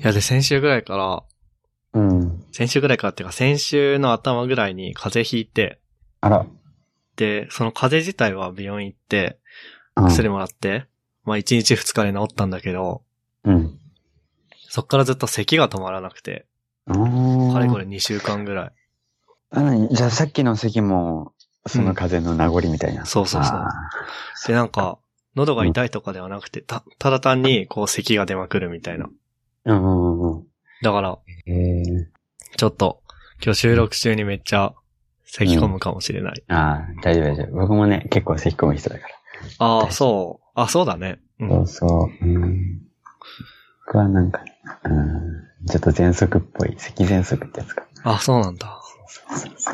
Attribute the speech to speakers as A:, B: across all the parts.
A: や、で、先週ぐらいから、
B: うん。
A: 先週ぐらいからっていうか、先週の頭ぐらいに風邪ひいて、
B: あら。
A: で、その風邪自体は病院行って、
B: うん
A: 薬もらって、まあ1日2日で治ったんだけど、
B: うん。
A: そっからずっと咳が止まらなくて、
B: あー
A: かれこれ2週間ぐらい。
B: あ何じゃあさっきの席も、その風の名残みたいな。
A: そうそうそう
B: あ
A: で、なんか、喉が痛いとかではなくて、た、ただ単に、こう、咳が出まくるみたいな。
B: ーうんうんうん。
A: だから、
B: ええ
A: ちょっと、今日収録中にめっちゃ、咳込むかもしれない。
B: ああ、大丈夫大丈夫。僕もね、結構咳込む人だから。
A: ああ、そう。あ、そうだね。うん。
B: そうそう。うん。僕はなんか、うん。ちょっと喘息っぽい。咳喘息ってやつか。
A: あ、そうなんだ。
B: そうそうそ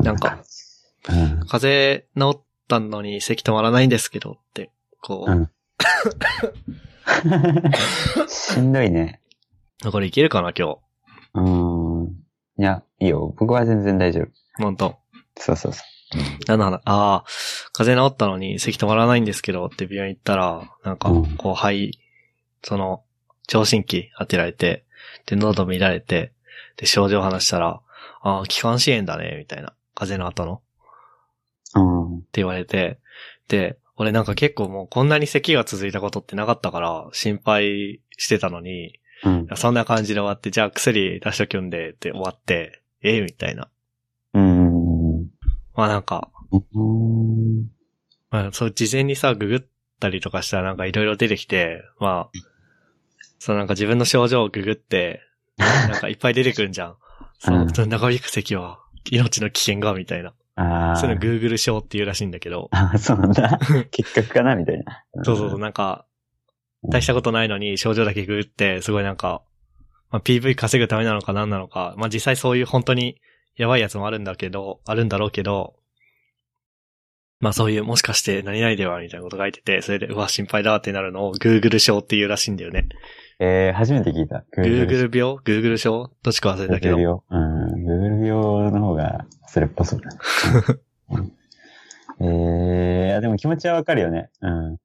B: う
A: なんか。
B: そんな 感じ
A: 風邪治ったのに咳止まらないんですけどって、こう、
B: うん。うん。しんどいね。
A: これいけるかな、今日。
B: うん。いや、いいよ。僕は全然大丈夫。
A: 本当
B: そうそうそ
A: なんだ、ああ、風邪治ったのに咳止まらないんですけどって病院行ったら、なんか
B: うん、
A: こう、肺、その、聴診器当てられて、で、喉見られて、で、症状話したら、ああ、気管支炎だね、みたいな、風邪の後の、って言
B: う。うん。
A: われて、で、俺なんか結構もうこんなに咳が続いたことってなかったから、心配してたのに、
B: うん
A: いや。そんな感じで終わって、じゃあ薬出しときゅんで、って終わって、ええみたいな。
B: うん。
A: まあなんか、
B: うん。
A: まあそう、事前にさ、ググったりとかしたらなんかいろいろ出てきて、まあ、そうなんか自分の症状をググって、なんかいっぱい出てくるんじゃん。 そうう、
B: ん
A: その長引く席は、命の危険が、みたいな。
B: ああ。
A: そういうの Google 症っていうらしいんだけど、
B: あーそうなん だ。結核かなみたいな。
A: そうそうそう、なんか、大したことないのに症状だけググって、すごいなんか、まあ、PV 稼ぐためなのか何なのか、まあ実際そういう本当にやばいやつもあるんだけど、あるんだろうけど、まあそういうもしかして何々ではみたいなこと書いてて、それで、うわ、心配だってなるのを Google 症っていうらしいんだよね。
B: えー、初めて聞いた。
A: Google 病 ?Google 症どっちか忘れたけ
B: Google
A: ど。
B: 病。うん。Google 病の方が、それっぽそう だね。うんえー、でも気持ちはわかるよね。うん。と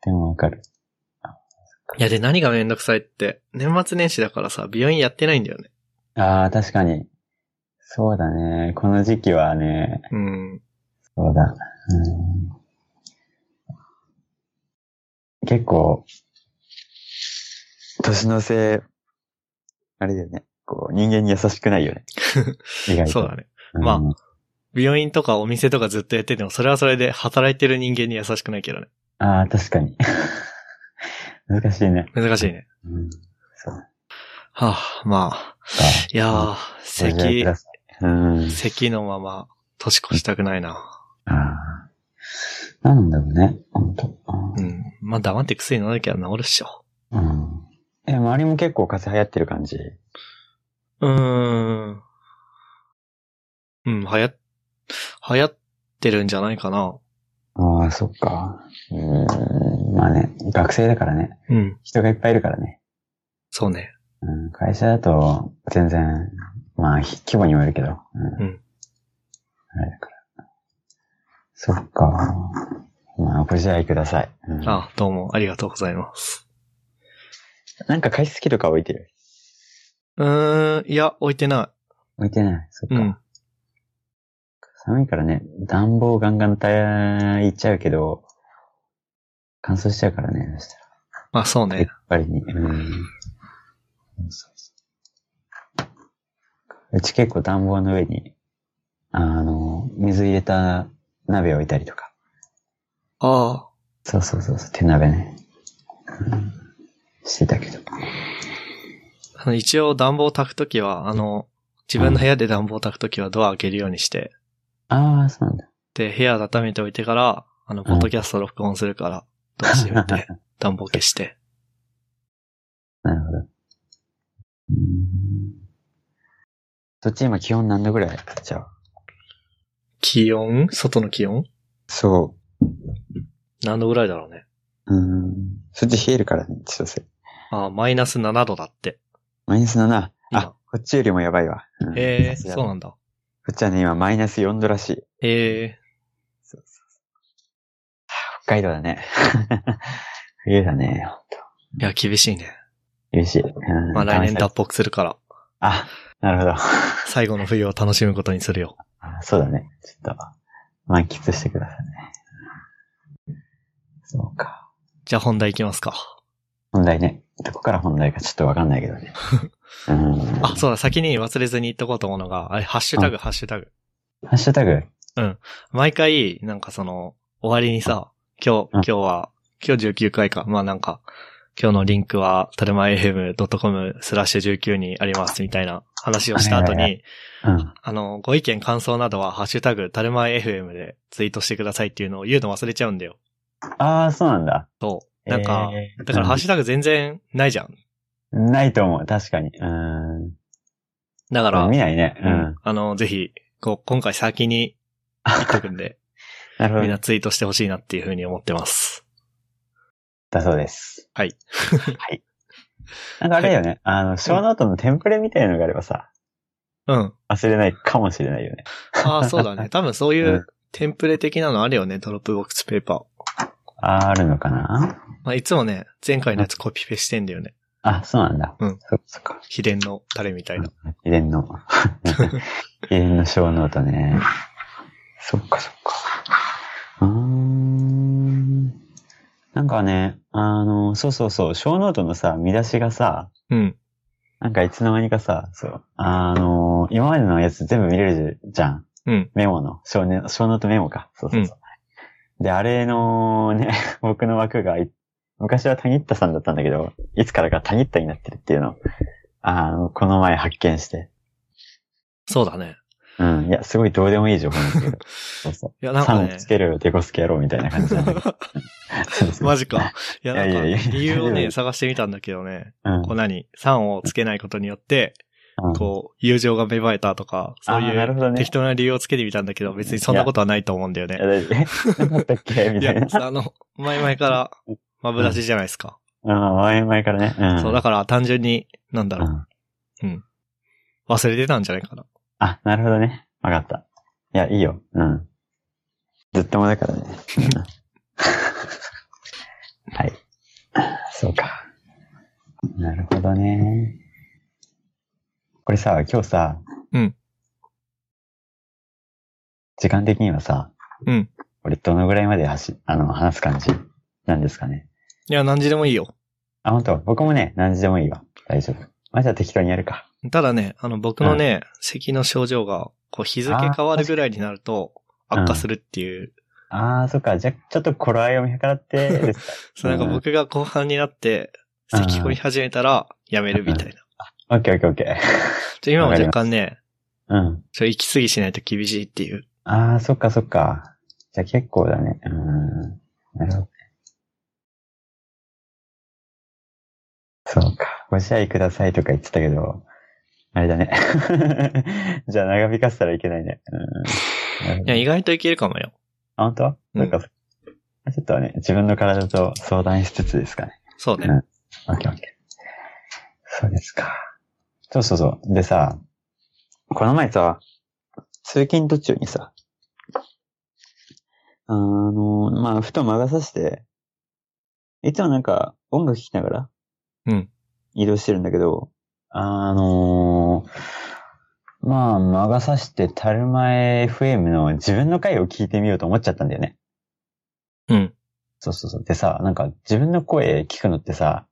B: てもわかる。
A: いやで何がめんどくさいって、年末年始だからさ、美容院やってないんだよね。
B: ああ、確かに。そうだね。この時期はね、
A: うん。
B: そうだ。うん、結構、年のせい、あれだよね。こう、人間に優しくないよ ね。意外と。
A: そうだね。
B: うん
A: まあ美容院とかお店とかずっとやってても、それはそれで働いてる人間に優しくないけどね。
B: ああ、確かに。 難しいね。
A: 難しいね。
B: うん。そうだ。
A: はあ、まあ。いやー、
B: ご自愛く
A: 咳
B: だ、さいうん。
A: 咳のまま、年越したくないな。
B: ああ。なんだろうね。本当。
A: うん。まあ、黙って薬飲んだきゃ治るっしょ。
B: うん。え、周りも結構風邪流行ってる感じ。
A: うーん。うん、流行っ、流行ってるんじゃないかな。
B: ああ、そっか。うん。まあね、学生だからね。
A: うん。
B: 人がいっぱいいるからね。
A: そうね。
B: うん、会社だと、全然、まあ、ひ規模にもよるけど。うん。
A: うん
B: あれだから。そっか。まあ、ご自愛ください。うん、
A: あ、どうも、ありがとうございます。
B: なんか加湿器とか置いてる。
A: うーん、いや、置いてな
B: 置いてない。そっ
A: い。
B: か。
A: うん。
B: 寒いからね、暖房ガンガンたいっちゃうけど、乾燥しちゃうからね、そしたら。
A: まあ、そう
B: やっ
A: ね。
B: ぱりに。うん。そうそううち結構暖房の上に、あの、水入れた鍋置いたりとか。
A: ああ。
B: そうそうそうそう、手鍋ね。うんしてたけど。
A: あの一応、暖房炊くときは、あの、自分の部屋で暖房炊くときはドア開けるようにして、
B: ああ、そうなんだ。
A: で、部屋温めておいてから、あの、
B: ん
A: ポッドキャスト録音するから、どうしよう って、暖房消して。
B: なるほど。うんそっち今気温何度ぐらいじゃあ。
A: 気温外の気温
B: そう。
A: 何度ぐらいだろうね。
B: うん。そっち冷えるからね、千歳。
A: ああ、マイナス7度だって。
B: マイナス7。
A: 今
B: あ、こっちよりもやばいわ。うん
A: ええ
B: さすが
A: そうなんだ。
B: こっちはね、今マイナス4度らしい。
A: ええ
B: そうそう そう。はあ北海道だね。冬だね、ほんと。
A: いや、厳しいね。
B: 嬉しい。うん
A: まあ来年。
B: 楽し
A: 脱北するから、
B: あ、なるほど。
A: 最後の冬を楽しむことにするよ。
B: あそうだね。ちょっと、満喫してくださいね。そうか。
A: じゃあ本題いきますか。
B: 本題ね。どこから本題かちょっとわかんないけど ね。うん。
A: あ、そうだ、先に忘れずに言っとこうと思うのが、あれ、ハッシュタグ、ハッシュタグ。
B: ハッシュタグ。
A: 毎回、なんかその、終わりにさ、今日、
B: うん
A: 今日は、今日19回か。まあなんか、今日のリンクは、たるま FM.com スラッシュ19にあります、みたいな話をした後
B: はいはい
A: に、
B: うん。
A: あの、ご意見、感想などは、ハッシュタグ、たるま FM でツイートしてくださいっていうのを言うの忘れちゃうんだよ。
B: ああ、そうなんだ。
A: そう。なんか、
B: えー
A: だからハッシュタグ全然ないじゃん。
B: ないと思う。確かに。うん。
A: だから、
B: 見ないね。う
A: うん
B: ん。
A: あの、ぜひ、こう、今回先に言っとくん で、
B: なるほ
A: みん
B: ど
A: な。ツイートしてほしいなっていうふうに思ってます。
B: だそうです。
A: はい。
B: はい。なんかあれだよね。あの、小ノートのテンプレみたいのがあればさ、
A: うん。
B: 忘れないかもしれないよね。
A: ああ、そうだ ね。多分そういうんうテンプレ的なのあるよね、ドロップボックスペーパー。
B: あーあるのかな
A: まあ、いつもね、前回のやつコピペしてんだよね。
B: あ、そうなんだ。
A: うん
B: そっかそっか。
A: 秘伝のタレみたいな。
B: 秘伝の、 秘伝の小ノートね。そっかそっか。うーん。なんかね、あの、そうそうそう、小ノートのさ、見出しがさ、
A: うん。
B: なんかいつの間にかさ、そう、あの、今までのやつ全部見れるじゃん。
A: うん。
B: メモの、小,、ね、小ノートメモか。そうそうそう。で、あれのね、 僕の枠がい、昔はタニッタさんだったんだけど、いつからかタニッタになってるっていうのを、あの、この前発見して。
A: そうだね。
B: うん。いや、すごいどうでもいい情報なんです けど。そうそう。
A: いや、なんか
B: 3を
A: ね
B: つ。けるよ、デコスケやろうみたいな感じなんだ けど。
A: マジか。いや、なんか、
B: いやいやいや
A: 理由を
B: いやい
A: ね、
B: や
A: 探してみたんだけどね。
B: うん。
A: こう何 ?3 をつけないことによって、
B: うん
A: こう、友情が芽生えたとか、そう
B: あーなるほど
A: いう
B: ね
A: 適当な理由をつけてみたんだけど、別にそんなことはないと思うんだよね
B: いや。だい えなかったっけみ
A: い
B: た
A: や
B: いな、。
A: あの、前々から、まぶらしじゃないですか。
B: うん、前々からね。うん。
A: そう、だから単純に、なんだろう、
B: うん。
A: 忘れてたんじゃないかな。
B: あ、なるほどね。わかった。いや、いいよ。うん。ずっともだからね。はい。そうか。なるほどね。これさ、今日さ、
A: うん。
B: 時間的にはさ、
A: うん。
B: 俺どのぐらいまではし、あの、話す感じなんですかね。
A: いや、何時でもいいよ。
B: あ、本当僕もね、何時でもいいわ。大丈夫。まあ、じゃあ適当にやるか。
A: ただね、あの、僕のね、咳の症状が、こう、日付変わるぐらいになると、
B: あー
A: 悪化するっていう。
B: あー、そっか。じゃあ、ちょっと頃合いを見計らってですか、
A: そう、なんか僕が後半になって、咳込み始めたら、やめるみたいな。
B: オッケーオッケーオッケー。
A: じゃ今も若干ね、
B: うん。
A: ちょ、行き過ぎしないと厳しいっていう。
B: ああ、そっかそっか。じゃあ結構だね。うん。なるほどね。そうか。ご試合くださいとか言ってたけど、あれだね。 じゃあ長引かせたらいけないね。うん。なるほ
A: い
B: ど
A: や、意外といけるかもよ。
B: あ、本当？
A: うん
B: そっかそっか。ちょっとね、自分の体と相談しつつですかね。
A: そうね。
B: うんオッケーオッケー。そうですか。そうそうそう。でさ、この前さ、通勤途中にさ、あの、まあ、ふと魔が差して、いつもなんか音楽聴きながら、
A: うん。
B: 移動してるんだけど、あのまあ、魔が差して、たるまえ FM の自分の回を聞いてみようと思っちゃったんだよね。
A: うん。
B: そうそうそう。でさ、なんか自分の声聞くのってさ、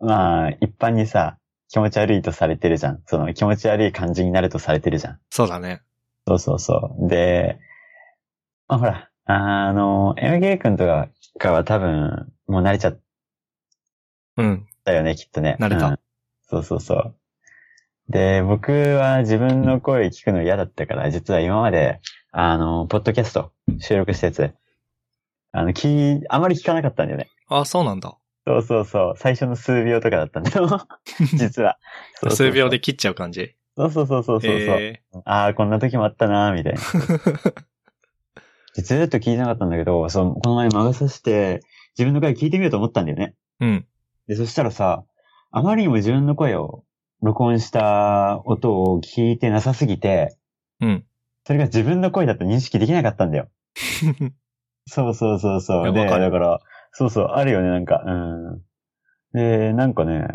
B: まあ、一般にさ、気持ち悪いとされてるじゃん。その気持ち悪い感じになるとされてるじゃん。
A: そうだね。
B: そうそうそう。で、まあほら、あの、MK 君とかかは多分、もう慣れちゃっ
A: うん。
B: だよね、きっとね。
A: 慣れた
B: うんそうそうそう。で、僕は自分の声聞くの嫌だったから、実は今まで、あの、ポッドキャスト収録したやつ、あの、聞い、あまり聞かなかったんだよね。
A: あ、そうなんだ。
B: そうそうそう。最初の数秒とかだったんだよ。 実は。そうそうそう
A: 数秒で。切っちゃう感じ。
B: そうそうそうそうそう。
A: え
B: ああ、こんな時もあったなーみたいな。でずーっと聞いてなかったんだけど、その、この前魔が差して、自分の声聞いてみようと思ったんだよね。
A: ーうん。
B: で、そしたらさ、あまりにも自分の声を録音した音を聞いてなさすぎて、
A: うん。
B: それが自分の声だと認識できなかったんだよ。そうそうそう
A: い
B: そ
A: や
B: う。で、
A: わかる
B: だから、そうそう、あるよね、なんか、うん。で、なんかね、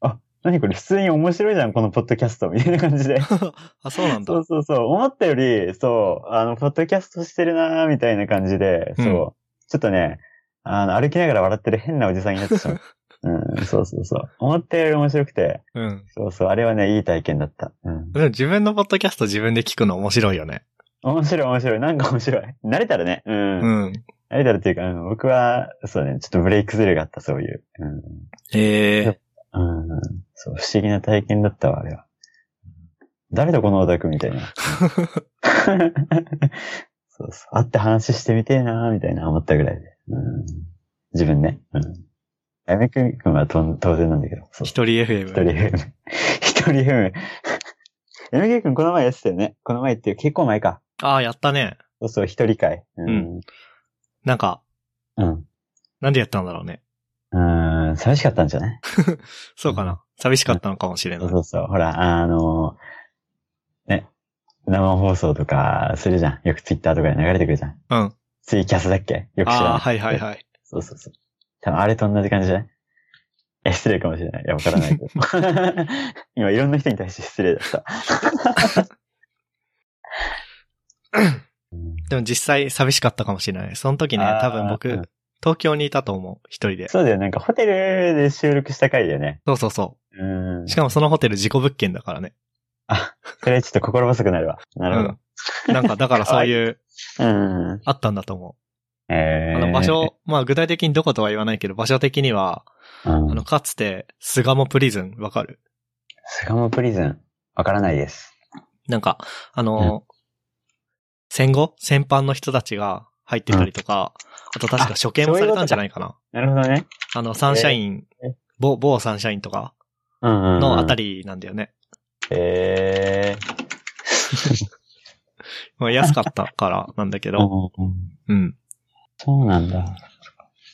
B: あ、何これ普通に面白いじゃん、このポッドキャスト、みたいな感じ で。
A: あ、そうなんだ。
B: そうそうそう。思ったより、そう、あの、ポッドキャストしてるなーみたいな感じで、そう。
A: うん
B: ちょっとね、あの、歩きながら笑ってる変なおじさんになって しまう。うん、そうそうそう。思ったより面白くて、
A: うん。
B: そうそう、あれはね、いい体験だった。うん。
A: でも自分のポッドキャスト自分で聞くの面白いよね。
B: 面白い面白い。なんか面白い。慣れたらね、うん。
A: うん。
B: 慣れたらっていうか、うん、僕は、そうね、ちょっとブレイクスルーがあった、そういう。
A: ええ
B: うん。うん。そう、不思議な体験だったわ、あれは。誰だこのオタクみたいな。そうそう。会って話してみてえなーみたいな思ったぐらいで。うん、自分ね。うん。あやめくんくんはとん当然なんだけど。そう。
A: 一人
B: 一
A: FM。
B: 人 FM。一人 FM。やめくんくんこの前やってたよね。この前っていう、結構前か。
A: ああ、やったね。
B: そうそう、一人会。うん。
A: なんか、
B: うん。
A: なんでやったんだろうね。
B: うん、寂しかったんじゃない
A: そうかな。寂しかったのかもしれな
B: そう
A: い。
B: そうそう。ほら、あのね、生放送とかするじゃん。よくツイッターとかで流れてくるじゃん。
A: うん。あ
B: ツイキャスだっけよく知らない。
A: あー、はいはいはい。
B: そうそうそう。多分あれと同じ感じじゃないえ、失礼かもしれない。いや、わからないけ ど。今、いろんな人に対して失礼だった。うん
A: でも実際寂しかったかもしれない。その時ね
B: あ、ー
A: 多分僕、
B: うん
A: 東京にいたと思う。一人で。
B: そうだよ、なんかホテルで収録した回だよね。
A: そうそうそうう。
B: ん
A: し。かもそのホテル事故物件だからね。
B: あ、それちょっと心細くなるわ。なるほど。
A: うん。なんかだからそういう、
B: うん。
A: あったんだと思う。
B: えー、
A: あの場所、まあ具体的にどことは言わないけど、場所的には、
B: うん、
A: あの、かつて、巣鴨プリズン、わかる
B: 巣鴨プリズン、わからないです。
A: なんか、あの、戦後戦犯の人たちが入ってたりとか、あと確か処刑もされたんじゃないかな。
B: なるほどね。
A: あの、サンシャイン
B: えー、
A: 某、某サンシャインとか
B: うん、うん。
A: のあた
B: り。
A: りなんだよね。
B: えー。
A: まあ安かったからなんだけど、
B: うん
A: うん。
B: そうなんだ。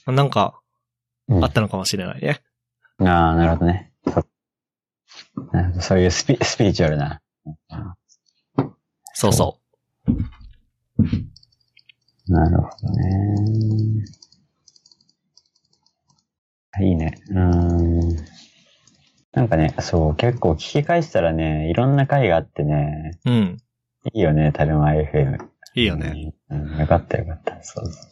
A: なんか、
B: うん
A: あったのかもしれないね。
B: ああ、なるほどね。そうなるほどそういうスピスピリチュアルな。
A: そうそ
B: なるほどね。いいね。うーん。なんかね、そう、結構聞き返したらね、いろんな回があってね、
A: う。うん。
B: いいよね、タルマ FM。
A: いい
B: い
A: よね。。
B: うん、よかったよかった。そうそうそ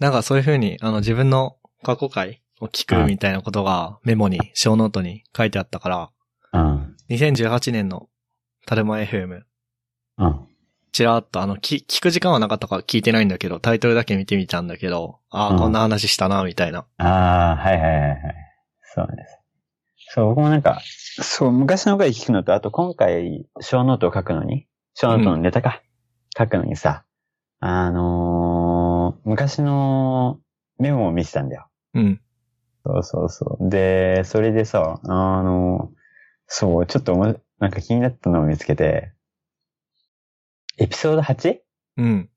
A: なんかそういう風に、あの、自分の過去回を聞くみたいなことがメモに、小ノートに書いてあったから、
B: う。うん。
A: 2018年のタルマ FM、
B: うん。
A: ちらっとあの、き聞く時間はなかったから聞いてないんだけど、タイトルだけ見てみたんだけど、あ
B: う
A: あ、
B: ん
A: こんな話したな、みたいな。
B: ああ、はいはいはいはい。そうです。そう、僕もなんか、そう、昔の回聞くのと、あと今回、小ノートを書くのに、小ノートのネタか、書くのにさ、あのー昔のメモを見てたんだよ。
A: うん。
B: そうそうそう。で、それでさ、あのーそう、ちょっとおも、なんか気になったのを見つけて、エピソード 8?
A: うん。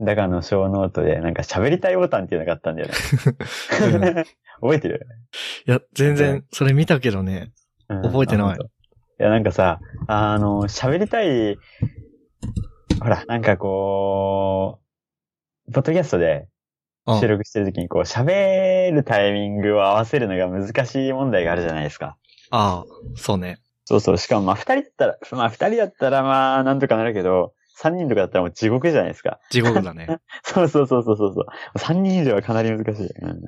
B: だからの小ノートで、なんか喋りたいボタンっていうのがあったんだよね。
A: うん い
B: 覚えてる
A: や、全然、それ見たけどね。
B: うん
A: 覚えてない
B: あ本当いや、なんかさ、あの、喋りたい、ほら、なんかこう、ポッドキャストで
A: あ
B: 収録してるときにこう、喋るタイミングを合わせるのが難しい問題があるじゃないですか。
A: ああ、そうね。
B: そうそう、しかもまあ二人だったら、まあ二人だったらまあなんとかなるけど、三人とかだったらもう地獄じゃないですか。
A: 地獄だ ね。
B: そうそうそうそうそうそう。3人以上はかなり難しい。うん、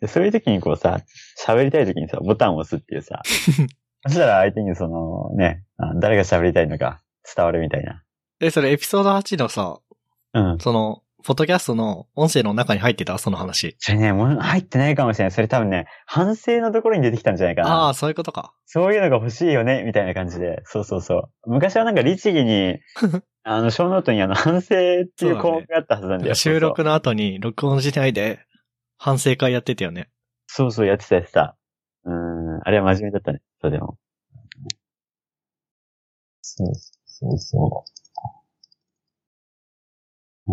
B: でそういう時にこうさ、喋りたい時にさ、ボタンを押すってい うさ、そしたら相手にそのね、あ誰が喋りたいのか伝わるみたいな。
A: え、それエピソード8のさ、
B: うん。
A: その、ポッドキャストの音声の中に入ってたその話。
B: それね、もう入ってないかもしれない。それ多分ね、反省のところに出てきたんじゃないかな。
A: ああ、そういうことか。
B: そういうのが欲しいよね、みたいな感じで。そうそうそう。昔はなんか律儀 に、あの、小ノートにあの、反省っていう項目があったはずなんだよ。
A: 収録の後に録音しないで、反省会やってたよね。
B: そうそう、やってた、やってた。うーん、あれは真面目だったね、それでも。そう、そうそう。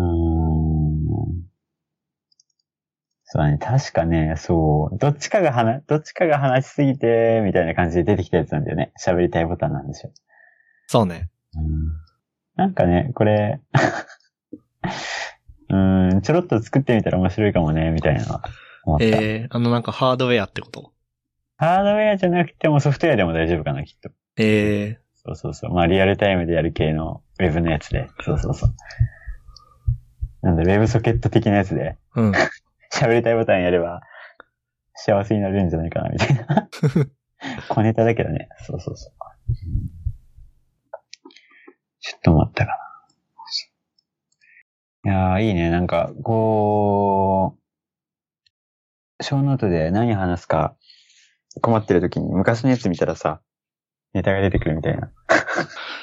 B: うーん。そうだね、確かね、そう、どっちかが話、どっちかが話しすぎて、みたいな感じで出てきたやつなんだよね。喋りたいボタンなんでしょ。
A: そうね。
B: うんなんかね、これ、 うーん、ちょろっと作ってみたら面白いかもね、みたいなのは思った。
A: えー、あのなんかハードウェアってこと
B: ハードウェアじゃなくてもソフトウェアでも大丈夫かな、きっと。
A: え
B: そうそうそう。まあ、リアルタイムでやる系のウェブのやつで。そうそうそう。なんで、ウェブソケット的なやつで、
A: ー、うん。
B: 喋りたいボタンやれば、幸せになれるんじゃないかな、みたいな。小ネタだけどね。そうそうそう。ちょっと待ったかな。いやー、いいね。なんか、こう、ショーノートで何話すか困ってる時に昔のやつ見たらさ、ネタが出てくるみたいな。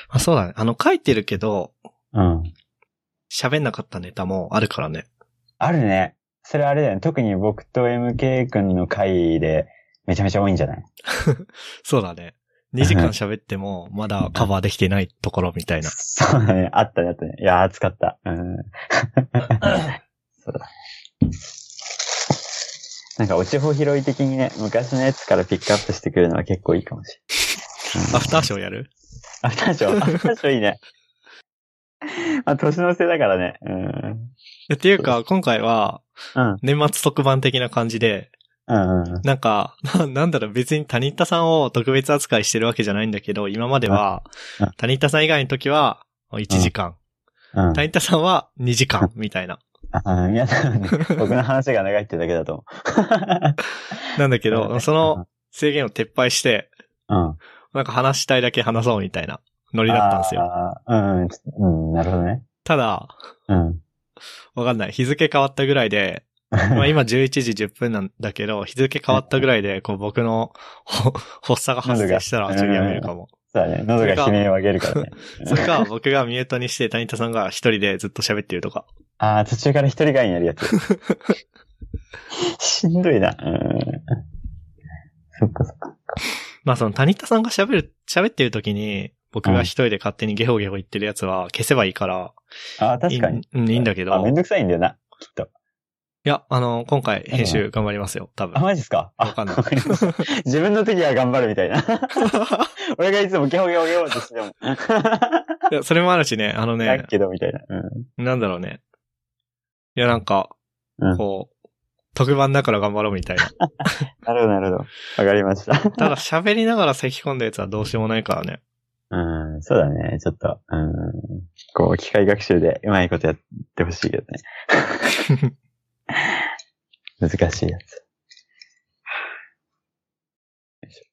A: あ、そうだね。あの書いてるけど、
B: うん。
A: 喋んなかったネタもあるからね。
B: あるね。それあれだよね。特に僕と MK 君の回でめちゃめちゃ多いんじゃない
A: そうだね。2時間喋っても、まだカバーできてないところみたいな。
B: そうだね。あったね、あったね。いやー、暑かった。うん。そうだ。なんか、お地方拾い的にね、昔のやつからピックアップしてくるのは結構いいかもしれない。うん
A: アフターショーやる
B: アフタ ーショー、アフターショーいいね。まあ、年の瀬だからね。うん。
A: っていうか、今回は、
B: うん。
A: 年末特番的な感じで、
B: うんうん。
A: なんか、ななんだろう、別に谷田さんを特別扱いしてるわけじゃないんだけど、今までは
B: うん、
A: 谷田さん以外の時は、1時間。
B: うん。
A: 谷田さんは2時間、みたいな。
B: あーいや、多分ね僕の話が長いってだけだと
A: なんだけ
B: 思う。
A: ど、その、制限を撤廃して、
B: うん、うん。
A: なんか話したいだけ話そうみたいなノリだったんですよ。
B: あー。うん、ちょうん、なるほどね。
A: ただ、
B: うん。
A: わかんない。日付変わったぐらいで、 まあ今11時10分なんだけど、日付変わったぐらいで、こう僕のほ発作が発生したら
B: 喉が
A: ちょっとやめるかも。
B: そうだね。喉が悲鳴を上げるからね。
A: それか僕がミュートにして谷田さんが一人でずっと喋ってるとか。
B: ああ、途中から一人がいになるや つ。しんどいな。うん。そっかそっか。
A: まあその谷田さんが喋る、喋ってる時に、僕が一人で勝手にゲホゲホ言ってるやつは消せばいいから、
B: ああ、確かに。
A: いいうんいいんだけ
B: あ、
A: ど、
B: めん
A: い
B: どくさいんだよな。きっと。
A: や、あの、今回編集頑張りますよ、多
B: あ、
A: 分。
B: マジっすかあ、
A: わかんない
B: わりました自分の時は頑張るみたいな。 俺がいつもゲホゲホゲホってしても。
A: いや、それもあるしね、あの
B: だ
A: ね、
B: けど、みたいな。
A: なんだろうね。いや、なんか、
B: うん。うん。
A: こう、特番だから頑張ろうみたいな。
B: なるほど、なるほど。わかりました。
A: ただ喋りながら咳込んだやつはどうしようもないからね。
B: うん、そうだね。ちょっと、うん。こう、機械学習でうまいことやってほしいけど ね。難しいやつ。よいしょ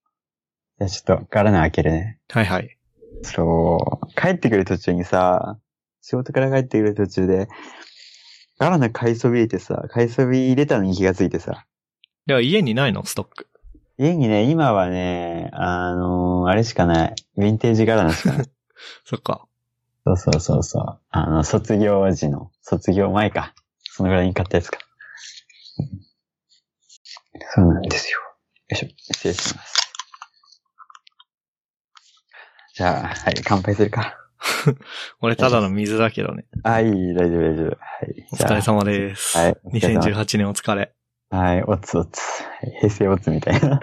B: じゃあちょっと、ガラナ開けるね。
A: はいはい。
B: そう、帰ってくる途中にさ、仕事から帰ってくる途中で、ガラナ買いそびれてさ、買いそび入れたのに気がついてさ。
A: では家にないのストック。
B: 家にね、今はね、あのーあれしかない。ヴィンテージガラナしかない。
A: そっか。
B: そうそうそうそう。あの、卒業時の、卒業前か。そのぐらいに買ったやつか。そうなんですよ。よいしょ、失礼します。じゃあ、はい、乾杯するか。
A: 俺ただの水だけどね。
B: あ、いい、大丈夫、大丈夫。はい。
A: お
B: じゃあ
A: 疲れ様です。
B: はいお疲れ様
A: 2018年お疲れ。
B: はい、おつおつ。はい平成おつみたいな。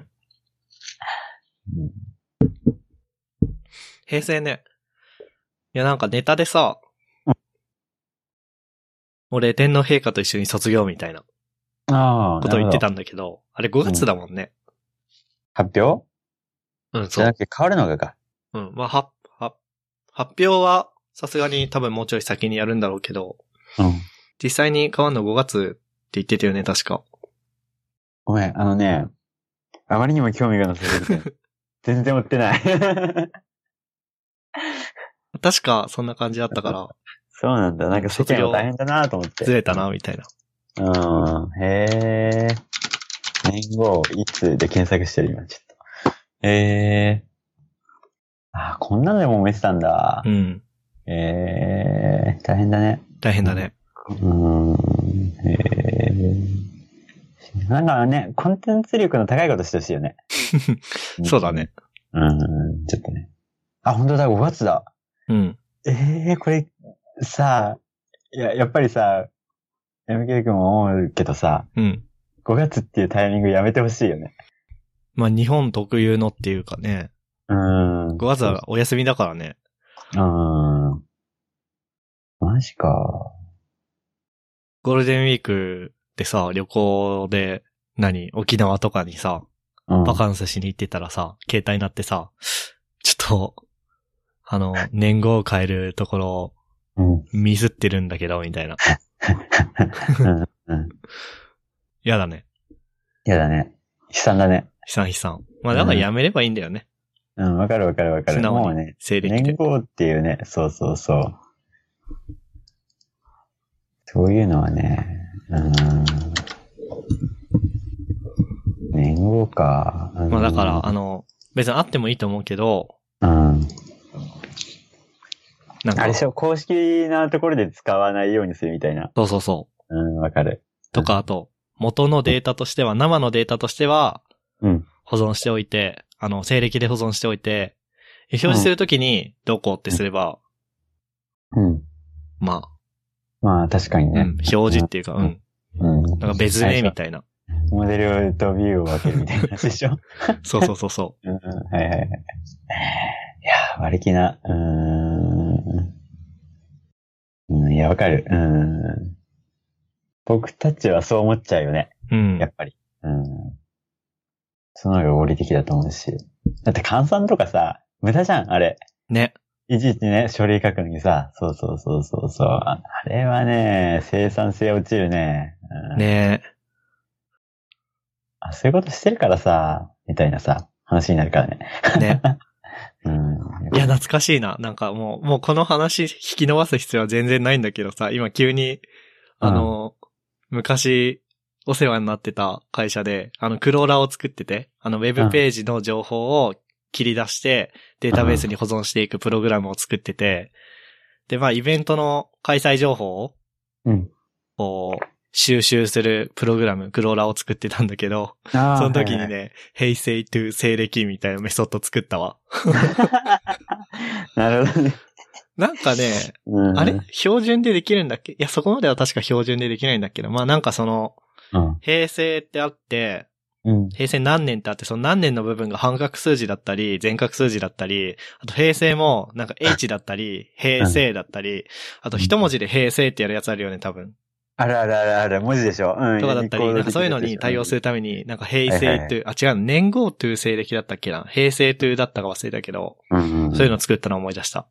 B: うん
A: 平成ね。いやなんかネタでさ、俺天皇陛下と一緒に卒業みたいな
B: ああ、
A: ことを言ってた
B: なる
A: んだけど、あれ5月だもんね。
B: ほど。発表
A: うん、
B: じ
A: そ
B: ゃ
A: う
B: な。くて変わるのがか。
A: うん、まあ、は、は、発表はさすがに多分もうちょい先にやるんだろうけど、
B: うん。
A: 実際に変わんの5月って言ってたよね、確か。
B: ごめん、あのね、あまりにも興味がなさすぎ て、全然追ってない。
A: 確かそんな感じだったから、
B: そうなんだ。なんか世間は大変だなと思って。
A: ずれたな、みたいな。
B: うん。へえ。年号、いつで検索してる今、ちょっと。ええ。あ、こんなのでもめてたんだ
A: う。ん。
B: ええ、大変だね。
A: 大変だね。。
B: うーん。ええ。なんかね、コンテンツ力の高いことしてほしいよね
A: そうだね。。
B: うん、ちょっとね。あ、本当だ、5月だ。
A: うん。
B: ええこれ、さあ、いや、やっぱりさ、MK 君も思うけどさ、
A: うん。
B: 5月っていうタイミングやめてほしいよね。
A: まあ、日本特有のっていうかね、
B: うーん。
A: 5月はお休みだからね。
B: うーん。マジか。
A: ゴールデンウィークでさ、旅行で何、沖縄とかにさ、
B: うん。
A: バカンスしに行ってたらさ、携帯になってさ、ちょっと、あの、年号を変えるところを
B: うん。
A: ミスってるんだけど、みたいな。
B: うん
A: やだね。
B: やだね。悲惨だね。
A: 悲惨悲惨。まあ、だからやめればいいんだよね。
B: うん、わかるわかるわか
A: 素
B: る。も
A: 直
B: う
A: に
B: ね、。
A: 西暦
B: 年
A: で。
B: 号っていうね、そうそうそう。そういうのはね、うーん。年号か。うん
A: まあ、だから、あ、の、別にあってもいいと思うけど、
B: うん。
A: なん
B: あ
A: か
B: れで、しょ、公式なところで使わないようにするみたいな。
A: そうそうそう。
B: うん、わかる。
A: とか、あと、元のデータとしては、生のデータとしては、
B: うん。
A: 保存しておいて、あの、西暦で保存しておいて、表示するときに、どうこうってすれば、
B: うん。
A: ま
B: まあ、確かに
A: あ、うん
B: ね。、
A: 表示っていうか、
B: う
A: うんん。
B: うん。
A: なんか別名み
B: い
A: た いな。
B: な。モデルとビューを分けるみたいな話でしょ
A: そうそうそうそう。
B: うんうん、はいはいはい。いや、割り気な。うーん。うん、いや、わかる。うん。僕たちはそう思っちゃうよね。
A: うん
B: や。っぱり。うん。その方が合理的だと思うし。だって換算とかさ、無駄じゃん、あれ。
A: ね。
B: いちいちね、書類書くのにさ、そうそうそうそうそう。あれはね、生産性落ちるね。うん、
A: ねえ。
B: あ。そういうことしてるからさ、みたいなさ、話になるからね。
A: ね。
B: うん。
A: いや、懐かしいな。なんかもう、もうこの話引き伸ばす必要は全然ないんだけどさ、今急に、あの、昔、お世話になってた会社で、あの、クローラーを作ってて、あの、ウェブページの情報を切り出して、データベースに保存していくプログラムを作ってて、で、まあ、イベントの開催情報を、
B: うん。
A: こう、収集するプログラム、クローラーを作ってたんだけど、
B: そ
A: その時にね、平成 to 西暦みたいなメソッド作ったわ。
B: なるほどね。
A: なんかね、
B: うん
A: あれ標準でできるんだっけいや、そこまでは確か標準でできないんだけど、まあなんかその、
B: うん。
A: 平成ってあって、
B: うん。
A: 平成何年ってあって、その何年の部分が半角数字だったり、全角数字だったり、あと平成もなんか H だった り、平成だったり、あと一文字で平成ってやるやつあるよね、多分。
B: あるあるあるある、文字でしょ。うん。
A: とかだったり、なんかそういうのに対応す
B: る。
A: るために、なんか平成という、あ、違う、年号という西暦だったっけな。平成というだったか忘れたけど、
B: うんうん。
A: そういうのを作ったのを思い出した。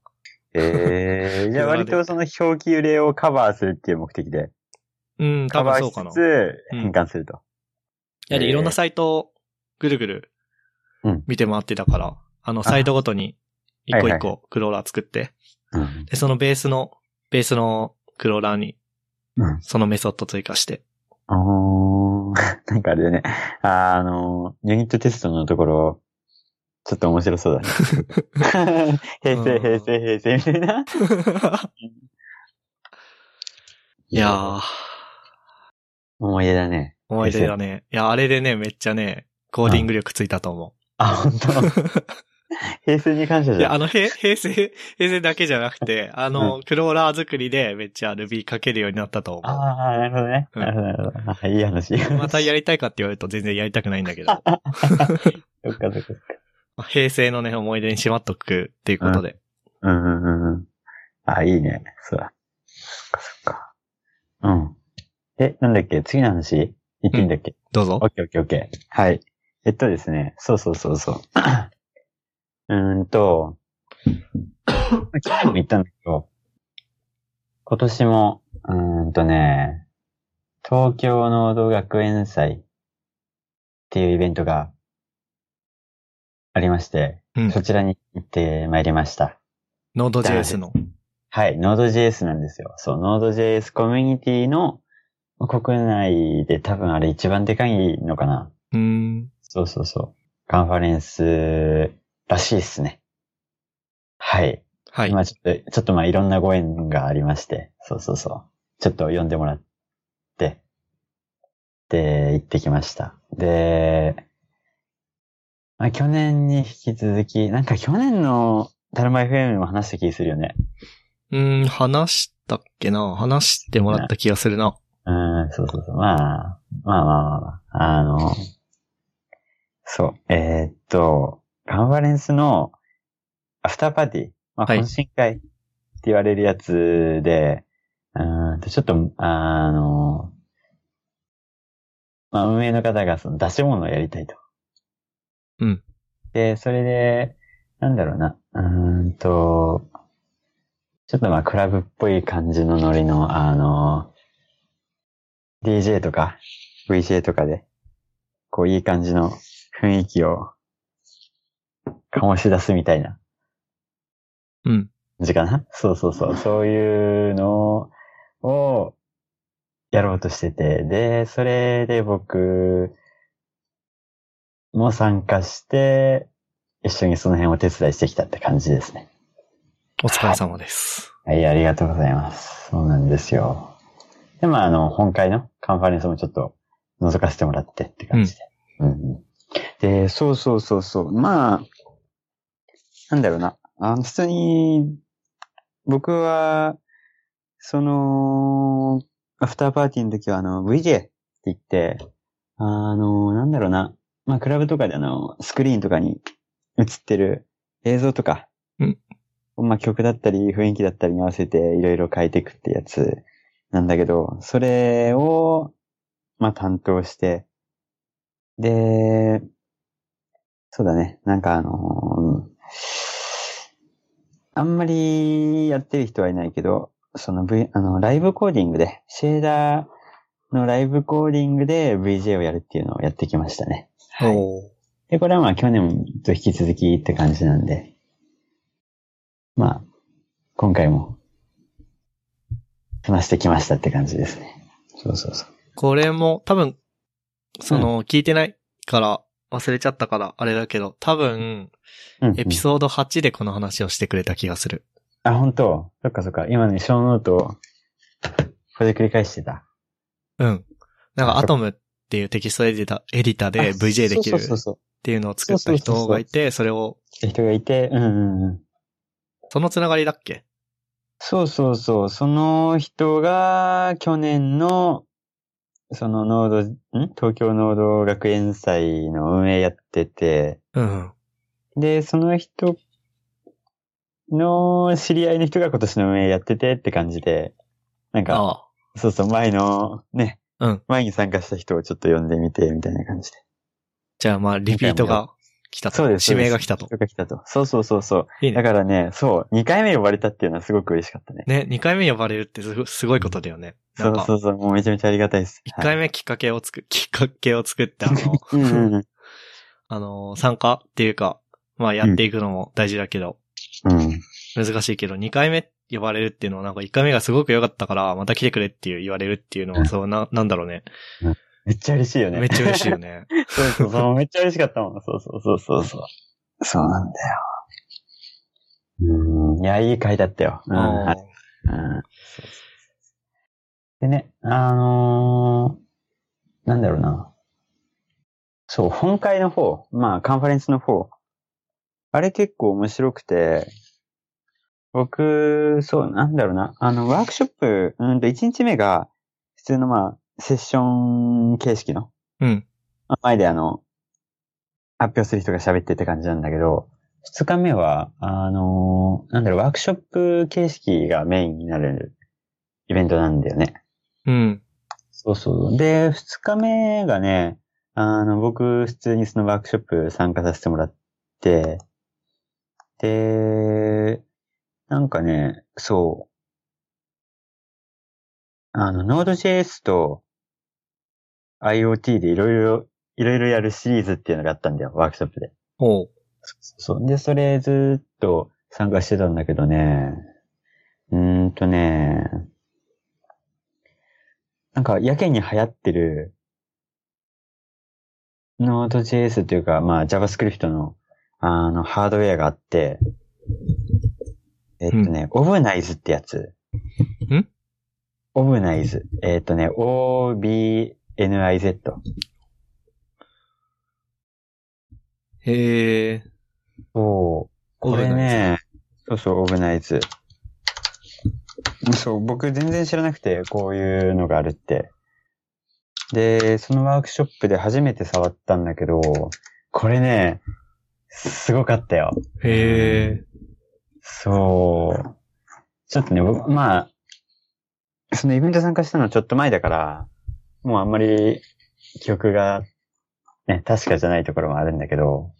B: えー、じゃあ割とその表記揺れをカバーするっていう目的で、
A: うん、多
B: カバ
A: 分
B: ー
A: そう
B: し
A: かな。
B: つ
A: い
B: つ
A: うん
B: 変換すると。
A: や、で、
B: えー
A: いろんなサイトをぐるぐる
B: うん
A: 見て回ってたから、あの、サイトごとに一個一個クローラー作って、
B: うん。
A: で、そのベースの、ベースのクローラーに
B: うん
A: そのメソッド追加 して。
B: おー、 なんかあれだね。あーあのー、ユニットテストのところ、ちょっと面白そうだね。平成、平成、平成みたいな。
A: いやー、
B: 思い出だね。
A: 思い出だね。いや、あれでね、めっちゃね、コーディング力ついたと思う。
B: あ、本当。平成に感 謝
A: い
B: じ
A: や、
B: ゃん。
A: あの、へ平成、平成だけじゃなくて、あの、クローラー作りでめっちゃ Ruby 書けるようになったと思う。
B: ああ、なるほどね。なるほど、なるほど。あいい話。
A: またやりたいかって言われると全然やりたくないんだ けど、
B: そっかそっかそっか。
A: 平成のね、思い出にしまっとくっていうことで。
B: うんうんうんうん。あ、いいね。そうだ。そっかそっか。うん。え、なんだっけ次の話言っていいんだっけ、
A: どうぞ
B: オ。ッケーオッケーオッケー。はい。えっとですね。そうそうそうそう。 うーんと、 まあ去年も言ったんだけど、今年も、うーんとね、東京農道学園祭っていうイベントがありまして、
A: うん。
B: そちらに行ってまいりました。
A: Node.js の。
B: はい、Node.js なんですよ。そう、Node.js コミュニティのまあ国内で多分あれ一番でかいのかな。
A: うーん。
B: そうそうそう。カンファレンスらしいっすね。はい。
A: はい。
B: まあちょっと、ちょっとまあいろんなご縁がありまして、そうそうそう。ちょっと読んでもらって、で、行ってきました。で、まあ去年に引き続き、なんか去年のタルマ FM も話した気するよね。
A: うーん、話したっけな話してもらった気がするな。
B: うん、そうそうそう。まあ、まあまあまあまあ。あの、そう、えーっと、カンファレンスのアフターパーティー、まあ、
A: はい
B: 懇親会って言われるやつで、うーんとちょっと、あの、まあ、運営の方がその出し物をやりたいと。
A: うん。
B: で、それで、なんだろうな、うーんと、ちょっとまあ、クラブっぽい感じのノリの、あの、DJ とか VJ とかで、こう、いい感じの雰囲気を醸し出すみたいな
A: うん。
B: 感じかな。そうそうそう。そういうのをやろうとしてて。で、それで僕も参加して、一緒にその辺お手伝いしてきたって感じですね。
A: お疲れ様です。
B: はい、ありがとうございます。そうなんですよ。で、まあ、あの、本会のカンファレンスもちょっと覗かせてもらってって感じで。うん、うん。で、そうそうそうそう。まあ、なんだろうな。あの普通に、僕は、その、アフターパーティーの時は、あの、VJ って言って、あの、なんだろうな。まあ、クラブとかであの、スクリーンとかに映ってる映像とか、まあ、曲だったり雰囲気だったりに合わせていろいろ変えていくってやつなんだけど、それを、まあ、担当して、で、そうだね、なんかあのうんあんまりやってる人はいないけど、その V、あの、ライブコーディングで、シェーダーのライブコーディングで VJ をやるっていうのをやってきましたね。はい
A: おー
B: で、これはまあ去年と引き続きって感じなんで、まあ、今回も、話してきましたって感じですね。そうそうそう。
A: これも多分、その、聞いてないから、忘れちゃったから、あれだけど、多分、
B: うん、
A: エピソード8でこの話をしてくれた気がする。
B: あ、本当そっかそっか。今ね、小ノートを、これで繰り返してた。
A: うん。なんか、アトムっていうテキストエディタエディターで VJ できる
B: そうそう
A: っ
B: そ
A: ていうのを作った人がいて、それを、
B: うそう。人がいて、うんうんうん。
A: そのつながりだっけ
B: そうそうそう。その人が、去年の、そのノード、ん東京ノード学園祭の運営やってて、
A: うん。
B: で、その人の知り合いの人が今年の運営やっててって感じで、なん
A: あ
B: か、
A: あ。
B: そうそう、前のね、
A: うん
B: 前に参加した人をちょっと呼んでみて、みたいな感じで。
A: じゃあまあ、リピートが来たと。
B: そうです。
A: 指名が来たと
B: 人。が来たと。そうそうそうそう。
A: いい
B: だ
A: ね。
B: からね、そう、2回目呼ばれたっていうのはすごく嬉しかったね。
A: ね、2回目呼ばれるってすごすごいことだよね。な
B: そ
A: ん
B: う
A: か
B: そ、うそう、もうめちゃめちゃありがたいです。
A: 1回目きっかけをつく、きっかけを作って、あ の、
B: 目、うんうんうん。
A: あの、参加っていうか、まあやっていくのも大事だけど、
B: うん。
A: 難しいけど、2回目呼ばれるっていうのはなんか1回目がすごく良かったから、また来てくれっていう言われるっていうのは、そうな、なんだろうね。
B: めっちゃ嬉しいよね。
A: めっちゃ嬉しいよね。
B: そうそうそう、めっちゃ嬉しかったもん。そうそうそうそうそう。そうなんだよ。うん、いや、いい回だったよ。 うん、
A: あ
B: あれうん。でね、あのーなんだろうな。そう、本会の方、まあ、カンファレンスの方。あれ結構面白くて、僕、そう、なんだろうな。あの、ワークショップ、うんと、1日目が、普通のまあ、セッション形式の、
A: うん。
B: 前であの、発表する人が喋ってって感じなんだけど、二日目は、あのーなんだろう、ワークショップ形式がメインになるイベントなんだよね。
A: うん。
B: そうそう。で、二日目がね、あの、僕、普通にそのワークショップ参加させてもらって、で、なんかね、そう。あの、Node.js と IoT でいろいろ、いろいろやるシリーズっていうのがあったんだよ、ワークショップで。
A: おう。
B: そう。で、それずっと参加してたんだけどね。うーんとね。なんか、やけに流行ってる、Node.js というか、まあ、JavaScript の、あの、ハードウェアがあって、えっとね、オブナイズってやつ。
A: ん
B: オブナイズ。えっとね、O-B-N-I-Z。
A: へえ。
B: そう。これ
A: オブナ
B: ね、そうそう、オブナイズ。そう、僕全然知らなくて、こういうのがあるって。で、そのワークショップで初めて触ったんだけど、これね、すごかったよ。
A: へえ。
B: そう。ちょっとね、僕、まあ、そのイベント参加したのはちょっと前だから、もうあんまり記憶が、ね、確かじゃないところもあるんだけど、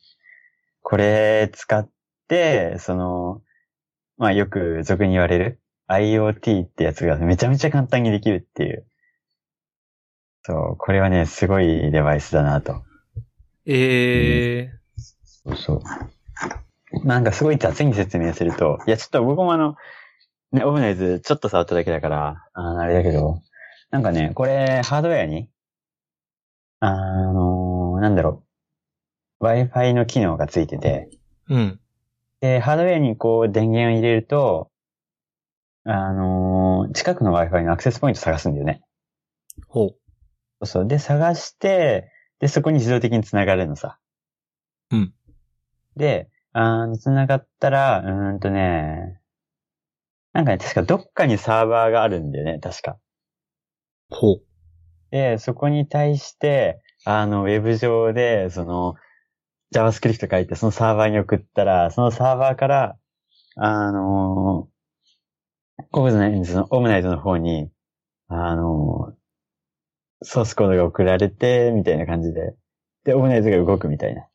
B: これ使って、その、まあよく俗に言われる IoT ってやつがめちゃめちゃ簡単にできるっていう。そう、これはね、すごいデバイスだなと。
A: ええ
B: そうそう。なんかすごい雑に説明すると、いや、ちょっと僕もあの、ね、オブナイズちょっと触っただけだから、あーあれだけど、なんかね、これ、ハードウェアに、あのーなんだろう、Wi-Fi の機能がついてて、
A: うん。
B: で、ハードウェアにこう電源を入れると、あのー近くの Wi-Fi のアクセスポイント探すんだよね。
A: ほう。
B: そうそう。で、探して、で、そこに自動的に繋がるのさ。
A: うん。
B: で、あの、繋がったら、うーんとね、なんかね、確かどっかにサーバーがあるんだよね、確か。
A: ほう。
B: で、そこに対して、あの、ウェブ上で、その、JavaScript 書いて、そのサーバーに送ったら、そのサーバーから、あのー、オブナイズの、オムナイトの方に、あのー、ソースコードが送られて、みたいな感じで、で、オムナイトが動くみたいな。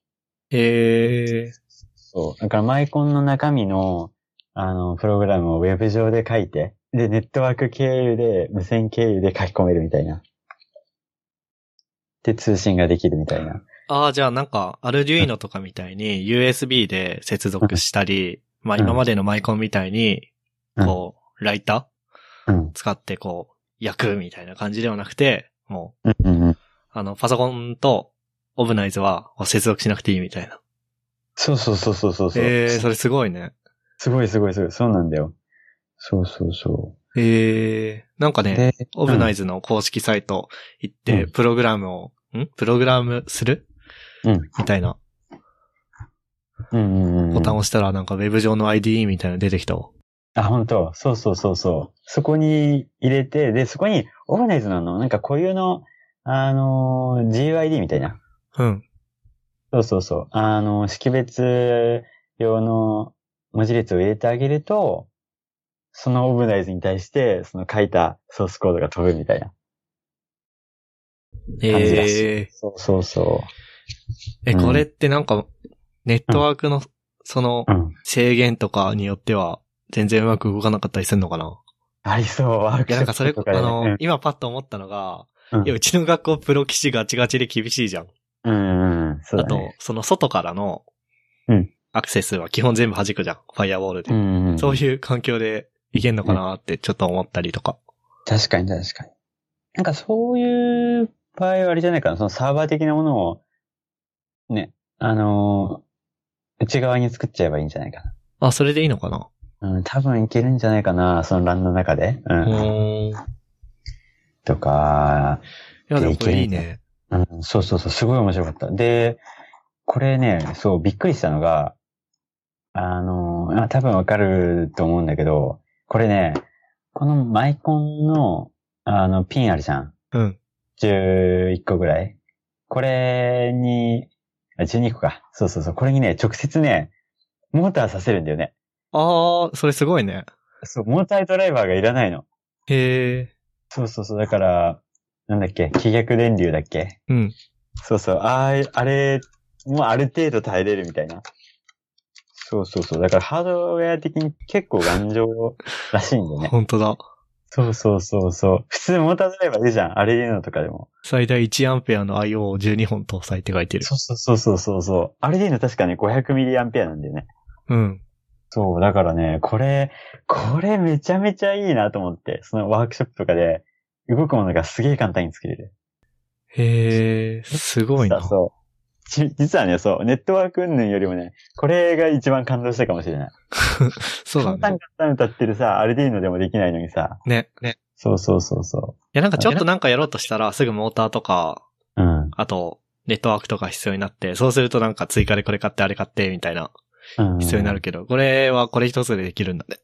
A: ええ
B: そう。だからマイコンの中身の、あの、プログラムをウェブ上で書いて、で、ネットワーク経由で、無線経由で書き込めるみたいな。で、通信ができるみたいな。
A: ああ、じゃあなんか、アルデュイノとかみたいに USB で接続したり、まあ
B: うん
A: 今までのマイコンみたいに、こう、ライタ
B: うん
A: ー。使ってこう、焼くみたいな感じではなくて、もう、
B: うんうんうん。
A: あの、パソコンとオブナイズは接続しなくていいみたいな。
B: そうそうそうそうそうそう。
A: ええそれすごいね。
B: すごいすごいすごい。そうなんだよ。そうそうそ
A: ええなんか
B: う。
A: ね、
B: で、
A: オブナイズの公式サイト行って、
B: うん
A: プログラムを、んプログラムする
B: うん
A: みたいな。
B: うんうんうんうん。
A: ボタンを押したらなんかウェブ上の IDE みたいなの出てきたわ。
B: あ、本当そうそうそうそう。そこに入れて、で、そこに、オーガナイズのあの、なんか固有の、あのー、GUID みたいな。
A: うん。
B: そうそうそう。あの、識別用の文字列を入れてあげると、そのオブナイズに対して、その書いたソースコードが飛ぶみたいな感じらしい。
A: ええ
B: そうそうそ
A: え、
B: うん
A: これってなんか、ネットワークの、その
B: う。う、ん。
A: 制限とかによっては、全然うまく動かなかったりするのかな
B: ありそう、ワー
A: い
B: ク
A: や、なん
B: ショッ
A: かそれ、
B: プとかで
A: あ
B: ね
A: の、今パッと思ったのが、
B: うん
A: いや、うちの学校プロ棋士ガチガチで厳しいじゃん。
B: うんうんうん。そう
A: あ
B: だ
A: と
B: ね。、
A: その外からの
B: うん、
A: アクセスは基本全部弾くじゃん。ファイアウォールで
B: う。んうん。
A: そういう環境でいけんのかなってちょっと思ったりとか。
B: 確かに確かに。なんかそういう場合はあれじゃないかな。そのサーバー的なものを、ね、あのー内側に作っちゃえばいいんじゃないか
A: あ、それでいいのかな
B: な。うん、多分いけるんじゃないかな。その欄の中で。う。
A: うんーん。い
B: とか、
A: や、でもこれいいね。
B: うん、そうそうそう、すごい面白かった。で、これね、そう、びっくりしたのが、あの、あ多分わかると思うんだけど、これね、このマイコンの、あの、ピンあるじゃん。
A: うん。
B: 11個ぐらい。これに、あ12個か。そうそうそう。これにね、直接ね、モーターさせるんだよね。
A: あー、それすごいね。
B: そう、モータードライバーがいらないの。
A: へ
B: そうそうそう。だから、なんだっけ、気逆電流だっけ
A: ー。うん。
B: そうそう。ああ、あれ、もうある程度耐えれるみたいな。そうそうそう。だからハードウェア的に結構頑丈らしいん だよね。
A: ほんとだ。
B: そうそうそうそう。普通モータードライバーいるじゃん。あれいうのとかでも。
A: 最大1アンペアの IO を12本搭載って書いてる。
B: そうそうそうそうそうそう。あれでいうの確かね、500mAh なんだよね。
A: うん。
B: そう、だからね、これ、これめちゃめちゃいいなと思って、そのワークショップとかで、動くものがすげえ簡単に作れる。
A: へー、すごいな
B: 実は。そう。じ実はね、そう、ネットワーク云々よりもね、これが一番感動したかもしれない。
A: そうだ
B: 簡単
A: ね。
B: 簡単歌ってるさ、アルディーノでもできないのにさ。
A: ね。ね。
B: そうそうそうそ
A: いや、なんかちょっとなんかやろうとしたら、すぐモーターとか、
B: う。うん。
A: あと、ネットワークとか必要になって、そうするとなんか追加でこれ買って、あれ買って、みたいな、
B: うん、
A: 必要になる。けど、これはこれ一つでできるんだね。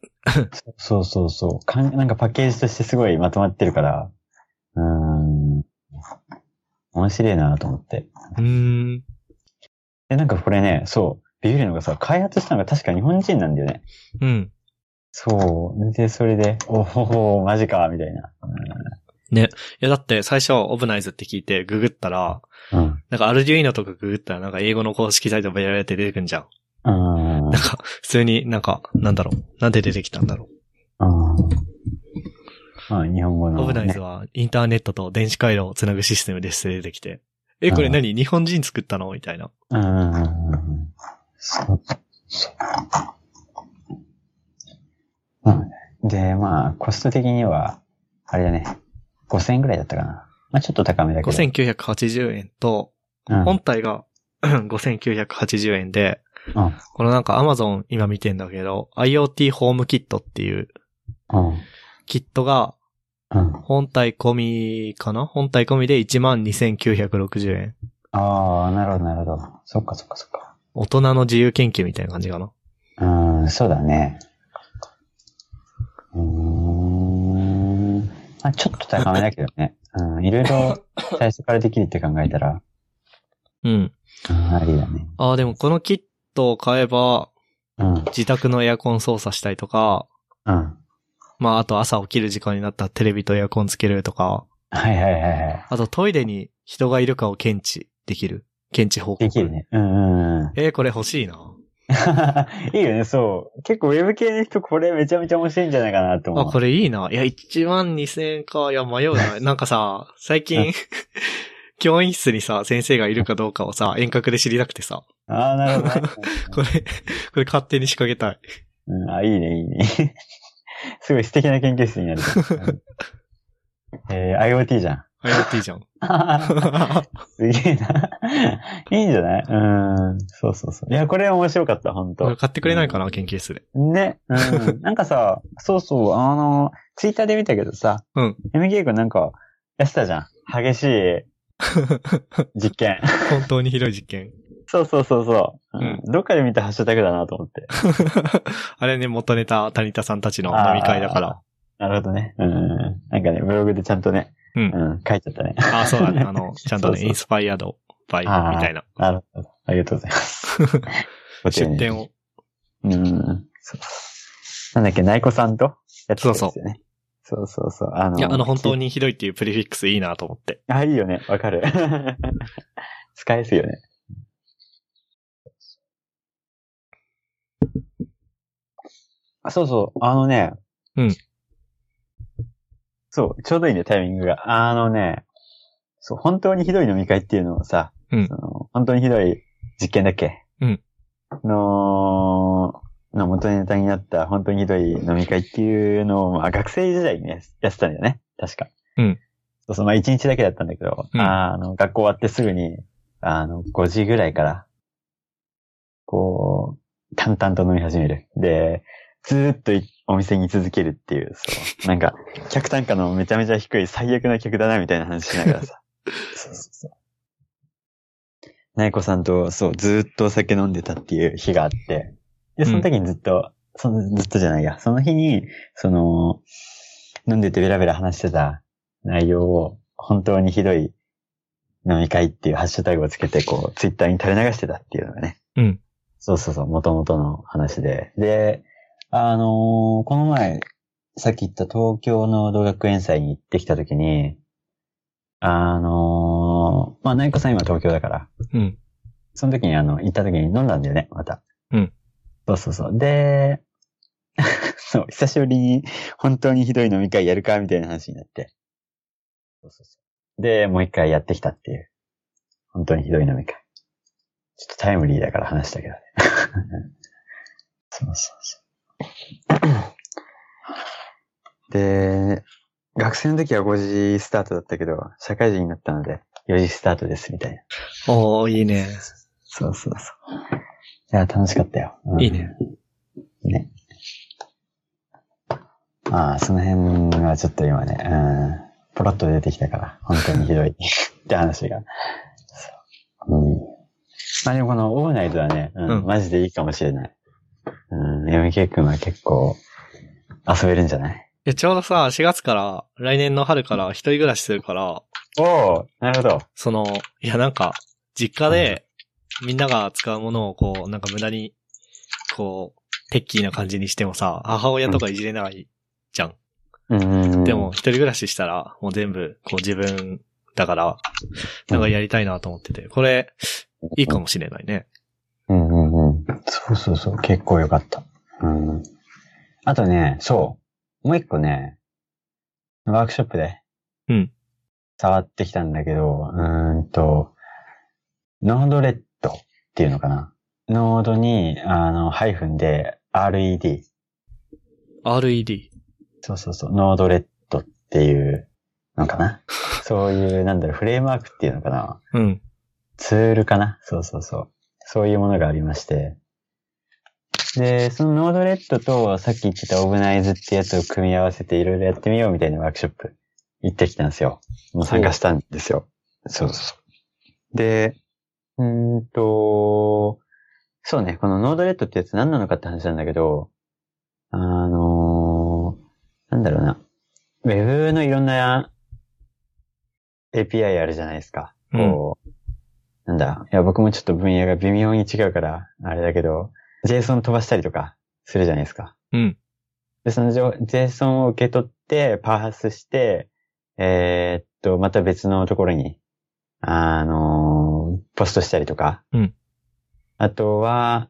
B: そうそうそうかん。なんかパッケージとしてすごいまとまってるから、うーん。面白いなと思って。
A: うーん。
B: で、なんかこれね、そう、ビビるのがさ、開発したのが確か日本人なんだよね。
A: うん。
B: そう。で、それで、おほほ、マジか、みたいな。うん
A: ね。いや、だって最初、オブナイズって聞いてググったら、
B: うん。
A: なんかアルデュイノとかググったらなんか英語の公式サイトバやられて出てくんじゃん。
B: あ
A: なんか、普通になんか、なんだろう。なんで出てきたんだろ
B: あ。あーまあ、日本語
A: う。
B: の、ね。
A: オブナイズはインターネットと電子回路をつなぐシステムですって出てきて。え、これ何日本人作ったのみたいな。
B: うんうんうんうん。そうそうまあねで、まあ、コスト的には、あれだね。5000円ぐらいだったかな。まあ、ちょっと高めだけど。
A: 5980円と、
B: うん
A: 本体が5980円で、
B: うん。
A: このなんか Amazon 今見てんだけど、IoT ホームキットっていう
B: うん。
A: キットが
B: うん。あ
A: 本体込みかな本体込みで12,960円。
B: あー、なるほど、なるほど。そっかそっかそっか。
A: 大人の自由研究みたいな感じかな。
B: うん、そうだね。うーん。まあ、ちょっと高めだけどね。うん、いろいろ最初からできるって考えたら、
A: うん。
B: うん、ありだね。
A: ああ、でもこのキットを買えば、
B: うん、うん、
A: 自宅のエアコン操作したりとか、
B: はい
A: まああと朝起きる時間になったらテレビとエアコンつけるとか、
B: はいはいはい。
A: あとトイレに人がいるかを検知できる。検知報告。
B: できるね。うんうん うん。
A: えーこれ欲しいな。
B: いいよね、そう。結構ウェブ系の人これめちゃめちゃ面白いんじゃないかなと思
A: あ、
B: う。
A: これいいな。いや、1万2000円か。いや、迷う な。なんかさ、最近、教員室にさ、先生がいるかどうかをさ、遠隔で知りたくてさ、
B: ああ、なるほどね、
A: これ、これ勝手に仕掛けたい。
B: うん。あ、いいね、いいね。 すごい素敵な研究室になる。えー、IoT じゃん。
A: IoT じゃん。
B: すげえな。 いいんじゃないうん。そうそうそう。いや、これ面白かった、本
A: こ
B: 当
A: れ買ってくれないかな、研究室で。
B: ね。 うん。なんかさ、そうそう、あの、ツイッターで見たけどさ、
A: うん。
B: MK 君なんか、やってたじゃん。激 しい実験。
A: 本当にひどい実 験。
B: そうそうそうそう、
A: う
B: うんん。どっかで見たハッシュタグだなと 思って。
A: あれね、元ネタ、谷田さんたちの飲み会だから。
B: なるほどね。うん。なんかね、ブログでちゃんとね、
A: うん
B: ん、書いちゃったね。
A: ああ、 そうだね。あの、ちゃんと
B: そう
A: ね、
B: そう
A: インスパイアドバイみ
B: あー
A: たいな。
B: なるほど。ありがとうござ います。ご丁寧
A: 出
B: に
A: 店を。
B: うん。そうなんだっけ、ナイコさんとやってたんですよね。そうそうそう。あの、
A: いや、あの、本当にひどいっていうプレフィックスいいなと思って。
B: あ、いいよね。わかる。 使えすよね。あそうそう。あのね。
A: うん。
B: そう。ちょうどいいね、タイミングが。あのね。そう、本当にひどい飲み会っていうのをさ、
A: うん
B: その本当にひどい実験だっけ
A: うん。
B: の、の元ネタになった本当にひどい飲み会っていうのを、まあ学生時代にね、やってたんだよね。確か。そうそう、まあ一日だけだったんだけど、
A: うん
B: あの、学校終わってすぐに、あの、5時ぐらいから、こう、淡々と飲み始める。で、ずーっといお店に続けるっていう、そう、なんか、 客単価のめちゃめちゃ低い最悪な客だな、みたいな話しながらさ。 そうそうそう。ナイコさんと、そう、ずーっとお酒飲んでたっていう日があって、で、その時にずっと、その、ずっとじゃないや、その日に、その、飲んでてベラベラ話してた内容を、本当にひどい飲み会っていうハッシュタグをつけて、こう、ツイッターに垂れ流してたっていうのがね。
A: うん。
B: そうそうそう、元々の話で。で、あのーこの前、さっき言った東京の同学園祭に行ってきた時に、あのーまあ、内子さん今東京だから、
A: うん。
B: その時にあの、行った時に飲んだんだよね、また。
A: うん。
B: そうそうそう。で、 そう、久しぶりに本当にひどい飲み会やるか、みたいな話になって。そうそうそう。で、もう一回やってきたっていう。本当にひどい飲み会。ちょっとタイムリーだから話したけどね。 そうそうそう。で、学生の時は5時スタートだったけど、社会人になったので4時スタートです、みたいな。
A: おー、いいね。
B: そうそうそう。いや、楽しかったよ。うん
A: いいね。
B: ね。ああ、その辺はちょっと今ね、うん、ポロッと出てきたから、本当にひど いって話が。そう。うん。まあでもこのオーナイズはね、うん、
A: うん
B: マジでいいかもしれない。うん、MK 君は結構遊べるんじゃない
A: いや、ちょうどさ、4月から、来年の春から一人暮らしするから、
B: おおなるほど。
A: その、いや、なんか、実家で、みんなが使うものをこう、なんか無駄に、こう、テッキーな感じにしてもさ、母親とかいじれないじゃん。
B: うん。
A: でも、一人暮らししたら、もう全部、こう自分だから、なんかやりたいなと思ってて、これ、いいかもしれないね。
B: うんうんうん。そうそうそう。結構良かった。うん。あとね、そう。もう一個ね、ワークショップで。
A: うん。
B: 触ってきたんだけど、うーんと、ノードレッドっていうのかな。ノードに、あの、ハイフンで RED。
A: RED。
B: そうそうそう。ノードレッドっていうのか な。そういう、なんだろう、フレームワークっていうのかな。
A: うん。
B: ツールかなそうそうそう。そういうものがありまして。で、そのノードレッドとさっき言ってたオーブナイズってやつを組み合わせていろいろやってみようみたいなワークショップ行ってきたんですよ。もう参加したんですよ。そうそうそう。で、うーんと、そうね、このノードレッドってやつ何なのかって話なんだけど、あのーなんだろうな。ウェブのいろんな API あるじゃないですか。こう、なんだ、いや、僕もちょっと分野が微妙に違うから、あれだけど、JSON 飛ばしたりとかするじゃないですか。
A: うん。
B: で、そのじょ JSON を受け取って、パースして、えーっと、また別のところに、あのーポストしたりとか。
A: うん
B: あとは、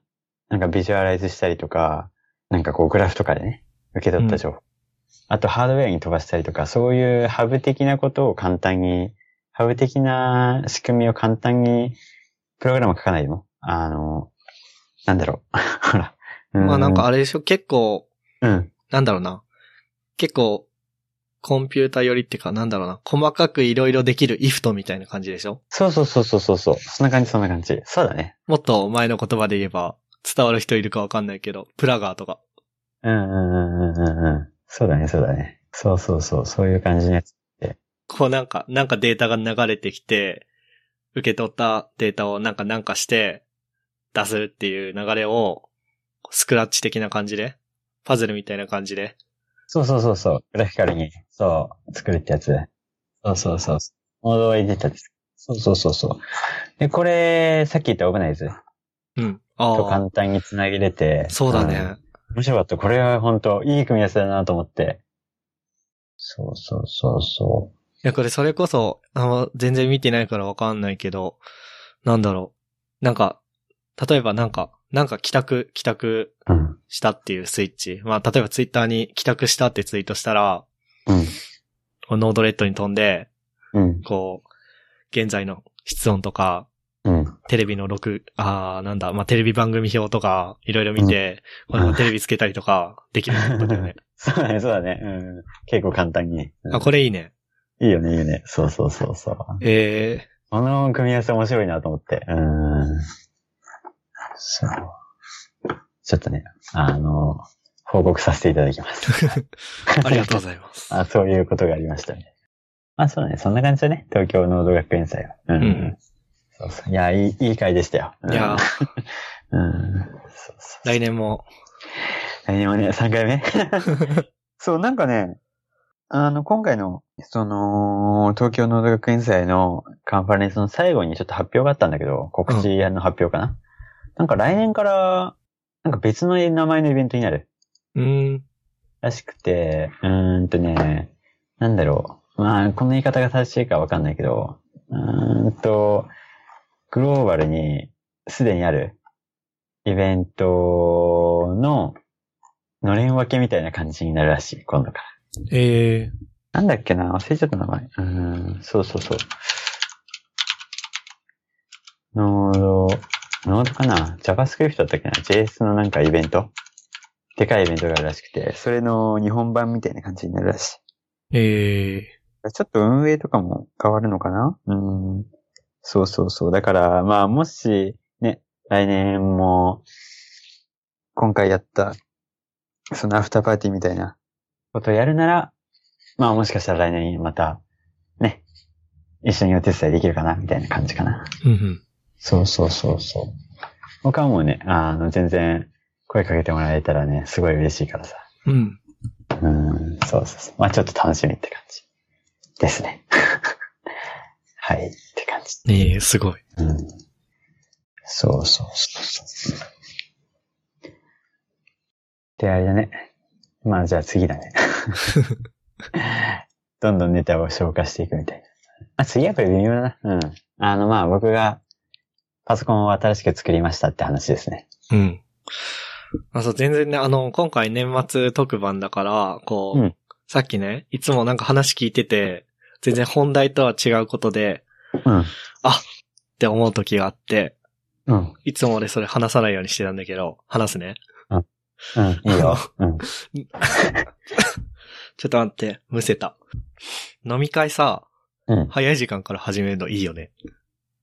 B: なんかビジュアライズしたりとか、なんかこうグラフとかでね、受け取った情報。あとハードウェアに飛ばしたりとか、そういうハブ的なことを簡単に、ハブ的な仕組みを簡単に、プログラム書かないでも、あのーなんだろう。 ほら。う
A: まあなんか、あれでしょ、結構、
B: うん。
A: なんだろうな。結構、コンピュータ寄りっていうか、なんだろうな。細かくいろいろできる IFT みたいな感じでしょ
B: そうそうそうそうそうそう。そんな感じ、そんな感じ。そうだね。
A: もっと前の言葉で言えば、伝わる人いるかわかんないけど、プラガーとか。
B: うんうんうんうんうんうん。そうだね、そうだね。そうそうそう、そういう感じのやつ。
A: こうなんか、なんかデータが流れてきて、受け取ったデータをなんかなんかして、出すっていう流れを、スクラッチ的な感じで、パズルみたいな感じで。
B: そうそうそうそう。グラフィカルに、そう、作るってやつ。そうそうそう。モードを入れたです。そうそうそうそう。で、これ、さっき言ったオーガナイズ
A: うん。
B: と
A: ああ。
B: 簡単につなげれて。
A: そうだ
B: ん
A: ね。
B: 面白かった。これは本当いい組み合わせだなと思って。そうそうそうそ
A: いや、これそれこそ、あの、全然見てないからわかんないけど、なんだろう。なんか、例えばなんか、なんか帰宅、帰宅
B: う。うん。
A: したっていうスイッチ。まあ、例えばツイッターに帰宅したってツイートしたら、
B: うん。
A: こうノードレッドに飛んで、
B: うん。
A: こう、現在の室温とか、
B: うん。
A: テレビの録、ああ、なんだ、まあ、テレビ番組表とか、いろいろ見て、これもテレビつけたりとか、できるってことだよね。
B: そうだね、そうだね。うん。結構簡単に。 うん
A: あ、これいいね。
B: いいよね、いいよね。そうそうそうそう。
A: え
B: この組み合わせ面白いなと思って。うーん。そう。ちょっとね、あの、報告させていただ きます。
A: ー、ありがとうございます。
B: あそういうことがありましたね。まあそうだね、そんな感じだね。東京農道学園祭は。うん。
A: うん
B: そうそういや、いい、いい回でしたよ。うん
A: いやー、
B: うん。そうそう
A: 来年も、
B: 来年はね、3回目 そう、なんかね、あの、今回の、その、東京農大学園祭のカンファレンスの最後にちょっと発表があったんだけど、告知の発表かな。なんか来年から、なんか別の名前のイベントになる
A: うーん、
B: らしくて、うーんとね、なんだろう。まあ、この言い方が正しいかわかんないけど、うーんと、グローバルにすでにあるイベントののれん分けみたいな感じになるらしい、今度から。
A: えー、
B: なんだっけな忘れちゃった名前。うーん、そうそうそう。ノード、ノードかな ?JavaScript だったっけな ?JS のなんかイベントでかいイベントがあるらしくて、それの日本版みたいな感じになるらし
A: え
B: い。ちょっと運営とかも変わるのかなうーん。そうそうそう。だから、まあ、もし、ね、来年も、今回やった、そのアフターパーティーみたいなことをやるなら、まあもしかしたら来年また、ね、一緒にお手伝いできるかな、みたいな感じかな。
A: ー、うんうん。
B: そうそうそうそう。他はもうね、あの、全然声かけてもらえたらね、すごい嬉しいからさ。
A: うん。
B: うん、そうそうそう。まあちょっと楽しみって感じですね。 はい、って感じ。
A: えー、すごい。
B: うんそうそうそうそう。で、あれだね。まあ、じゃあ次だね。どんどんネタを消化していくみたいな。あ、次やっぱり微妙だな。うん。あの、まあ僕がパソコンを新しく作りましたって話ですね。
A: うん。あ、そう、全然ね、あの、今回年末特番だから、こう、
B: うん
A: さっきね、いつもなんか話聞いてて、全然本題とは違うことで、
B: うん。
A: って思う時があって、
B: うん。
A: いつも俺それ話さないようにしてたんだけど、話すね。
B: うん。い いよ。うん。
A: ちょっと待って、むせた。飲み会さ、
B: うん。
A: 早い時間から始めるのいいよね。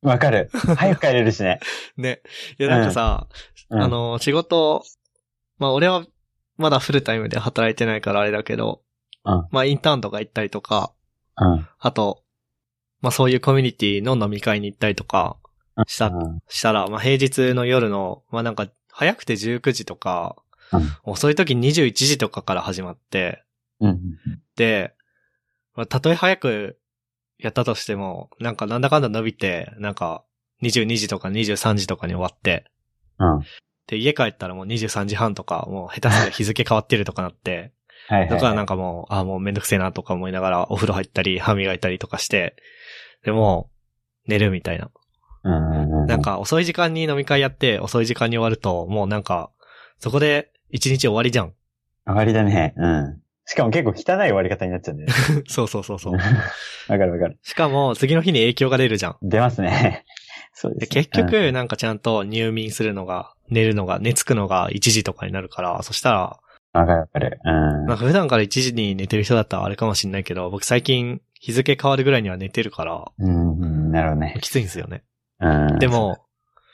B: わかる。早く帰れるしね。
A: ね。いや、なんかさ、
B: うん
A: あの、仕事、まあ俺はまだフルタイムで働いてないからあれだけど、
B: うん
A: まあインターンとか行ったりとか、
B: うん。
A: あと、まあそういうコミュニティの飲み会に行ったりとかした、
B: うん
A: したら、まあ平日の夜の、まあなんか早くて19時とか、
B: う
A: 遅い時21時とかから始まって、
B: うん。
A: で、まあたとえ早くやったとしても、なんかなんだかんだ伸びて、なんか22時とか23時とかに終わって、
B: うん。
A: で、家帰ったらもう23時半とか、もう下手すら日付変わってるとかなって、
B: はいはい。
A: だからなんかもう、あもうめんどくせえなとか思いながらお風呂入ったり、歯磨いたりとかして、でもう、寝るみたいな。
B: うんうんうん。
A: なんか遅い時間に飲み会やって、遅い時間に終わると、もうなんか、そこで一日終わりじゃん。
B: 終わりだね。うん。しかも結構汚い終わり方になっちゃうんだよね。
A: そうそうそうそう。
B: わかるわかる。
A: しかも、次の日に影響が出るじゃん。
B: 出ますね。 そうで
A: です
B: ね、
A: 結局、なんかちゃんと入眠するのが、寝るのが、寝つくのが1時とかになるから、そしたら、
B: うん。わかるわかる。うん
A: まあ。普段から1時に寝てる人だったらあれかもしんないけど、僕最近日付変わるぐらいには寝てるから、
B: うんうん、なるほどね。
A: きついんですよね。
B: うん。
A: でも、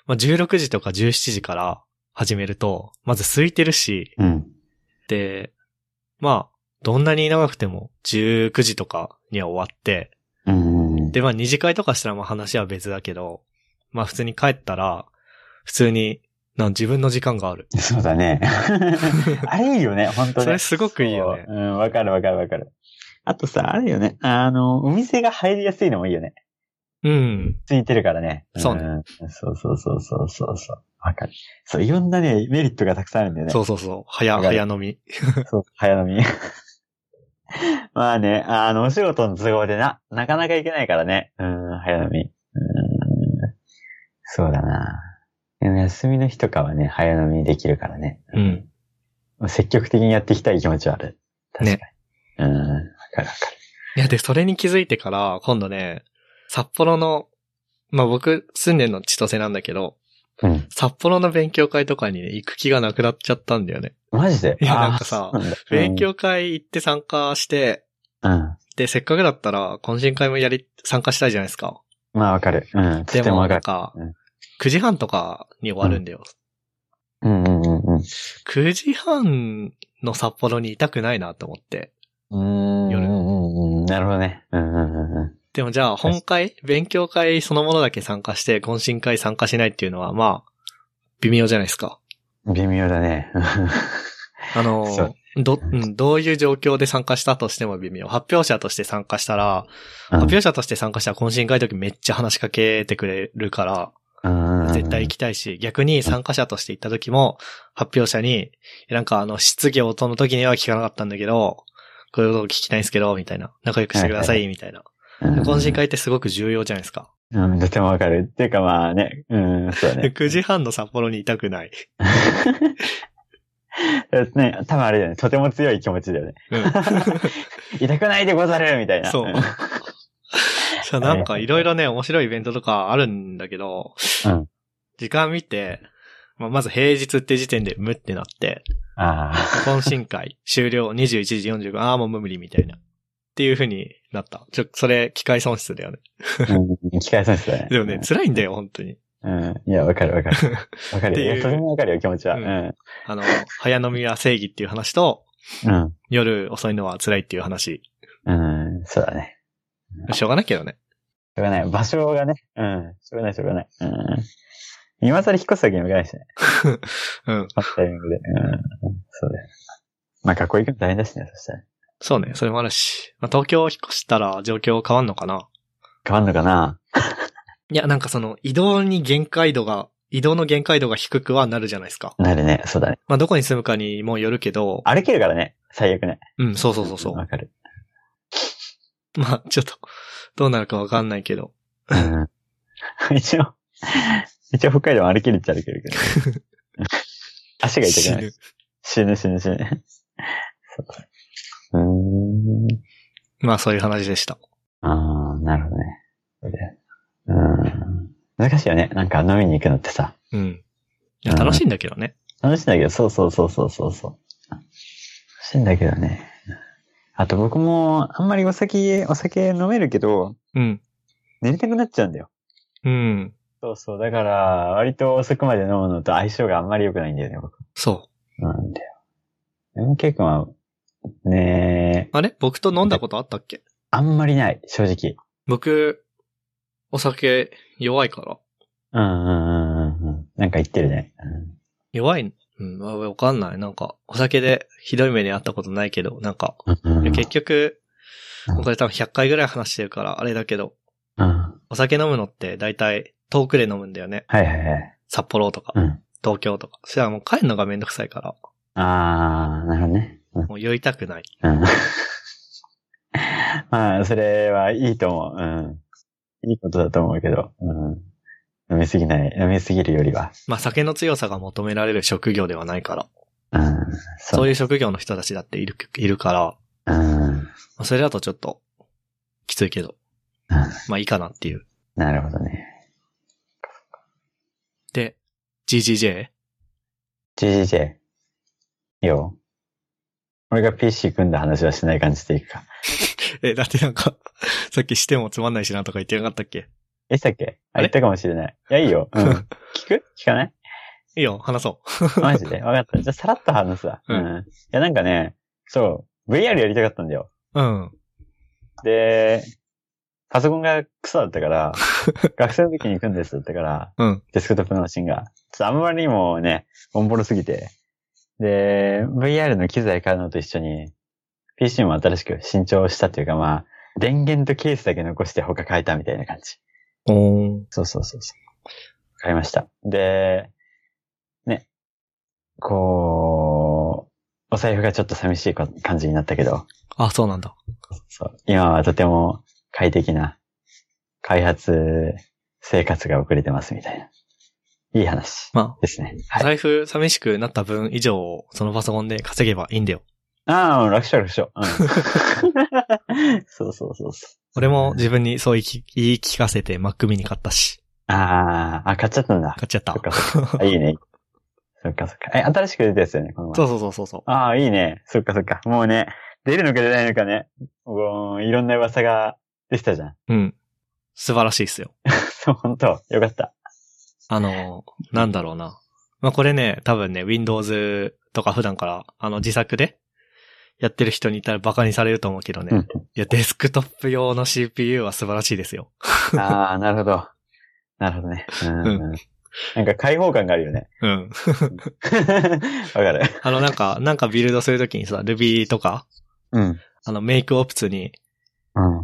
A: まあ、16時とか17時から始めると、まず空いてるし、
B: うん。
A: で、まあ、どんなに長くても19時とかには終わって、
B: うん。うん、
A: で、まあ二次会とかしたらまあ話は別だけど、まあ普通に帰ったら、普通に、なん自分の時間がある。
B: そうだ ね。あれいいよね、本当ね。
A: それすごくいいよね
B: そううん、わかるわかるわかる。あとさ、あれよね。あの、お店が入りやすいのもいいよね。
A: うん。
B: ついてるからね。
A: そうね
B: ね。そうそうそうそうそうそう。わかる。そう、いろんなね、メリットがたくさんあるんだよね。
A: そうそうそう。早、
B: わかる
A: 早飲み。
B: そう、早飲み。 まあね、あの、お仕事の都合でな、なかなか行けないからね。うん、早飲み。うん、そうだな。でも休みの日とかはね、早飲みできるからね。
A: うん。
B: 積極的にやっていきたい気持ちはある。確かに。
A: ね
B: うん、わかるわか
A: いや、で、それに気づいてから、今度ね、札幌の、まあ、僕、住んでんの千歳なんだけど、
B: る。うん。
A: 札幌の勉強会とかにね、行く気がなくなっちゃったんだよね。
B: マジで
A: いや
B: あー
A: なんかさ
B: そうなんだ
A: 勉強会行って参加して、
B: うん。うん
A: で、せっかくだったら、懇親会もやり、参加したいじゃないですか。
B: まあわかる。うん、と
A: で
B: ても
A: も、
B: わ
A: な
B: か
A: んか
B: る。うん、
A: 9時半とかに終わるんだよ。
B: うんうんうんうん。
A: 9時半の札幌にいたくないなと思って。
B: うん、
A: 夜
B: うんうん、なるほどね。うんうんうんうん。
A: でもじゃあ、本会、勉強会そのものだけ参加して、懇親会参加しないっていうのは、まあ、微妙じゃないですか。
B: 微妙だね。
A: あ
B: そ
A: の
B: う、
A: ど、うん、どういう状況で参加したとしても微妙。発表者として参加したら、
B: うん
A: 発表者として参加したら懇親会の時めっちゃ話しかけてくれるから、絶
B: 絶
A: 対行きたいし、逆に参加者として行った時も、発表者に、なんかあの、質疑応答の時には聞かなかったんだけど、こういうこと聞きたいんですけど、みたいな。仲良くしてくださ、
B: はい
A: みたいな。懇親会ってすごく重要じゃないですか。
B: うん、とてもわかる。っていうかまあね、うん、そうだね。
A: 9時半の札幌にいたくない。
B: ね、多分あれだよね。とても 強い気持ちだよね。
A: うん。
B: 痛くないでござるみたいな。
A: そう。 そう、なんかいろいろね、面白いイベントとかあるんだけど、
B: うん
A: 時間見て、まあ、まず平日って時点で無ってなって、
B: ああ。
A: 懇親会 終了21時45、ああ、もう無理みたいな。っていう風になった。ちょ、それ、機械損失だよね。
B: うん、機械損失だね。
A: でもね、辛いんだよ、本当に。
B: うん。いや、わかるわかる。わか
A: って
B: る
A: い
B: よ。
A: う
B: いや、とてもわかるよ、気持ちは。
A: う
B: うんん。
A: あの、早飲みは正義っていう話と、
B: うん。
A: 夜遅いのは辛いっていう話。
B: うん、そうだね。
A: しょうがないけどね。
B: しょうがない。場所がね。うん。しょうがない、しょうがない。うん。今更引っ越すわけにもいかないしね。
A: うん。
B: あったタイミングで。うん。そうだよ。まあ、学校行くの大変だしね、そしたら。
A: そうね、それもあるし。まあ、東京を引っ越したら状況変わんのかな
B: 変わんのかない
A: や、なんかその、移動に限界度が、移動の限界度が低くはなるじゃないですか。
B: なるね。そうだね。
A: まあ、どこに住むかにもよるけど、
B: 歩けるからね。最悪ね。
A: うん、そうそうそうそう。
B: わかる。
A: まあ、ちょっと、どうなるかわかんないけど。
B: うん 一応、一応北海道歩けるっちゃ歩けるけど。 足が痛く
A: 死
B: ない
A: ぬ。。
B: 死ぬ死ぬ死ぬ。そううーん。
A: まあ、そういう話でした。
B: ああ、なるほどね。それでうん。難しいよね。なんか飲みに行くのってさ。
A: うん。いや、楽しいんだけどね。
B: 楽しいんだけど、そうそうそうそうそうそう。楽しいんだけどね。あと僕も、あんまりお酒、お酒飲めるけど、
A: うん。
B: 寝れたくなっちゃうんだよ。
A: うん。
B: そうそう。だから、割と遅くまで飲むのと相性があんまり良くないんだよね、僕。
A: そ
B: なんだよ。でも結構は、ねえ、
A: う。あれ僕と飲んだことあったっけ
B: あんまりない、正直。
A: 僕、お酒弱いから。
B: うんうんうんうんうん。なんか言ってるね。うん
A: 弱いうん、まあわかんない。なんか、お酒でひどい目にあったことないけど、なんか、
B: うんうんうん
A: 結局
B: う、ん
A: これ多分100回ぐらい話してるから、あれだけど、
B: うん。は
A: お酒飲むのって大体遠くで飲むんだよね。
B: いはいはい。
A: 札幌とか
B: う、ん。
A: 東京とか。そしたらもう帰るのがめんどくさいから、
B: あー、なるほどね。うん
A: もう酔いたくない。
B: うん。 まあ、それはいいと思う。うん。いいことだと思うけど、うん。飲みすぎない、飲みすぎるよりは。
A: まあ酒の強さが求められる職業ではないから、
B: うん。
A: そう
B: う。
A: いう職業の人たちだっている、いるから、ま
B: うん。
A: あそれだとちょっと、きついけど、まあいいかなっていう。
B: なるほどね。
A: で、GGJ?
B: GGJ。いいよ。俺が PC 組んだ話はしない感じでいくか。
A: え、だってなんか、 さっきしてもつまんないしなとか言ってなかったっけ
B: え、したっけ
A: あ
B: あ、
A: れ
B: 言ったかもしれない。いや、いいよ。 うん。聞く聞かない
A: いいよ、話そう。
B: マジで。わかった。じゃあ、さらっと話すわ。
A: うん
B: いや、なんかね、そう、VR やりたかったんだよ。
A: うん。
B: で、パソコンがクソだっ たから、学生の時に組んですだったから、
A: うん。
B: デスクトップのマシンが。ちょっとあんまりにもね、おんぼろすぎて。で、VR の機材買うのと一緒に、PC も新しく新調したというか、まあ、電源とケースだけ残して他変えたみたいな感じ。
A: おー。
B: そうそうそうそう。買いました。で、ね、こう、お財布がちょっと寂しいこ感じになったけど、
A: あ、そうなんだ。
B: そう。今はとても快適な開発生活が遅れてますみたいな。いい話
A: ま
B: ですね。
A: あ、
B: は
A: 財
B: い。
A: 布寂しくなった分以上をそのパソコンで稼げばいいんだよ。
B: ああ、楽勝楽勝。うん、そうそうそうそ
A: 俺も自分にそう言いき言い聞かせて Mac mini 買ったし。
B: う。ああ、あ、買っちゃったんだ。
A: 買っちゃった
B: そっ。かそっか。あいいね。そっかそっか。え、新しく出たやつだよね、この前。
A: そうそうそうそうそう。
B: ああ、いいね。そっかそっか。もうね、出るのか出ないのかね。うーんいろんな噂が出てたじゃん。
A: うん。素晴らしいっすよ。
B: そう、本当よかった。
A: あの、なんだろうな。まあ、これね、多分ね、Windows とか普段から、あの、自作でやってる人にいたらバカにされると思うけどね。
B: うん
A: いや、デスクトップ用の CPU は素晴らしいですよ。
B: ああ、なるほど。なるほどね。うん
A: う
B: うん、なんか開放感があるよね。
A: うん。
B: わかる。
A: あの、なんか、なんかビルドするときにさ、Ruby とか、
B: うん。
A: あの、メイクオプツに
B: うん。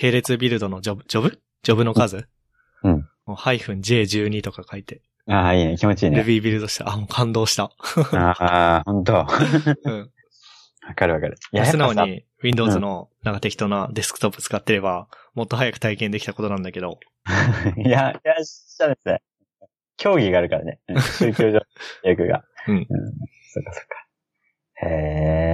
A: 並列ビルドのジョブ、ジョブジョブの数
B: うん。
A: もうハイフン J12 とか書いて、
B: ああ、いいね。気持ちいいね。
A: Ruby ビルドした。あ、もう感動した。
B: ああ、ほんと。わ
A: うん。
B: かるわかる。 い
A: 素直。
B: やっぱ
A: に Windows のなんか適当なデスクトップ使ってれば、もっと早く体験できたことなんだけど、
B: さ いや、いや、したですね。競技があるからね。うん宗教上、役が。
A: うん
B: そっかそっか。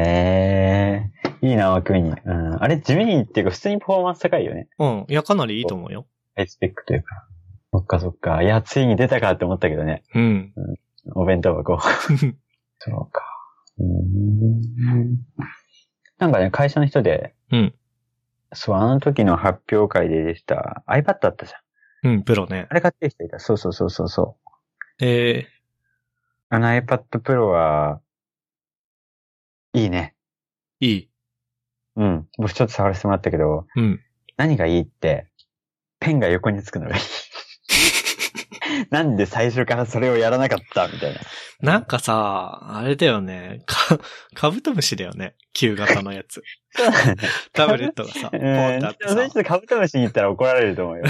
B: へえ。いいな、枠に。うん。あれ、地味にっていうか、普通にパフォーマンス高いよね。
A: うん。いや、かなりいいと思うよ。
B: ハイスペックというか。そっかそっか。いや、ついに出たかって思ったけどね。
A: うん。
B: お弁当箱。そうか。うーんなんかね、会社の人で、
A: うん。
B: そう、あの時の発表会で出てた iPad あったじゃん。
A: うん、プロね
B: あ。れ買ってきていた。そうそうそうそうそう。
A: え
B: あの iPad Pro は、いいね。
A: ー、いい。
B: うん。僕ちょっと触らせてもらったけど、
A: うん。
B: 何がいいって、ペンが横につくの がいい。なんで最初からそれをやらなかったみたいな。
A: なんかさ、あれだよね。か、 カブトムシだよね。旧型のやつ。タブレットがさ、ポンってあって
B: うん、それ
A: さ
B: ちょっとカブトムシに行ったら怒られると 思うよ。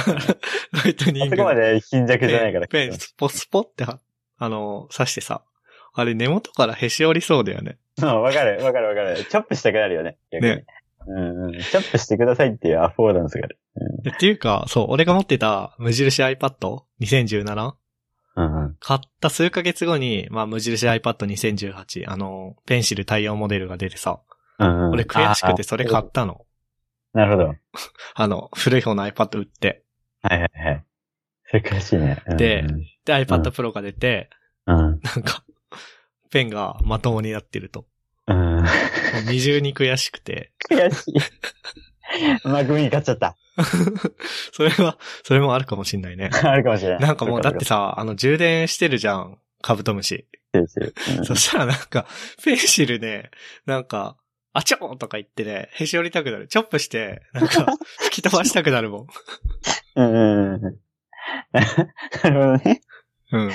A: ライトニン
B: そ
A: グ
B: こまで貧弱じゃないから。
A: ペン、ペンスポスポっては、あの、刺してさ、あれ根元からへし折りそうだよね。
B: うん、わかる、わかる、わかる。チョップしたくなるよね。逆に
A: ね
B: うんうん。キャップしてくださいっていうアフォーダンスがある。
A: っていうか、そう、俺が持ってた無印 iPad2017
B: うんうん。
A: 買った数ヶ月後に、まあ無印 iPad2018、あの、ペンシル対応モデルが出てさ、
B: うんうん、
A: 俺悔しくてそれ買
B: あ
A: ったの。
B: なるほど。は
A: あの、古い方の iPad 売って。
B: いはいはい。それ悔しいね。うんうん
A: でで、
B: うん
A: iPad Pro が出て、
B: うん。
A: なんか、ペンがまともになってると。
B: うん。
A: もう二重に悔しくて。
B: 悔しい。マークミニ買っちゃった。
A: それは、それもあるかもしんない ね。
B: あるかもしれない。
A: なんかもうだってさ、あの充電してるじゃん。カブトムシ。
B: そうかそうか。してるして
A: そ
B: る
A: したらなんか、ペンシルね、なんか、あちょーとか言ってね、へし折りたくなる。チョップして、なん か、吹き飛ばしたくなるもん。
B: うんうんうんうん。 なるほどね。
A: うん。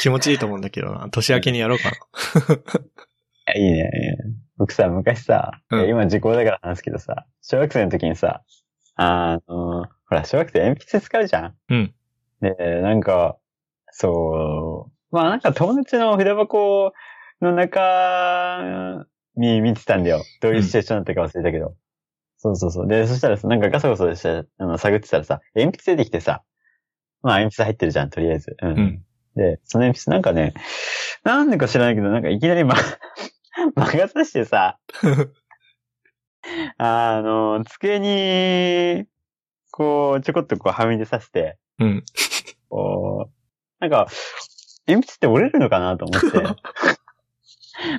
A: 気持ちいいと思うんだけどな。年明けにやろうか
B: いいねいいね。僕さ、昔さ、
A: うん
B: 今時効だから話すけどさ、小学生の時にさ、あの、ほら、小学生鉛筆使うじゃん。
A: うん。
B: で、なんか、そう、まあなんか友達の筆箱の中に見てたんだよ。どういうシチュエーションだったか忘れたけど。そうそうそう。で、そしたらさ、なんかガサガサして、あの、探ってたらさ、鉛筆出てきてさ、まあ鉛筆入ってるじゃん、とりあえず。うん。
A: な。うん。
B: で、その鉛筆なんかね、なんでか知らないけど、なんかいきなりま、 曲がさしてさ、あの、机に、こう、ちょこっとこうはみ出させて、
A: うん。
B: こう、なんか、鉛筆って折れるのかなと思って、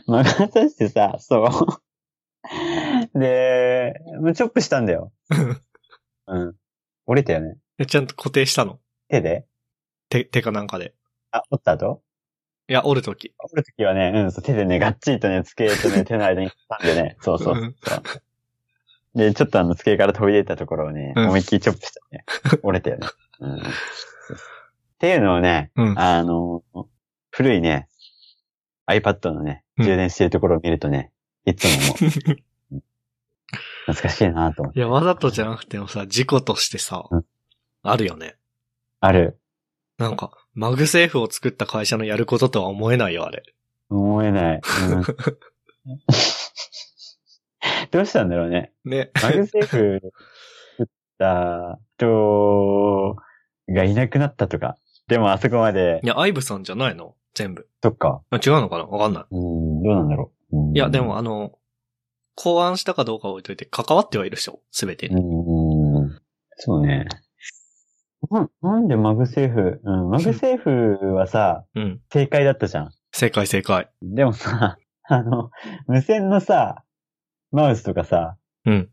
B: 曲がさしてさ、そう。で、チョップしたんだよ。うん。折れたよね。
A: でちゃんと固定したの。
B: 手で
A: て、てかなんかで。
B: あ、折った後
A: いや、折るとき。
B: 折るときはね、うん、そう手でね、がっちりとね、机とね、手の間に挟んでね、そうそうう。
A: ん
B: で、ちょっとあの、机から飛び出たところをね、
A: うん
B: 思いっきりチョップした ね。折れたよね。うん。っていうのをね、
A: うん。
B: あの、古いね、iPad のね、充電してるところを見るとね、いつももう、 懐かしいなと思って。
A: いや、わざとじゃなくてもさ、事故としてさ
B: うん、
A: あるよね。
B: ある。
A: なんか、マグセーフを作った会社のやることとは思えないよ、あれ。
B: 思えない。うん どうしたんだろうね。
A: ね。
B: マグセーフ作った人がいなくなったとか。でもあそこまで
A: い、や、アイブさんじゃないの全部。
B: そっか。
A: あ違うのかなわかんない。
B: うん、どうなんだろう。うん
A: いや、でも、あの、考案したかどうかは置いといて、関わってはいるでしょすべて
B: う。ん、そうね。ななんでマグセーフ、うん、マグセーフはさ、
A: うん。
B: 正解だったじゃん。
A: 正解正解。
B: でもさ、 あの、無線のさ、マウスとかさ、
A: うん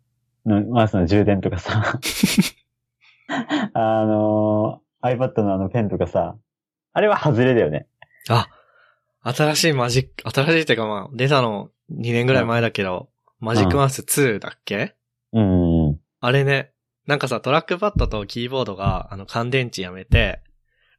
B: のマウスの充電とかさ、 あの、iPad のあのペンとかさ、あれは外れだよね。
A: あ、新しいマジック、新しいってかまあ、出たの2年ぐらい前だけど、マジックマウス2だっけ
B: うんうん
A: あれね、なんかさ、トラックパッドとキーボードが、あの、乾電池やめて、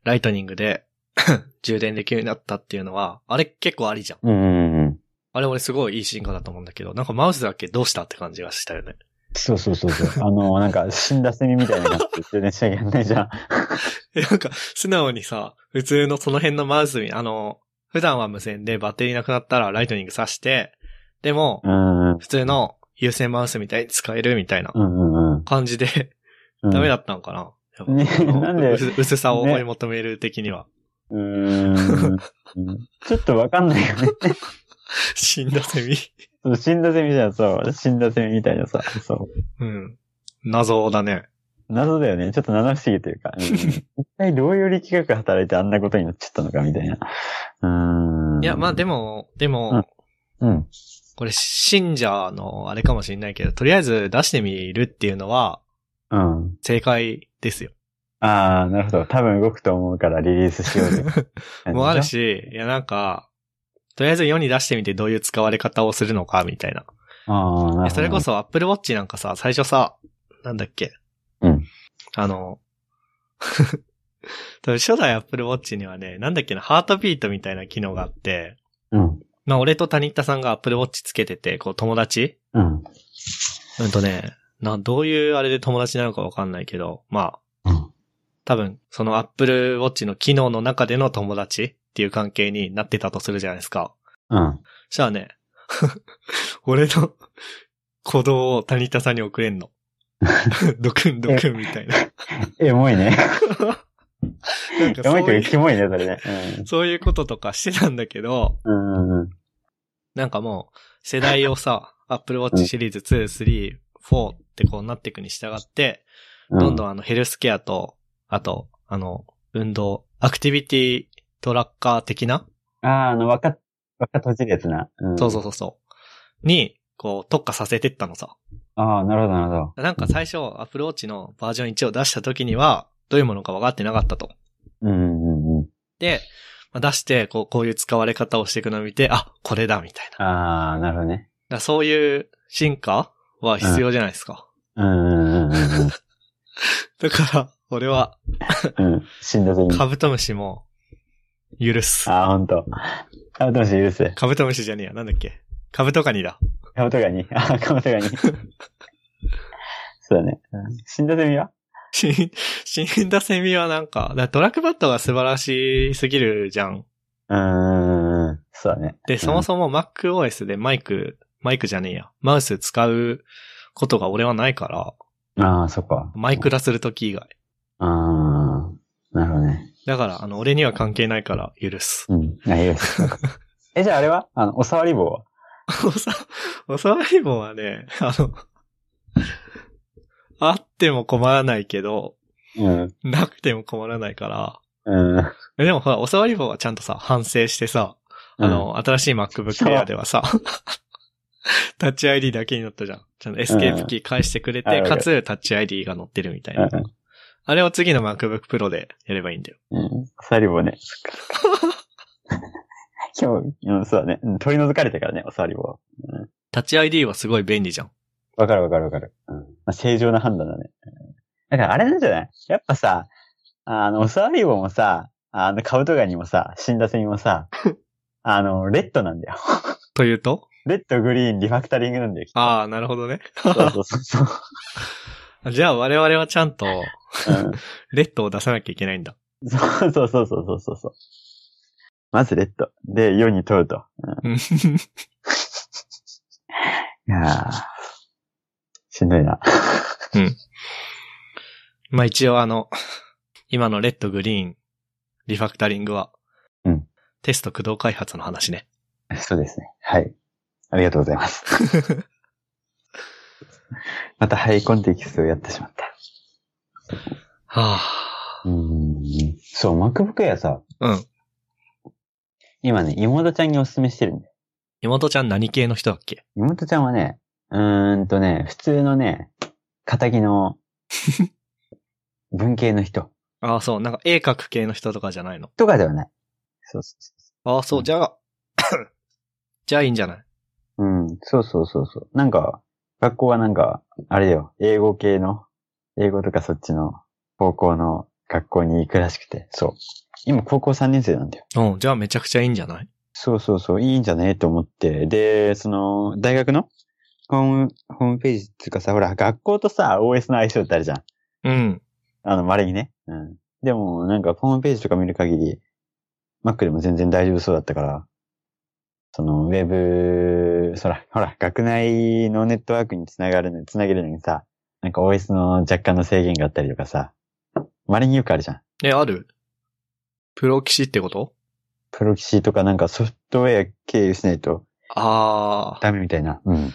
A: ライトニングで 充電できるようになったっていうのは、あれ結構ありじゃん。
B: うん。うんうんうん。
A: あれ俺すごいいい進化だと思うんだけど、なんかマウスだけどうしたって感じがしたよね。
B: そうそうそうそう。あの、なんか、死んだセミみたいな感じで、ね、仕上げないじゃん。
A: えなんか、素直にさ、普通のその辺のマウスに、あの、普段は無線でバッテリーなくなったらライトニング挿して、でも
B: う、んうん
A: 普通の有線マウスみたいに使えるみたいな
B: うんうん
A: 感じで、
B: うん。
A: ダメ
B: だ。
A: だったのかな。やっぱ
B: ね
A: あの
B: なんで
A: 薄薄さを追い求める的には。
B: うーん。ちょっとわかんないよね。
A: 死んだセミ。
B: そう死んだセミじゃん、そう。死んだセミみたいなさ、そ
A: う
B: う。
A: ん。謎だね。
B: 謎だよね。ちょっと七不思議とい うか。うん一体どういう力学が働いてあんなことになっちゃったのかみたいな。うーん。
A: いや、まあでも、で
B: うん
A: も、
B: うん。
A: これ信者のあれかもしれないけど、とりあえず出してみるっていうのは
B: うん。
A: 正解ですよ。
B: ああ、なるほど。多分動くと思うからリリースしようぜ。
A: もうあるし、いやなんか、とりあえず世に出してみてどういう使われ方をするのか、みたいな。
B: ああ、なるほど。
A: それこそ Apple Watch なんかさ、最初さ、なんだっけ。
B: うん。
A: あの、 多分初代 Apple Watch にはね、なんだっけな、ハートビートみたいな機能があって、
B: うん。
A: まあ俺と谷田さんが Apple Watch つけてて、こう友達
B: うん。
A: うんとね、な、どういうあれで友達なのかわかんないけど、ま
B: う
A: あ
B: ん、
A: 多分、その Apple Watch の機能の中での友達っていう関係にな ってたとするじゃないですか。
B: うん。
A: じゃあね、俺の鼓動を谷田さんに送れ んの。ドクンドクンみたいな。
B: エモいね。
A: なんか
B: エ
A: そ
B: モ
A: う
B: いとい
A: いう
B: か、キモいね、それね。
A: そういうこととかしてたんだけど、
B: うん。うんうん
A: なんかもう、世代をさ、Apple Watch シリーズ2、3、4ってこうなっていくに従って、
B: うん。
A: どんど
B: ん。
A: んあのヘルスケアと、あと、あの、運動、アクティビティトラッカー的な、
B: ああ、あの、わか、わか閉じるやつな。うん。
A: そうそうそうそう。に、こう、特化させてったのさ。
B: ああ、なるほど、なるほど。
A: なんか最初、Apple Watch のバージョン1を出した時には、どういうものか分かってなかったと。
B: うんうんうん。
A: で、まあ出して、こう、こういう使われ方をしていくのを見て、あ、これだ、みたいな。だか
B: ああ、なるほどね。
A: らそういう進化は必要じゃないですか。
B: うんうんうんうん
A: だから、俺は、
B: うん。 うん。死んだぞ、
A: カブトムシも、許す。
B: ああ、ほんと。カブトムシ許す。
A: カブトムシじゃねえや、なんだっけ。カブトカニだ。
B: カブトガニ。ああ、カブト ガニ。そうだね。うん死んだゼミは
A: 死ん、死んだセミはなんか、だからトラックバットが素晴らしすぎるじゃん。
B: うんうんうん。そうだね。
A: で、そもそも MacOS でマイク、マイクじゃねえや。マウス使うことが俺はないから、
B: ああ、そっか。
A: マイクラするとき以外。
B: ああ、なるほどね。
A: だから、あの、俺には関係ないから許す。
B: うん。あ、いいです。え、じゃああれはあの、おさわり 棒は
A: おさ、おさわり棒はね、あの、 あっても困らないけど、
B: うん。
A: なくても困らないから。
B: うん。
A: えでもほら、おさわり棒はちゃんとさ、反省してさ、あの、新しい MacBook Air ではさ、 タッチ ID だけになったじゃん。ちゃんとエスケープキー返してくれて、
B: うん
A: かつタッチ ID が載ってるみたい
B: う
A: な。
B: ん、
A: あれを次の MacBook Pro でやればいいんだよ。
B: うん。うん。おさわり棒ね。 今日、うん、そうだね。うん取り除かれてからね、おさわり棒は。
A: タッチ ID はすごい便利じゃん。
B: わかるわかるわかる。うん。まあ、正常な判断だね。うんだからあれなんじゃないやっぱさ、あの、おさわり棒もさ、あの、カブトガニもさ、死んだセミも さ、あの、レッドなんだよ。
A: というと
B: レッド、グリーン、リファクタリングなん だよ。きっと
A: ああ、なるほどね。
B: そうそうそうそ
A: じゃあ我々はちゃんと、
B: う。うん
A: レッドを出さなきゃいけないんだ。
B: そうそうそうそうそうそうそう。まずレッド。で、世に問うと。
A: うん
B: いやーしんどいな。
A: まあ一応あの、今のレッド、グリーン、リファクタリングは、
B: うん
A: テスト駆動開発の話ね。
B: そうですね。はい。ありがとうござ います。またハイコンテキストをやってしまった。
A: は
B: うーん。そう、MacBook Air さ、
A: あ。うん。
B: 今ね、妹ちゃんにおすすめしてるんだよ。
A: 妹ちゃん何系の人だっけ
B: 妹ちゃんはね、うーんとね、普通のね、仇の、文系の人
A: ああ、そう。なんか絵描く系の人とかじゃないの。
B: とかではない。そうそうそう。
A: ああ、そう。じゃあ、 じゃあいいんじゃない
B: うん、そうそうそうそう。なんか、学校はなんか、あれだよ、英語系の、英語とかそっちの高校の学校に行くらしくて、そう。今高校3年生なんだよ。
A: うん。じゃあめちゃくちゃいいんじゃない
B: そうそうそう、いいんじゃねと思って。で、その、大学のホーム、ホームページっていうかさ、ほら、学校とさ、OS の相性ってあるじゃん。
A: うん。
B: あの、稀にね。うん。でも、なんか、ホームページとか見る限り、Mac でも全然大丈夫そうだったから、その、ウェブ、そら、ほら、学内のネットワークにつながるの、つなげるのにさ、なんか OS の若干の制限があったりとかさ、稀によくあるじゃん。
A: え、あるプロ騎士ってこと
B: プロキシとかなんかソフトウェア経由しないと
A: ああ、
B: ダメみたいな。うん。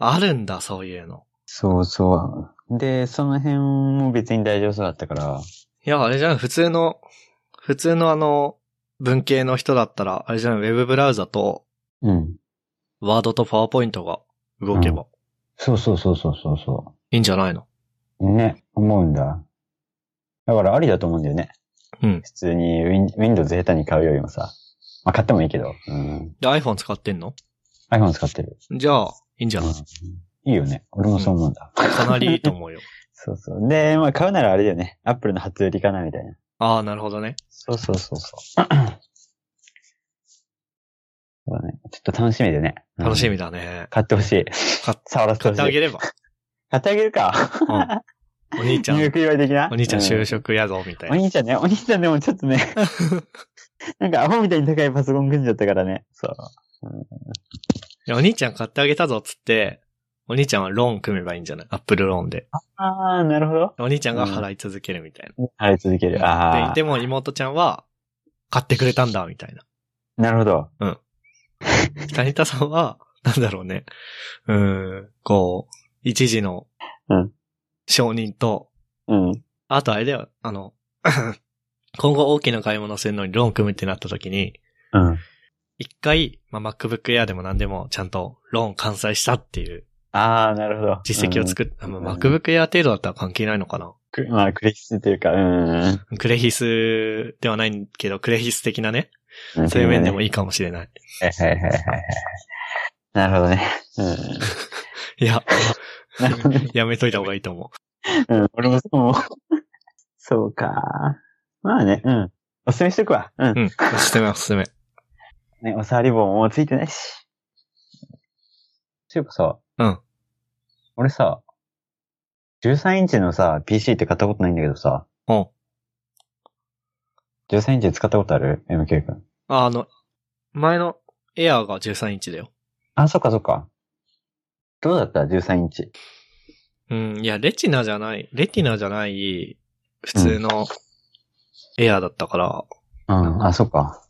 A: あるんだ、そういうの。
B: そうそう。で、その辺も別に大丈夫そうだったから、
A: いや、あれじゃん、普通の、普通のあの、文系の人だったら、あれじゃん、ウェブブラウザと、
B: うん。
A: ワードとパワーポイントが動けば
B: そうそうそうそうそうそう。
A: いいんじゃないの、
B: ね、思うんだ。だからありだと思うんだよね。
A: うん
B: 普通に Win- Windows 下手に買うよりもさ。まあ買ってもいいけど。うん。
A: で、iPhone 使ってんの
B: iPhone 使ってる。
A: じゃあ、いいんじゃない、
B: いいよね。俺もそう思うんだ。
A: かなりいいと思うよ。
B: そうそう。で、まあ買うならあれだよね。Apple の初売りかなみたいな。
A: ああ、なるほどね。
B: そうそうそう そう。そうだね。ちょっと楽しみだよね。うん
A: 楽しみ。だね。
B: 買ってほしい。
A: 買っ
B: 触らせて
A: 買
B: ほ
A: っ
B: して
A: あ
B: い。
A: げれば。
B: 買ってあげるか。
A: うん。お兄ちゃ
B: 入
A: ん、
B: 学祝い的な。
A: お兄ちゃん
B: う
A: 就職やぞ、みたい
B: お
A: な。
B: 兄ちゃんね、お兄ちゃんでもちょっと ね、なんかアホみたいに高いパソコン組んじゃったからね。そう。
A: いやお兄ちゃん買ってあげたぞ、つって、お兄ちゃんはローン組めばいいんじゃないアップルローンで。
B: ああ、なるほど。
A: お兄ちゃんが払い続けるみたい
B: はい、続ける。
A: な。
B: あ
A: で、でも妹ちゃんは、買ってくれたんだ、みたいな。
B: あ、なるほど。
A: 谷田さんは、 なんだろうね。うーん、こう、一時の
B: うん、
A: 承認と、
B: うん。
A: あとあれだよ、あの、 今後大きな買い物するのにローン組むってなった時に、
B: うん。
A: 一回、まあ、MacBook Air でも何でもちゃんとローン完済したっていう
B: ああ、なるほど。
A: 実績を
B: る。
A: 作っ、あまあ MacBook Air 程度だったら関係ないのかな。
B: くまあ、クリスというか、うん。
A: クレヒスではないけど、クレヒス的なね、そういう面でもいいかもしれない。
B: はいはいはいはいはい。なるほどね。う
A: いや、
B: ん。なるほどね。
A: やめといた方がいいと思
B: うん、俺もそう思う。 そうか。まあね、うん。おすすめしとくわ。うん
A: う。。うん、おすすめおすすめ。
B: ね、おさわり棒もついてないし。ていうかさ、
A: うん。
B: 俺さ、13インチのさ、PC って買ったことないんだけどさ、
A: うん。
B: 13インチ使ったことある ?MK 君。
A: あ、あの、前のエアーが13インチだよ。
B: あ、そっかそっか。どうだった ?13 インチ。
A: うん、いや、レティナじゃない、レティナじゃない、普通のエアーだったから。
B: うん、あ、そっか。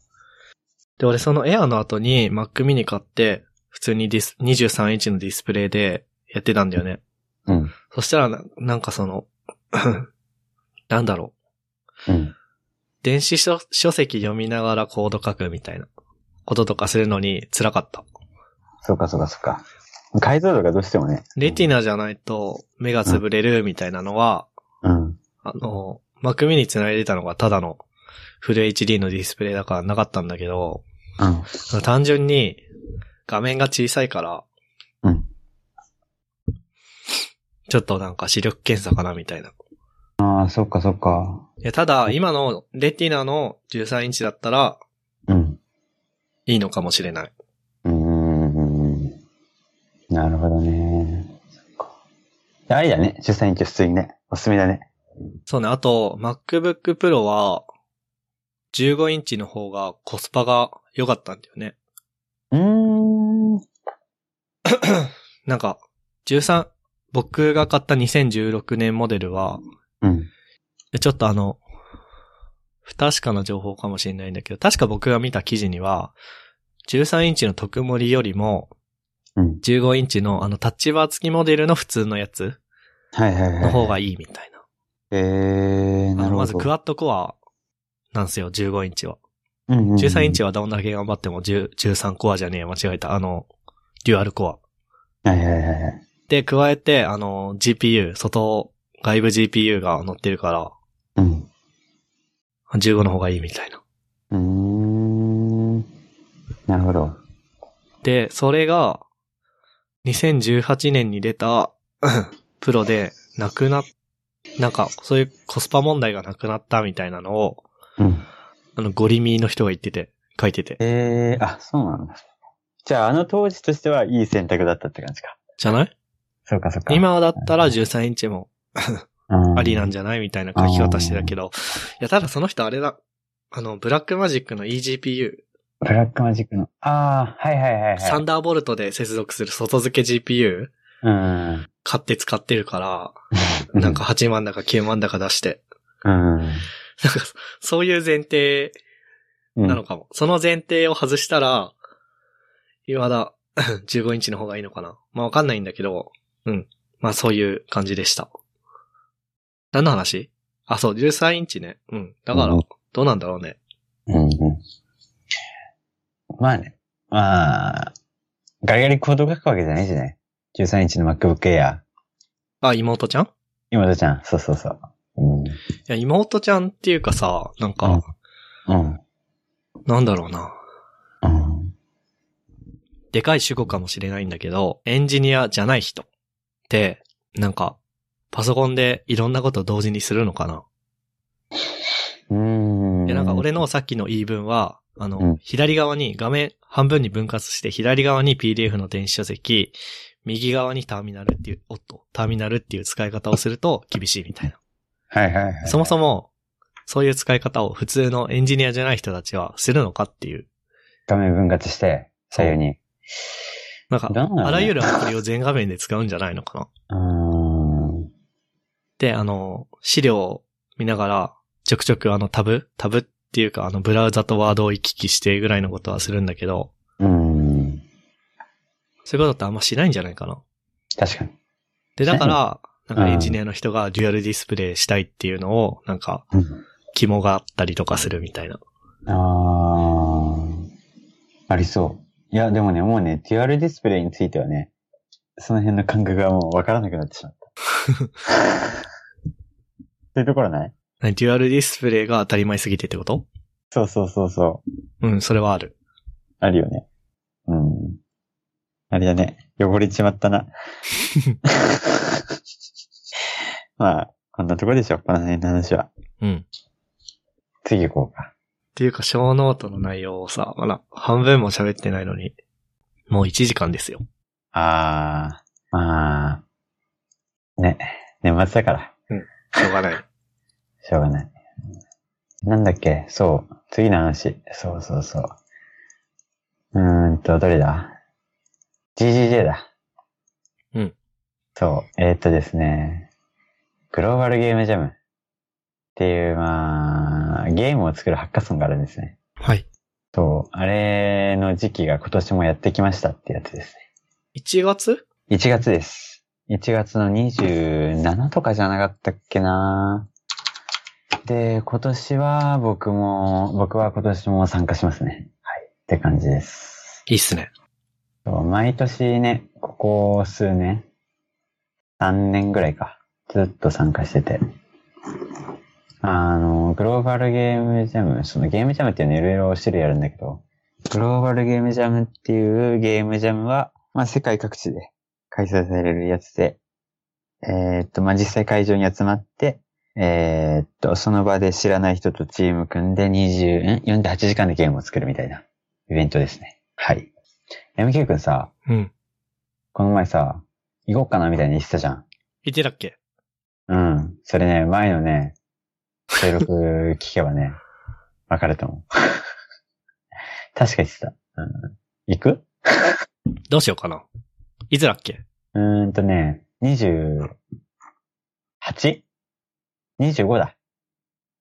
A: で、俺そのエアーの後に Mac mini 買って、普通にディス23インチのディスプレイでやってたんだよね。
B: うん。
A: そしたらな、なんかその、 なんだろう。
B: うん。
A: 電子書書籍読みながらコード書くみたいなこととかするのに辛かった。
B: そっかそっかそっか。解像度がどうしてもね。
A: レティナじゃないと目が潰れるみたいなのは、
B: うん。
A: あの、Mac mini に繋いでたのがただのフル HD のディスプレイだからなかったんだけど、
B: うん。
A: 単純に画面が小さいから、
B: うん
A: ちょっとなんか視力検査かなみたいな。い
B: ああ、そっかそっか。
A: やただ、今のレティナの13インチだったら
B: うん。
A: いいのかもしれない。
B: うーん。なるほどね。そっか。ありだね。13インチ普通にね。おすすめだね。
A: そうね、あと、MacBook Pro は、15インチの方がコスパが良かったんだよね。
B: うーん。うん
A: なんか、13、僕が買った2016年モデルは、。でちょっとあの、不確かな情報かもしれないんだけど、確か僕が見た記事には、13インチの特盛りよりも、
B: うん。
A: 15インチのあのタッチバー付きモデルの普通のやつ
B: はいはいはい。
A: の方がいいみたいな。
B: えー、
A: あ
B: なるほど。
A: のまずクワッドコアなんですよ、15インチは。
B: うんうんうん
A: 13インチはどんだけ頑張っても10 13コアじゃねえ、間違えた。あの、デュアルコア。
B: はいはいはいはい。
A: で、加えて、あの、GPU、外、外部 GPU が乗ってるから、
B: うん。
A: 15の方がいいみたいな。
B: うーん。なるほど。
A: で、それが、2018年に出た、 プロで、なくなっ、なんか、そういうコスパ問題がなくなったみたいなのを、
B: うん。
A: あの、ゴリミーの人が言ってて、書いてて。
B: えー、あ、そうなんだ。じゃあ、あの当時としてはいい選択だったって感じか。
A: じゃない
B: そうかそうか。
A: 今だったら13インチも
B: うん、
A: ありなんじゃないみたいな書き方してたけど。いや、ただその人あれだ。あの、ブラックマジックの eGPU、
B: ブラックマジックの。ああ、はいはいはいはい。
A: サンダーボルトで接続する外付け GPU
B: うん。
A: 買って使ってるから、なんか。8万だか9万だか出して。
B: うん。
A: なんか、そういう前提なのかも。その前提を外したら、今だ、15インチの方がいいのかな。まあわかんないんだけど、うん。まあそういう感じでした。何の話あ、そう、13インチね。うん。だから
B: うん、
A: どうなんだろうね。
B: うんうん。まあね。まあ、ガリガリコード書くわけじゃないしね。13インチの MacBook Air。
A: あ、妹ちゃん
B: 妹ちゃん、そうそうそう。うん。
A: いや、妹ちゃんっていうかさ、なんか、
B: うん。
A: なんだろうな。
B: うん。
A: でかい主語かもしれないんだけど、エンジニアじゃない人って、なんか、パソコンでいろんなこと同時にするのかな。
B: うん。
A: いや、なんか俺のさっきの言い分は、あの、
B: うん
A: 左側に画面半分に分割して、左側に PDF の電子書籍、右側にターミナルっていう、おっと、ターミナルっていう使い方をすると厳しいみたいな。
B: はいはいはい。
A: そもそも、そういう使い方を普通のエンジニアじゃない人たちはするのかっていう。
B: 画面分割して、左右に。
A: なんか、
B: なんだろうね
A: あらゆるアプリを全画面で使うんじゃないのかな。
B: うーん。
A: で、あの、資料を見ながら、ちょくちょくあのタブタブっていうか、あの、ブラウザとワードを行き来してぐらいのことはするんだけど、
B: うん。
A: そういうことってあんましないんじゃないかな。
B: 確かに。
A: で、だから、
B: ん
A: なんかエンジニアの人がデュアルディスプレイしたいっていうのを、なんか、
B: うん
A: 肝があったりとかするみたいな。
B: ああ、ありそう。いや、でもね、もうね、デュアルディスプレイについてはね、その辺の感覚がもうわからなくなってしまった。 そういうところない
A: 何デュアルディスプレイが当たり前すぎてってこと
B: そうそうそうそう。
A: うん、それはある。
B: あるよね。うん。あれだね。汚れちまったな。 まあ、こんなとこでしょ。この辺の話は。
A: うん。
B: 次行こうか。
A: っていうか、小ノートの内容をさ、まだ半分も喋ってないのに、もう1時間ですよ。
B: ああ、まあ、ね、年末だから。
A: しょうがない。
B: しょうがない。なんだっけそう。次の話。そうそうそう。うーんと、どれだ ?GGJ だ。
A: うん。
B: そう。えーっとですね。グローバルゲームジャムっていう、まあ、ゲームを作るハッカソンがあるんですね。
A: はい。
B: そう。あれの時期が今年もやってきましたってやつです
A: 1月
B: ね。1月です。1月の27とかじゃなかったっけなで、今年は僕も、僕は今年も参加しますね。はい。って感じです。
A: いいっすね。
B: そう毎年ね、ここ数年、3年ぐらいか、ずっと参加してて。あの、グローバルゲームジャム、そのゲームジャムっていうのいろいろ種類あるんだけど、グローバルゲームジャムっていうゲームジャムは、まあ世界各地で開催されるやつで、えーっと、まあ実際会場に集まって、えーっと、その場で知らない人とチーム組んで20、ん ?48 時間でゲームを作るみたいなイベントですね。はい。MK 君さ、
A: うん。
B: この前さ、行こうかなみたいに言ってたじゃん。
A: いてたっけ
B: うん。それね、前のね、収録聞けばね、 わかると思う。 確か言ってた。うん、行く
A: どうしようかな。いつだっけ
B: うーんとね、28?25 だ。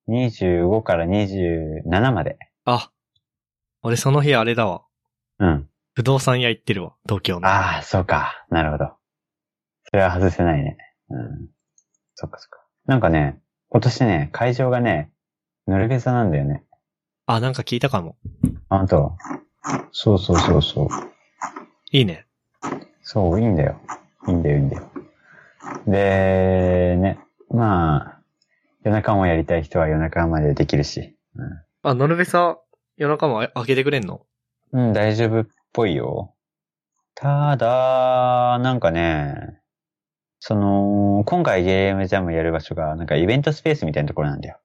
B: 25から27まで。
A: あ、俺その日あれだわ。
B: うん。
A: 不動産屋行ってるわ、東京の。
B: ああ、そうか。なるほど。それは外せないね。うん。そっかそっか。なんかね、今年ね、会場がね、ノルベサなんだよね。
A: あ、なんか聞いたかも。
B: あんた。そうそうそうそう。
A: いいね。
B: そう、いいんだよ。いいんだよ、いいんだよ。で、ね、まあ、夜中もやりたい人は夜中までできるし。
A: あ、ノルベさ、夜中もあ開けてくれんの
B: うん、大丈夫っぽいよ。ただ、なんかね、その、今回ゲームジャムやる場所が、なんかイベントスペースみたいなところなんだよ。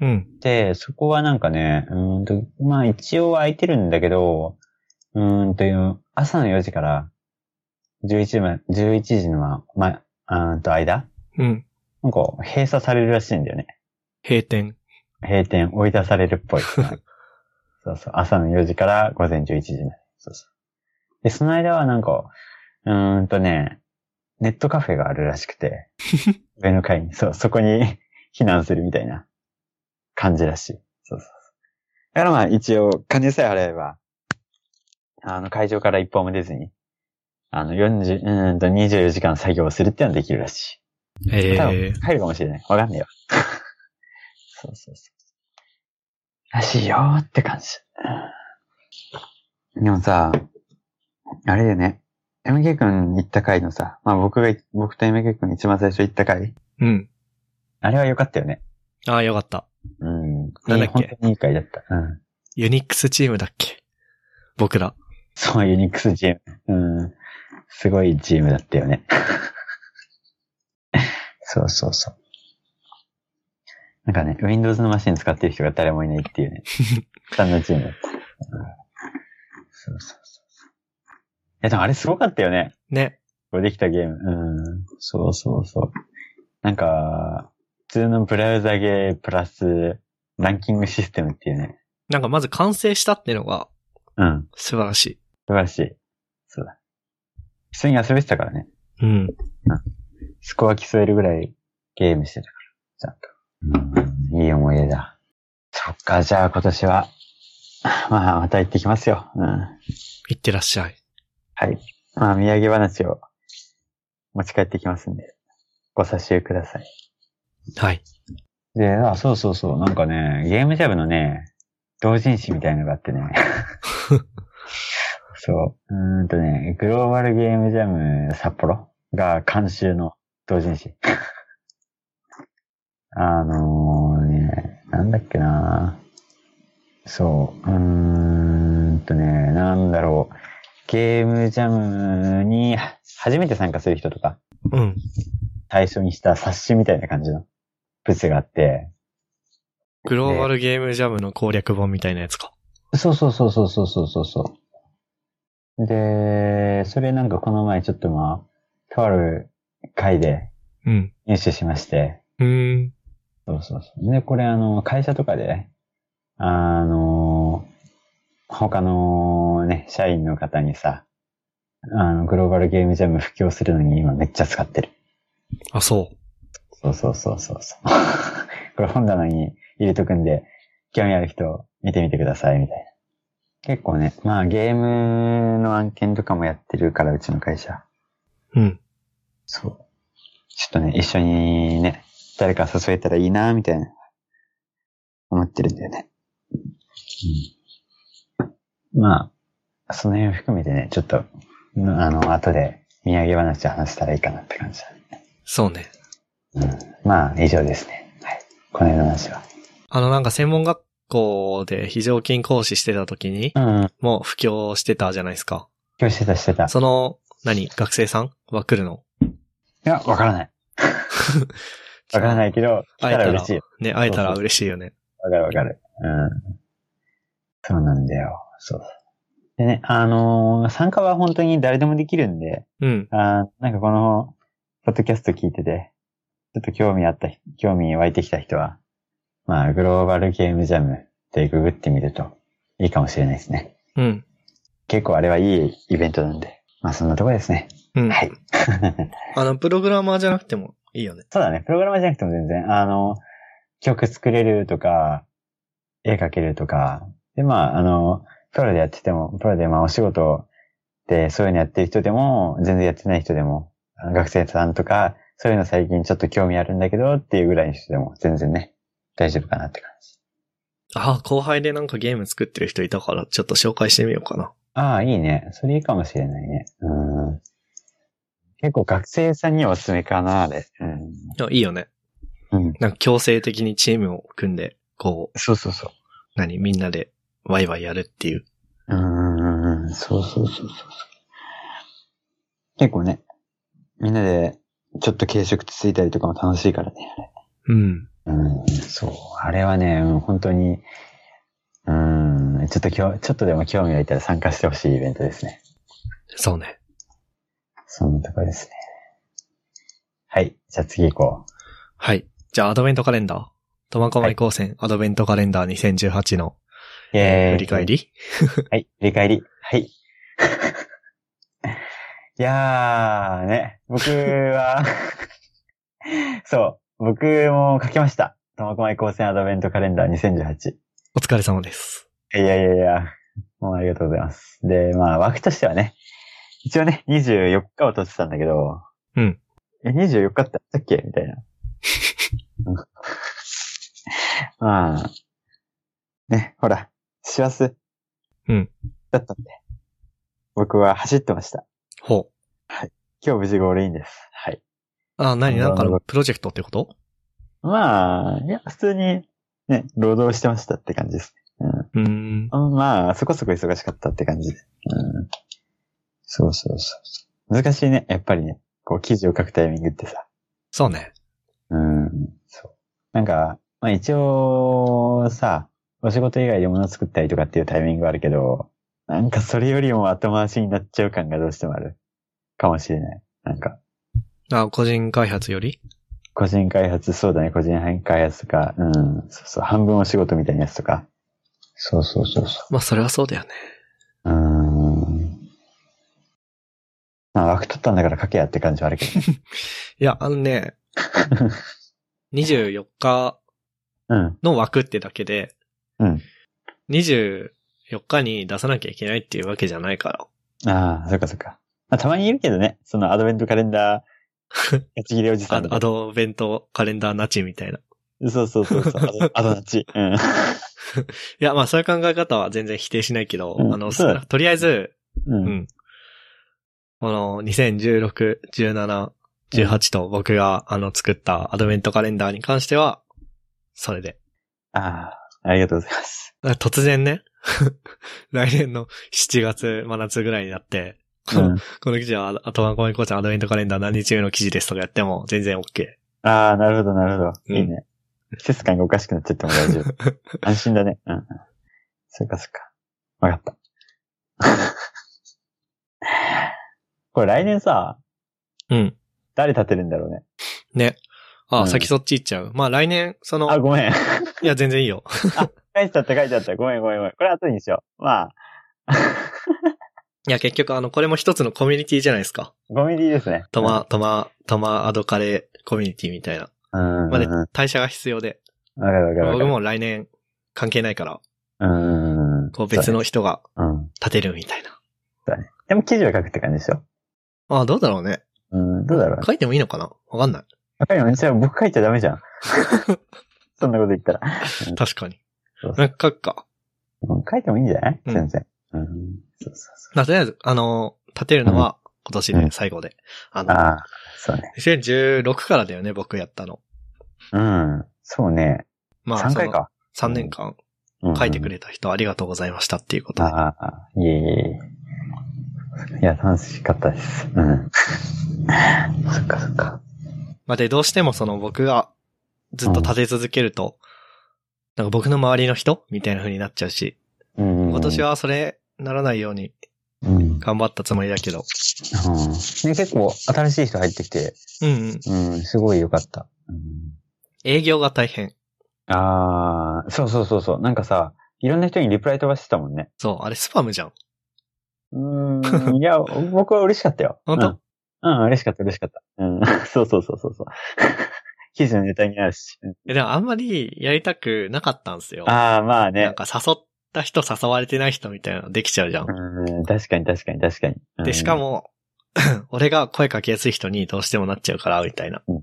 A: うん。
B: で、そこはなんかね、うーんと、まあ一応空いてるんだけど、うーんという、朝の4時から11時ま、11時のま、ま、あーんと間
A: うん。
B: なんか閉鎖されるらしいんだよね。
A: 閉店。
B: 閉店追い出されるっぽい。そうそう。朝の4時から午前11時まで。そうそう。で、その間はなんか、うーんとね、ネットカフェがあるらしくて、上の階に、そう、そこに 避難するみたいな感じらしい。そうそうそう。だからまあ一応、金さえ払えば、あの、会場から一歩も出ずに、あの、40、うーんと24時間作業するってのはできるらしい。
A: え
B: 多
A: え
B: 分入るかもしれない。わかんないよ。 そうそうそう。らしいよーって感じ。うんでもさ、あれだよね。MK 君行った回のさ、まあ僕が、僕と MK 君一番最初行った回、
A: うん。
B: あれは良かったよね。
A: あ、よかった。
B: うん。いい
A: なんだっけ
B: 本当にいい回だった。うん。
A: ユニックスチームだっけ僕ら。
B: そう、ユニックスチーム。うん。すごいチームだったよね。 そうそうそう。なんかね、Windows のマシン使ってる人が誰もいないっていうね。そんなチームだった。うんそうそうそう。いや、でもあれすごかったよね。
A: ね。
B: これできたゲーム。うん。そうそうそう。なんか、普通のブラウザゲープラスランキングシステムっていうね。
A: なんかまず完成したってのが
B: うん。
A: 素晴らしい。
B: 素晴らしい。そうだ。普通に遊べてたからね。
A: うん。
B: スコア競えるぐらいゲームしてたから、ちゃんと。うん、いい思い出だ。そっか、じゃあ今年は、まあ、また行ってきますよ。うん。
A: いってらっしゃい。
B: はい。まあ、土産話を持ち帰ってきますんで、ご差し入れください。
A: はい。
B: で、あ、そうそうそう、なんかね、ゲームジャブのね、同人誌みたいのがあってね。そう。うーんとね、グローバルゲームジャム札幌が監修の同人誌。 あのーね、なんだっけなそう、うーんとね、なんだろう。ゲームジャムに初めて参加する人とか、
A: うん。
B: 対象にした冊子みたいな感じの物があって、
A: グローバルゲームジャムの攻略本みたいなやつか。
B: そうそうそうそうそうそうそうそう。で、それなんかこの前ちょっとまあ、とある回で
A: うん。
B: 入手しまして、
A: うーん。
B: そうそうそう。で、これあの、会社とかで、あの、他のね、社員の方にさ、あの、グローバルゲームジャム布教するのに今めっちゃ使ってる。
A: あ、そう。
B: そうそうそうそうそう。 これ本棚に入れとくんで、興味ある人見てみてください、みたいな。結構ね、まあゲームの案件とかもやってるから、うちの会社。
A: うん。
B: そう。ちょっとね、一緒にね、誰か誘えたらいいな、みたいな、思ってるんだよね。うん。まあ、その辺を含めてね、ちょっと、うんあの、後で、土産話話したらいいかなって感じだね。
A: そうね。
B: まあ、以上ですね。はい。この間の話は。
A: あの、なんか専門学校で非常勤講師してた時に、
B: うん。
A: もう布教してたじゃないですか。
B: 今日してた、してた。い
A: その、何学生さんは来るの
B: や、わからない。わからないけど、来た
A: 会え
B: ら
A: た
B: 嬉
A: ら
B: しい。わ、
A: ね、会えたら嬉しいよね。
B: かるわかる。うん。そうなんだよ。そう。でね、あのー参加は本当に誰でもできるんで、
A: うん。
B: あーなんかこの、ポッドキャスト聞いてて、ちょっと興味あった人、興味湧いてきた人は、まあ、グローバルゲームジャムでググってみるといいかもしれないですね。
A: うん。
B: 結構あれはいいイベントなんで。まあ、そんなとこですね。
A: うん。
B: はい
A: あの、プログラマーじゃなくてもいいよね。
B: そうだね。プログラマーじゃなくても全然、あの、曲作れるとか、絵描けるとか。で、まあ、あの、プロでやってても、プロでまあお仕事でそういうのやってる人でも、全然やってない人でも、あの学生さんとか、そういうの最近ちょっと興味あるんだけどっていうぐらいの人でも全然ね、大丈夫かなって感じ。
A: あ、後輩でなんかゲーム作ってる人いたから、ちょっと紹介してみようかな。
B: ああ、いいね。それいいかもしれないね。うん。結構学生さんにはおすすめかな、あれ。う
A: いや、いいよね。
B: ん。うん。
A: なんか強制的にチームを組んで、こう、
B: そうそうそう。
A: 何、みんなでワイワイやるっていう。
B: うーん、そうそうそうそうそう。結構ね、みんなでちょっと軽食つついたりとかも楽しいからね。
A: うん。
B: うん、そう。あれはね、うん本当に、うん、ちょっときょちょっとでも興味がいたら参加してほしいイベントですね。
A: そうね。
B: そんなとこですね。はい。じゃあ次行こう。
A: はい。じゃあ、アドベントカレンダー。苫小牧高専、アドベントカレンダー2018の、
B: え
A: 振り返り
B: はい、振り返り。はい。いやーね、僕は、 そう、僕も書きました。苫小牧高専アドベントカレンダー2018。
A: お疲れ様です。
B: いやいやいや、もうありがとうございます。で、まあ枠としてはね、一応ね、24日を取ってたんだけど、
A: うん。
B: え、24日ってあったっけ みたいな。まあ、ね、ほら、師走。
A: うん。
B: だったんで、僕は走ってました。
A: ほう。
B: 今日無事ゴールインです。はい。
A: あ、何な
B: な
A: ん
B: るほど
A: んかのプロジェクトってこと
B: まあ、いや、普通に、ね、労働してましたって感じですね。う
A: う
B: ん。
A: ーん。
B: うんまあ、そこそこ忙しかったって感じで。うん。そうそうそうそう。難しいね。やっぱりね。こう、記事を書くタイミングってさ。
A: そうね。
B: うん。そう。なんか、まあ一応、さ、お仕事以外で物作ったりとかっていうタイミングはあるけど、なんかそれよりも後回しになっちゃう感がどうしてもある。かもしれない。なんか、
A: あ、個人開発より
B: 個人開発、そうだね、個人開発とか、うん、そうそう、半分お仕事みたいなやつとか。そうそうそうそう。
A: まあ、それはそうだよね。
B: うーん。ままあ枠取ったんだから書けやって感じはあるけ どね。
A: いや、あの ね、24日
B: うん。
A: の枠ってだけで、
B: うん。
A: 24日に出さなきゃいけないっていうわけじゃないから。
B: ああ、そっかそっか。まあ、たまにいるけどね。そのアドベントカレンダ ー、ガチ切れおじさ
A: あ
B: ん
A: アドベントカレンダーナチみたいな。
B: そうそうそうそう。ア ドアドナチ。うん。
A: いや、まあそういう考え方は全然否定しないけど、
B: うん
A: あの、
B: そうだね
A: とりあえず、
B: う。
A: うんん。この2016、17、18と僕があの作ったアドベントカレンダーに関しては、それで。
B: ああ、ありがとうございます。
A: だから突然ね、 来年の7月、真夏ぐらいになって、こ
B: う
A: の
B: ん。
A: この記事は、あとはごめんこうちゃんアドベントカレンダー何日目の記事ですとかやっても全然 OK。
B: ああ、なるほど、なるほど。
A: うん
B: いいね。季節感がおかしくなっちゃっても大丈夫。 安心だね。うんうん。そっかそっか。わ かった。これ来年さ、
A: うん。
B: 誰立てるんだろうね。
A: ね。あ、
B: うん
A: 先そっち行っちゃう。まあ来年、その、
B: あ、ごめん。
A: いや全然いいよ。
B: 書いちゃった書いちゃった。ごめんごめんごめん。これ後にしよう。まあ、
A: いや結局あの、これも一つのコミュニティじゃないですか。
B: ゴミディですね。
A: トマ、トマ、トマアドカレーコミュニティみたいな。
B: うん。う
A: ま
B: ん。わ
A: あ
B: か
A: で
B: るわ、
A: 代謝が必要で。
B: かるわかる。
A: 僕も来年関係ないから、
B: うん。
A: こう別
B: の。
A: の人が
B: うん。
A: 立てるみたいな。
B: でも記事は書くって感じでしょ。
A: あ、どうだろうね。
B: うん。どうだろう。
A: 書いてもいいのかなわかんない。
B: わかるよね。じゃあ僕書いちゃダメ じゃん。そんなこと言ったら。
A: 確かに
B: そう。そ
A: なんか書くか。
B: うん書いてもいいんじゃない
A: うん
B: 全然。うん。そうそうそ
A: まあとりあえず、あの、立てるのは今年で最後で。あ
B: う。
A: の、
B: ああ、そうね。
A: 2016からだよね、僕やったの。
B: うん。そうね。
A: まあ、
B: 3回か。
A: その3年間
B: うん
A: 書いてくれた人ありがとうございましたっていうことで。
B: ああ、いえいえいえ。いや、楽しかったです。うん。 そっかそっか。
A: まあ、で、どうしてもその僕がずっと立て続けると、なんか僕の周りの人みたいな風になっちゃうし、
B: うん。
A: 今年はそれならないように
B: うん、うん。
A: 頑張ったつもりだけど。
B: ね、結構新しい人入ってきて、
A: うんうん。
B: うん、すごい良かった。うん
A: 営業が大変。
B: ああ、そうそうそうそう。なんかさ、いろんな人にリプライ飛ばしてたもんね。
A: そう、あれスパムじゃん。
B: うーん、いや、 僕は嬉しかったよ。
A: 本当
B: うん、うん、嬉しかった、嬉しかった。うん、 そうそうそうそうそう。記事のネタになるし。うん
A: えでもあんまりやりたくなかったんですよ。
B: ああ、まあ
A: な
B: ね
A: ん。か誘った人誘われてない人みたいなのできちゃうじゃん。
B: うん、確かに確かに確かに。うん
A: で、しか。も、 俺が声かけやすい人にどうしてもなっちゃうから、みたいな。
B: うん。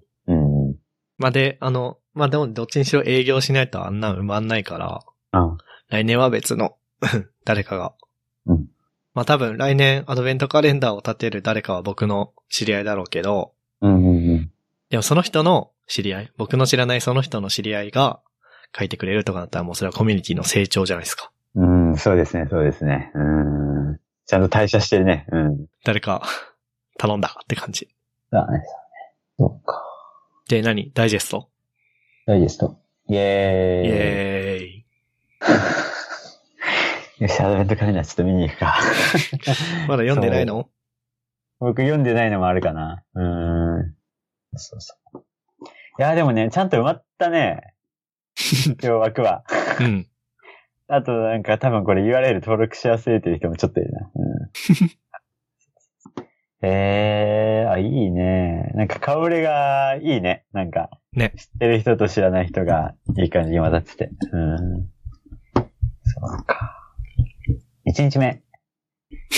A: まあ、で、あの、まあ、でも、どっちにしろ営業しないとあんな埋まんないから、
B: あ
A: 来年は別の、 誰かが。
B: うん
A: まあ、多分、来年、アドベントカレンダーを立てる誰かは僕の知り合いだろうけど、
B: うん、うん、うん。
A: でも、その人の知り合い、僕の知らないその人の知り合いが書いてくれるとかだったら、もうそれはコミュニティの成長じゃないですか。
B: うん、そうですね、そうですね。うん。ちゃんと退社してるね。うん。
A: 誰か、頼んだって感じ。
B: だね、そうね。そうか。
A: で、何ダイジェスト
B: ダイジェスト。イ
A: イェ
B: エーイ。
A: ーイ。
B: よし、アドベントカレンダーちょっと見に行く か。
A: まだ読んでないの
B: 僕読んでないのもあるかな。うーん。そうそう。いや、でもね、ちゃんと埋まった ね。今日枠は。
A: うん。
B: あと、なんか多分これ URL 登録しやすいという人もちょっといるな。う ん、えー、あ、いいね。なんか顔ぶれがいいね。なんか。
A: ね
B: 知ってる人と知らない人がいい感じに混ざってて。うん。そうか。一日目。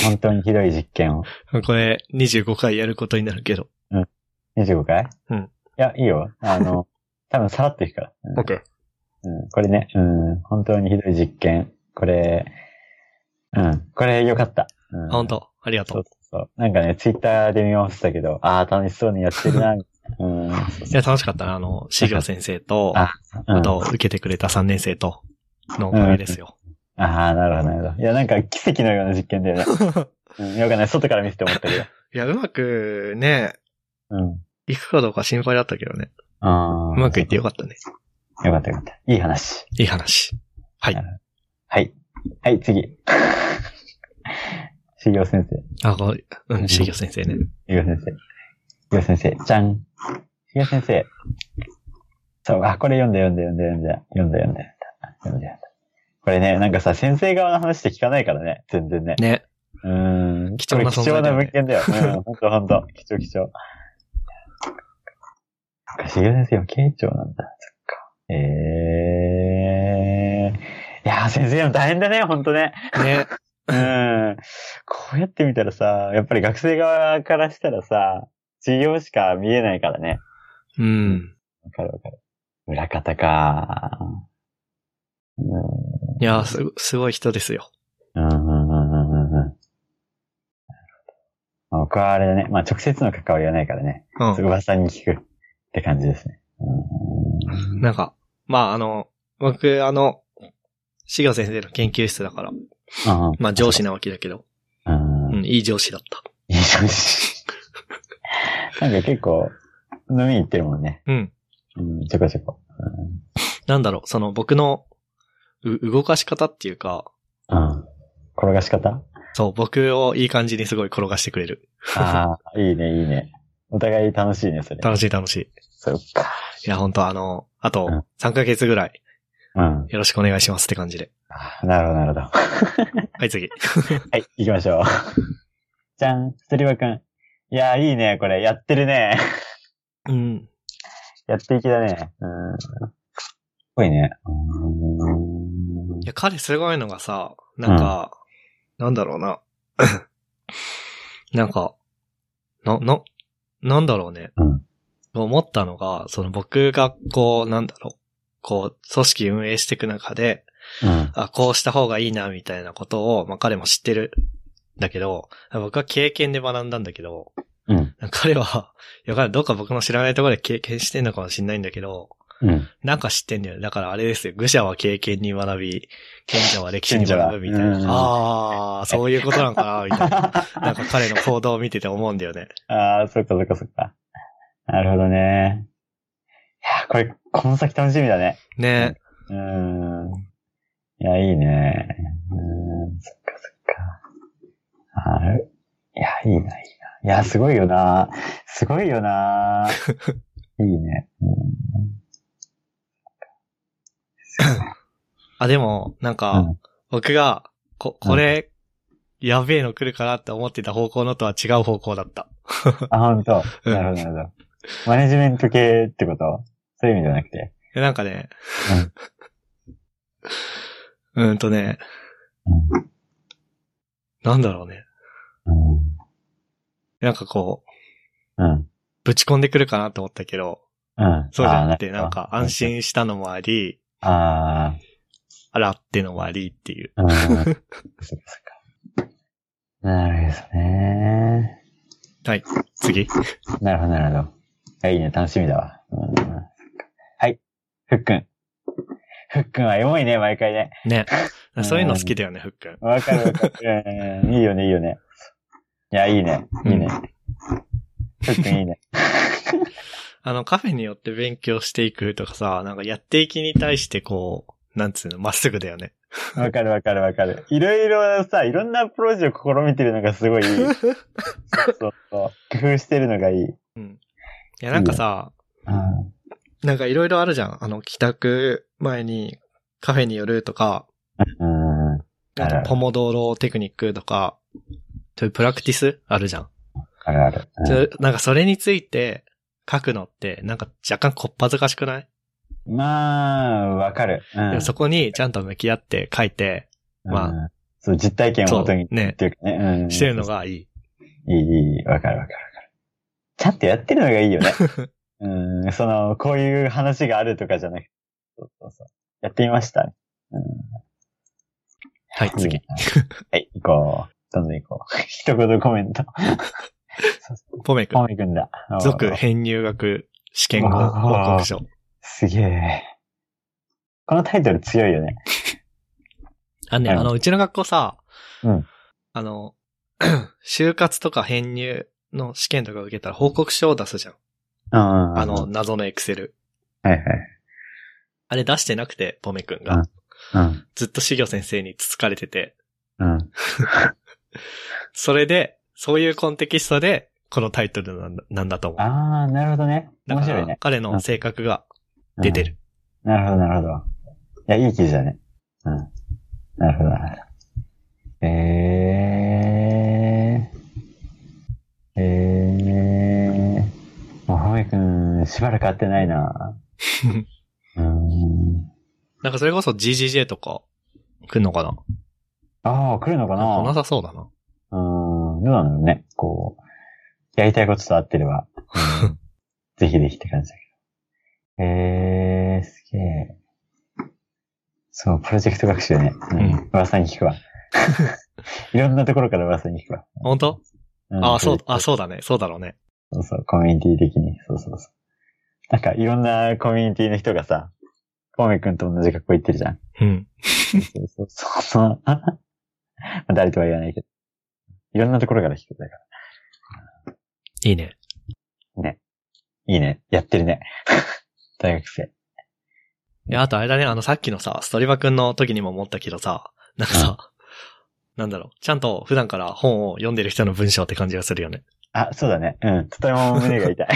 B: 本当にひどい実験を。
A: これ、25回やることになるけど。
B: 25回
A: うん
B: いや、いいよ。あの、多分さらっといくから。うん
A: OK。
B: うん、これね、うん、本当にひどい実験。これ、うん、これ良かった。うん、
A: 本当ありが
B: そ
A: と
B: う
A: う。
B: そうそう。なんかね、ツイッターで見ましたけど、ああ、楽しそうにやっ てるな。うん。
A: いや、楽しかったな。あの、シ行先生と、
B: あ
A: あ
B: うん、あ
A: と、受けてくれた3年生と、のおかげですよ。
B: あー、なるほど、なるほど。いや、なんか奇跡のような実験だよ ね。うん、よくない。外から見せて思ったけど。
A: いや、うまくね、
B: うん。
A: 行くかどうか心配だったけどね。
B: あ
A: う
B: あ。
A: まくいってよかったね。
B: よかったよかった。いい話。
A: いい話。はい。
B: はい。はい、次。 修行先生。
A: あ、こう、うん、シ行先生ね。
B: ゆう先生。ゆう先生、じゃん。ゆう先生。そう、あ、これ読んで読んで読んで読んで、読んで読んで読んで。読んで読んでこれね、なんかさ、先生側の話って聞かないからね、全然ね。
A: ね。
B: うん。
A: 貴重な存在だよね
B: 貴重な物件だよ。 うん、ほんとほんと。貴重貴重。そっか、重先生は慶長なんだ。そっか。ええー。いやー、先生も大変だね、ほんとね。
A: ね。
B: うん。こうやって見たらさ、やっぱり学生側からしたらさ、授業しか見えないからね。
A: うん。
B: わかるわかる。裏方か。うん
A: いやーす、すごい人ですよ。
B: うんうんうんうんうんうんなるほどまあ僕はあれだね。まあ、直接の関わりはないからね。
A: うん。
B: 噂に聞くって感じですね。うん
A: なんか、まああの、僕あの、志賀先生の研究室だから、
B: うん。
A: まあ上司なわけだけど、
B: うん。
A: う
B: うん。
A: ん、いい上司だった。
B: いい上司。 なんか結構、飲みに行ってるもんね。
A: うん。
B: うん、ちょこちょこ。
A: なんだろう、その僕の、う、動かし方っていうか、
B: うん。うん、転がし方
A: そう、僕をいい感じにすごい転がしてくれる。
B: ああ、いいね、いいね。お互い楽しいね、それ。
A: 楽
B: しい。
A: しい楽しい。
B: そっか。
A: いや、本当あの、あと
B: うん
A: 3ヶ月ぐらい、
B: うん。
A: よろしくお願いしますって感じで。
B: あなるほど、なるほど。
A: はい、次。
B: はい、行きましょう。 じゃん、スリバくん。いやー、いいね、これ。やってるね。
A: うん。
B: やっていきだね。うん。すごいね。う
A: いや、彼すごいのがさ、なんか、なんだろうな。 なんか、な、な、なんだろうね。
B: うん
A: 思ったのが、その僕がこう、なんだろう。こう、組織運営していく中で、
B: ーん。
A: あ、こうした方がいいな、みたいなことを、まあ彼も知ってる。だけど、僕は経験で学んだんだけど、
B: うん。
A: 彼は、いや、彼どっか僕の知らないところで経験してんのかもしんないんだけど、
B: うん。
A: なんか知ってんだよね。だからあれですよ。愚者は経験に学び、賢者は歴史に学ぶみたい
B: 賢者
A: な。あ
B: は
A: あー、そういうことなんかな、みたい な。なんか彼の行動を見てて思うんだよね。
B: ああ、そっかそっかそっか。なるほどね。いやー、これ、この先楽しみだね。
A: ね
B: うーん。いや、いいね。うーん、そっかそっか。ある。いや、いいな、いいな。いや、すごいよな。すごいよな。 いいね。う
A: あ、でも、なん
B: う
A: か
B: ん、
A: 僕が、こ、これ、やべえの来るかなって思ってた方向のとは違う方向だった。
B: ん、あ、ほんと。
A: うん
B: なるほど、なるほど。マネジメント系ってことそういう意味じゃなくて。
A: でなんかね、 うーんとね、なんだろうね。
B: うん。
A: なんかこう、
B: うん。
A: ぶち込んでくるかなと思ったけど、
B: うん。
A: そうじゃなく
B: あ
A: て、
B: ー
A: なんか安。心したのもあり、
B: あ
A: あらってのもありっていう。
B: あ。うん。そっかそっか。なるほどですね。
A: はい、次。
B: なるほど、なるほど。いや、いいね、楽しみだわ。うん、はい。ふっくん。ふっくんはエモいね、毎回ね。
A: ね
B: う。ん
A: そういうの好きだよね、ふっくん。
B: わかるわかる。うんいいよね、いいよね。いや、いいね。いいね。ふっくんいいね。
A: あの、カフェによって勉強していくとかさ、なんかやっていきに対してこう、なんつうの、まっすぐだよね。
B: わかるわかるわかる。いろいろさ、いろんなアプローチを試みてるのがすごいいい。そうそうそう。工夫してるのがいい。
A: いや、なんかさ、
B: うん。
A: なんかいろいろあるじゃん。あの、帰宅前にカフェに寄るとか、
B: うん。わ
A: なん
B: あ
A: か
B: る
A: ポモドーロテクニックとか、そういうプラクティスあるじゃん。
B: かるある。うん
A: ちょなんかそれについて書くのって、なんか若干こっぱずかしくない、
B: まあ、わかる。う
A: で
B: ん
A: も。そこにちゃんと向き合って書いて、まあ
B: あ。そう、実体験を
A: そ
B: 元に
A: う、ね
B: っ、ていうかね。うん。
A: してるのがいい。
B: いい、いい、わかるわかるわかる。ちゃんとやってるのがいいよ ね。うん、その、こういう話があるとかじゃなくて。そうそうそう。やってみました。うん、
A: はい、次。
B: いいな。はい、行こう。どんどん行こう。一言コ メント。
A: ポメ君
B: コ。メくんだ。
A: 続編入学試験後報告書。
B: すげえ。このタイトル強いよね。
A: あのね、
B: はい
A: あの、うちの学校さ、
B: うん
A: あの、 就活とか編入の試験とか受けたら報告書を出すじゃん。
B: うん。
A: あ
B: は
A: の、謎のエクセル。
B: いはい。
A: あれ出してなくて、ポメ君が。
B: うんうん。
A: ずっと修行先生につつかれてて。
B: うん。
A: それで、そういうコンテキストで、このタイトルなんだなんだと思う。
B: あー、なるほどね。
A: だ
B: 面
A: か
B: 白い
A: ら、
B: ね。
A: 彼の性格が出てる。
B: なるほど、なるほど。いや、いい記事だね。うん。なるほどなるほど。ええしばらく会ってな いなうーん。
A: なんかそれこそ GGJ とか来んのかな
B: ああ、来るのか
A: なんかな
B: な
A: さそうだな。
B: うーん、どうなのね。こう、やりたいことと合ってれば、うんぜひぜひって感じだけど。えー、すげえ。そう、プロジェクト学習ね。う
A: うん
B: ん。噂に聞 くわ。いろんなところから噂に聞くわ。
A: 本当
B: うん
A: ああ、そう、あ、そうだね。そうだろうね。
B: そうそう、コミュニティ的に。そうそうそう。なんか、いろんなコミュニティの人がさ、コメ君と同じ学校行ってる じゃん。
A: うん。
B: そうそうそうそう。 まあ誰とは言わないけど。いろんなところから聞くだか
A: いいね。
B: ら。いいね。やってるね。 大学生。
A: いや、あとあれだね、あのさっきのさ、ストリバ君の時にも思ったけどさ、なんかさ、なんだろう、ちゃんと普段から本を読んでる人の文章って感じがするよね。
B: あ、そうだね。うん。とても胸が痛い。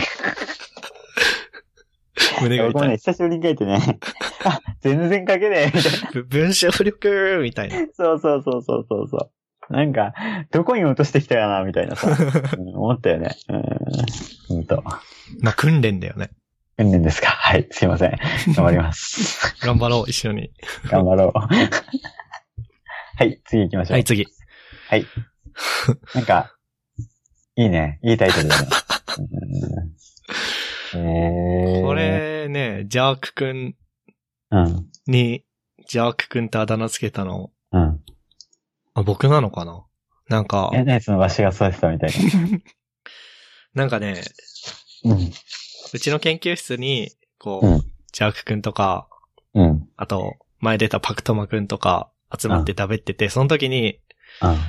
A: 胸が
B: 僕も
A: 痛い。
B: ね、久しぶりに書いてね。 あ、全然書けねえ。みたいな。
A: ぶ 文章力みたいな。
B: そうそうそうそうそうそう。なんか、どこに落としてきたかな、みたい なさ。うん思ったよね。うん。ほんと。
A: まあ、訓練だよね。
B: 訓練ですかはい。すいません。頑張り ます。
A: 頑張ろう、一緒に。
B: 頑張ろう。はい。次行きましょう。
A: はい、次。
B: なんか、いいね。いいタイトルだ ね。うんえー、
A: こ、れね、ジャーク君
B: うん、
A: に、ジャーク君ってあだ名つけたの、
B: うん。
A: あ僕なのかななんか、
B: え、何そのわしが育てたみたい
A: なんかね、
B: な。うん、
A: うちの研究室に、こ
B: うん
A: う、ジャーク君とか、
B: うん、うん。
A: あと、前出たパクトマくんとか集まって食べってて、その時に、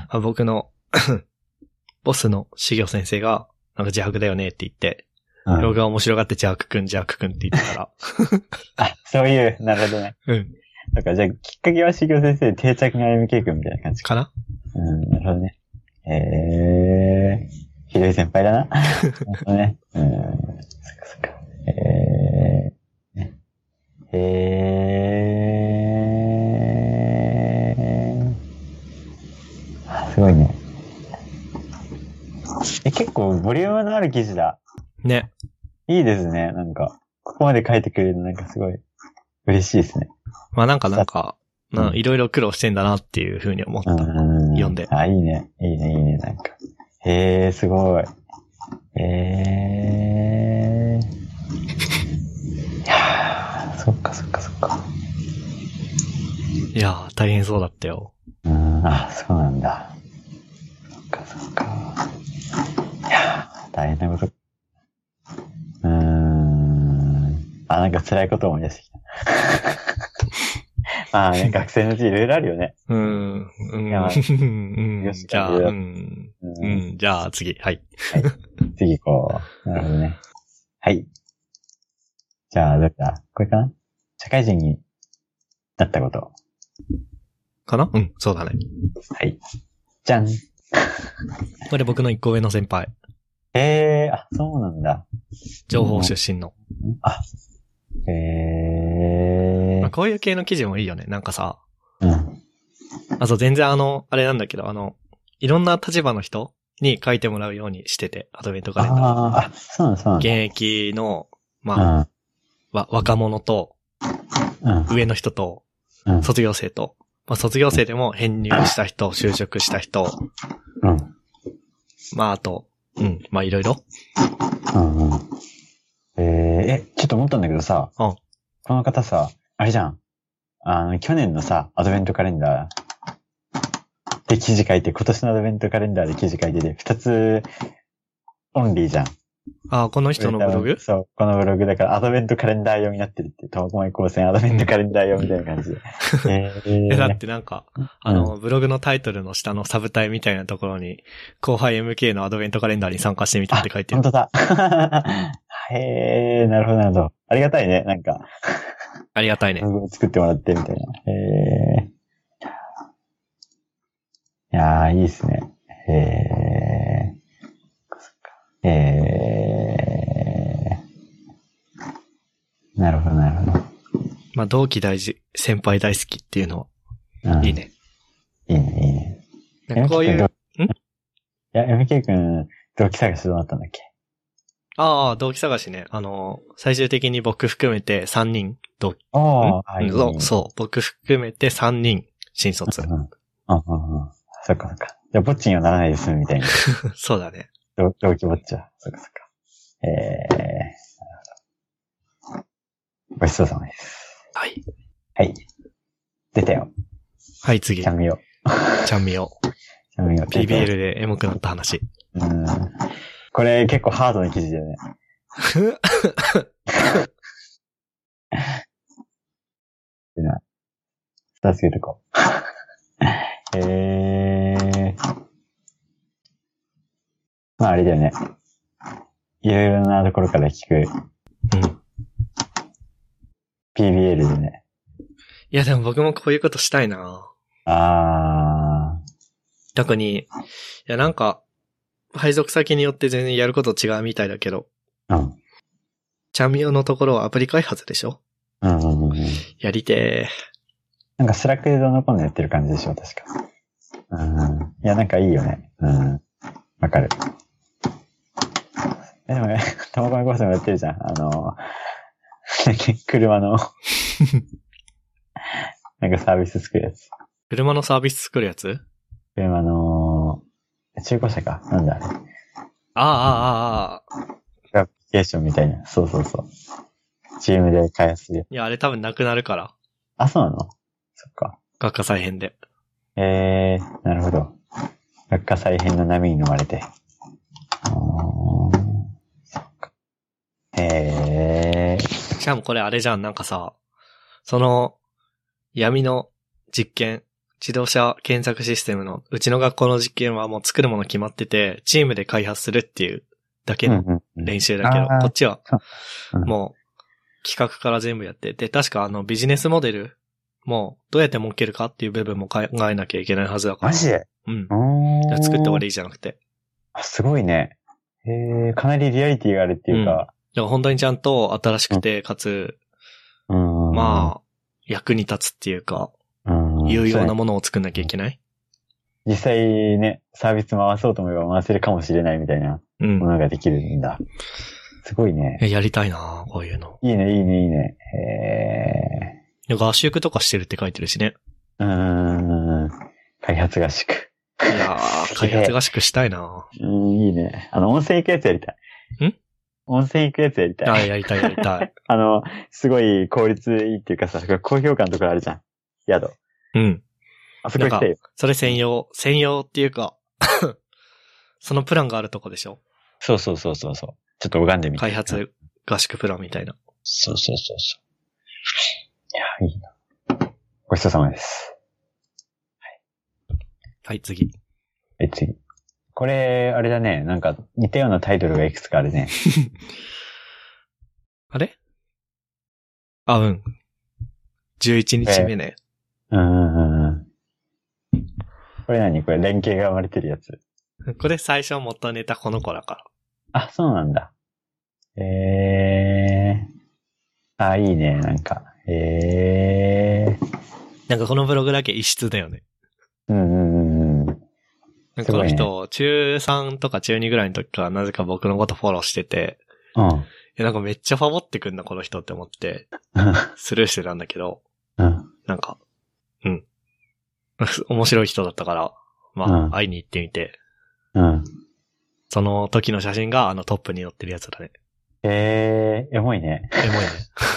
A: あ僕の、 ボスの修行先生が、なんか自白だよねって言って、
B: う
A: 動
B: ん、
A: 画面白がって自白くん、自白くんって言ったか
B: あ、そういう、なるほどね。
A: ら、うん、
B: だからじゃあ、きっかけは修行先生、定着の歩みくんみたいな感じか。
A: かな
B: うん、なるほどね。えー、ひどい先輩だな。なるほどね。うん、そっかそっか。えー、ねえーあ、すごいね。え、結構ボリュームのある記事だ。
A: ね。
B: いいですね、なんか。ここまで書いてくれるのなんかすごい嬉しいですね。
A: まあなんかなんか、
B: うん
A: まあいろいろ苦労してんだなっていうふうに思った。
B: 読
A: 読んで
B: あ、いいね。いいね、いいね、なんか。へえ、すごい。ええいやーそっかそっかそっか。
A: いやー、大変そうだったよ。
B: うん、あ、そうなんだ。そっかそっか。いやー大変なこと。うーん。あ、なんか辛いことを思い出してきた。 まあね、学生のうちいろいろあるよね。
A: うーん、 うん、
B: いや
A: うん、
B: よし
A: じゃあ、
B: いや
A: うん、
B: う
A: う。ん、じゃあ次、はい。
B: 次行こう。なるほどね。はい。じゃあ、どれだこれかな社会人になったこと。
A: かなうん、そうだね。
B: はい。じゃん。
A: これ僕の一個上の先輩。
B: えー、あ、そうなんだ。
A: 情報出身の。
B: え
A: まあ
B: ー。
A: こういう系の記事もいいよね。なんかさ、
B: うん。
A: あ、そう、全然あの、あれなんだけど、あの、いろんな立場の人に書いてもらうようにしてて、アドベントカレンダー。
B: あーあ、そうなんだ、そうなん
A: 現
B: だ。
A: 役の、まあ、わ、若者と、
B: うん。うん。
A: 上の人と、
B: うん
A: 卒業生と、まあ、卒業生でも編入した人、就職した人、
B: うん。
A: まあ、あと、うん、まあ、いろいろ。
B: うん。うん。えー、え、ちょっと思ったんだけどさ。
A: うん
B: この方さ、あれじゃん。あの、去年のさ、アドベントカレンダーで記事書いて、今年のアドベントカレンダーで記事書いてて、二つ、オンリーじゃん。
A: あ、この人のブログ
B: そう、このブログだから、アドベントカレンダー用になってるって、苫小牧高専アドベントカレンダー用みたいな感 じで。えー
A: え、だってなんか、あの、ブログのタイトルの下のサブタイみたいなところに、後輩 MK のアドベントカレンダーに参加してみたって書いて
B: 本
A: る。
B: 当だ。 へえ、なるほど、なるほど。ありがたいね、なんか。
A: ありがたいね
B: ブ。ログを作ってもらってみたいな。へえ。いやー、いいですね。へえ。へえ。なるほど、なるほ
A: まあ、同期大事、先輩大好きっていうのは、
B: ど。うん
A: いい。ね。
B: いいね、いいね。
A: なんかこういう、
B: いや、MK 君、同期探しどうなったんだっけ
A: ああ、動機探しね。あの、最終的に僕含めて3人、同
B: ああ、
A: んそう、そう、僕含めて3人、新卒
B: う。んうんああ、そっかそっか。じゃあ、ぼっちにはならないです、みたいな。
A: そうだね。
B: 同同期ぼっちは。そっかそっか。えー、なるほど。ごちそうさまです。
A: はい。
B: はい。出たよ。
A: はい、次。
B: キ
A: ち
B: ャミオ。
A: ゃんみよ。
B: キャミオ。
A: BBL でエモくなった 話。
B: うん。これ結構ハードな記事だよね。助けてこう。 えー。まああれだよね。いろいろなところから聞く
A: うん。
B: PBL でね。
A: いや、でも僕もこういうことしたいな
B: あ
A: 特に、いや、なんか、配属先によって全然やること違うみたいだけど、
B: ー。うん。
A: ちゃんみよのところはアプリ開発でしょ
B: うんうんうんうん。
A: やりて
B: なんかスラックでどのこんのやってる感じでしょ、確か。うん。いや、なんかいいよね。うん。わかる。えでもね、 たまこみコースもやってるじゃん。あの、 車の、 なんかサービス作るやつ。
A: ー。車のサービス作るやつ
B: 車の、中古車か。なんだあれ。
A: ああ、ああ、ああ。
B: アプリケーションみたいな。そうそうそう。チームで開発するやつ。
A: いや、あれ多分なくなるから。
B: あ、そうなのそっか。
A: 学科再編で。
B: えー、なるほど。学科再編の波に飲まれて。うーんそっかえー、
A: しかもこれあれじゃん、なんかさ、その、闇の実験、自動車検索システムの、うちの学校の実験はもう作るもの決まってて、チームで開発するっていうだけの
B: うんうん
A: 練習だけど、
B: あー
A: こっちは
B: そう、うん
A: もう、企画から全部やって、で、確かあの、ビジネスモデルも、どうやって儲けるかっていう部分も考えなきゃいけないはずだから。
B: マジで
A: うん。
B: おー
A: 作って終わりじゃなくて。
B: あすごいね。えー、かなりリアリティがあるっていうか。
A: だから本当にちゃんと新しくて、かつ、
B: うん、
A: まあ、役に立つっていうか、
B: あ、うん、
A: 有用
B: そう
A: な
B: ね
A: ものを作んなきゃいけない。
B: 実際ね、サービス回そうと思えば回せるかもしれないみたいな
A: う
B: も
A: ん。
B: のができるんだ。すごいね。
A: えやりたいなこういうの。
B: いいね、いいね、いいね。えー、
A: 合宿とかしてるって書いてるしね。
B: うーん。開発合宿。
A: いやー、開発合宿したいな
B: うん、いいね。あの、温泉行くやつやりたい。
A: ん
B: 温泉行くやつやり
A: あ
B: たい。
A: やりたいやり たい。
B: あの、すごい効率いいっていうかさ、高評価のところあるじゃん。宿。
A: うん。
B: あそこ行きたいよ。
A: それ専用、専用っていうか、 そのプランがあるとこでしょ
B: そうそうそうそうそう。ちょっと拝んでみて
A: 開。発合宿プランみたいな。
B: そうそうそうそう。いや、いいな。ごちそうさまです。
A: はい、次。
B: え、次。これ、あれだね。なんか、似たようなタイトルがいくつかあるね。
A: あれあ、うん。11日目ね。
B: うんうんうんうん。これ何これ、連携が生まれてるやつ。
A: これ最初元ネタこの子だから。
B: あ、そうなんだ。えー。あ、いいね、なんか。えー。
A: なんかこのブログだけ異質だよね。
B: うんうんうんうん。
A: なんかこの人、中3とか中2ぐらいの時からなぜか僕のことフォローしてて、
B: うん。
A: いやなんかめっちゃファボってくんな、この人って思って、スルーしてたんだけど、
B: うん。
A: なんか、うん。 面白い人だったから、まあ、
B: うん
A: 会いに行ってみて、
B: うん。
A: その時の写真があのトップに載ってるやつ だね。
B: えー、エモいね。
A: エ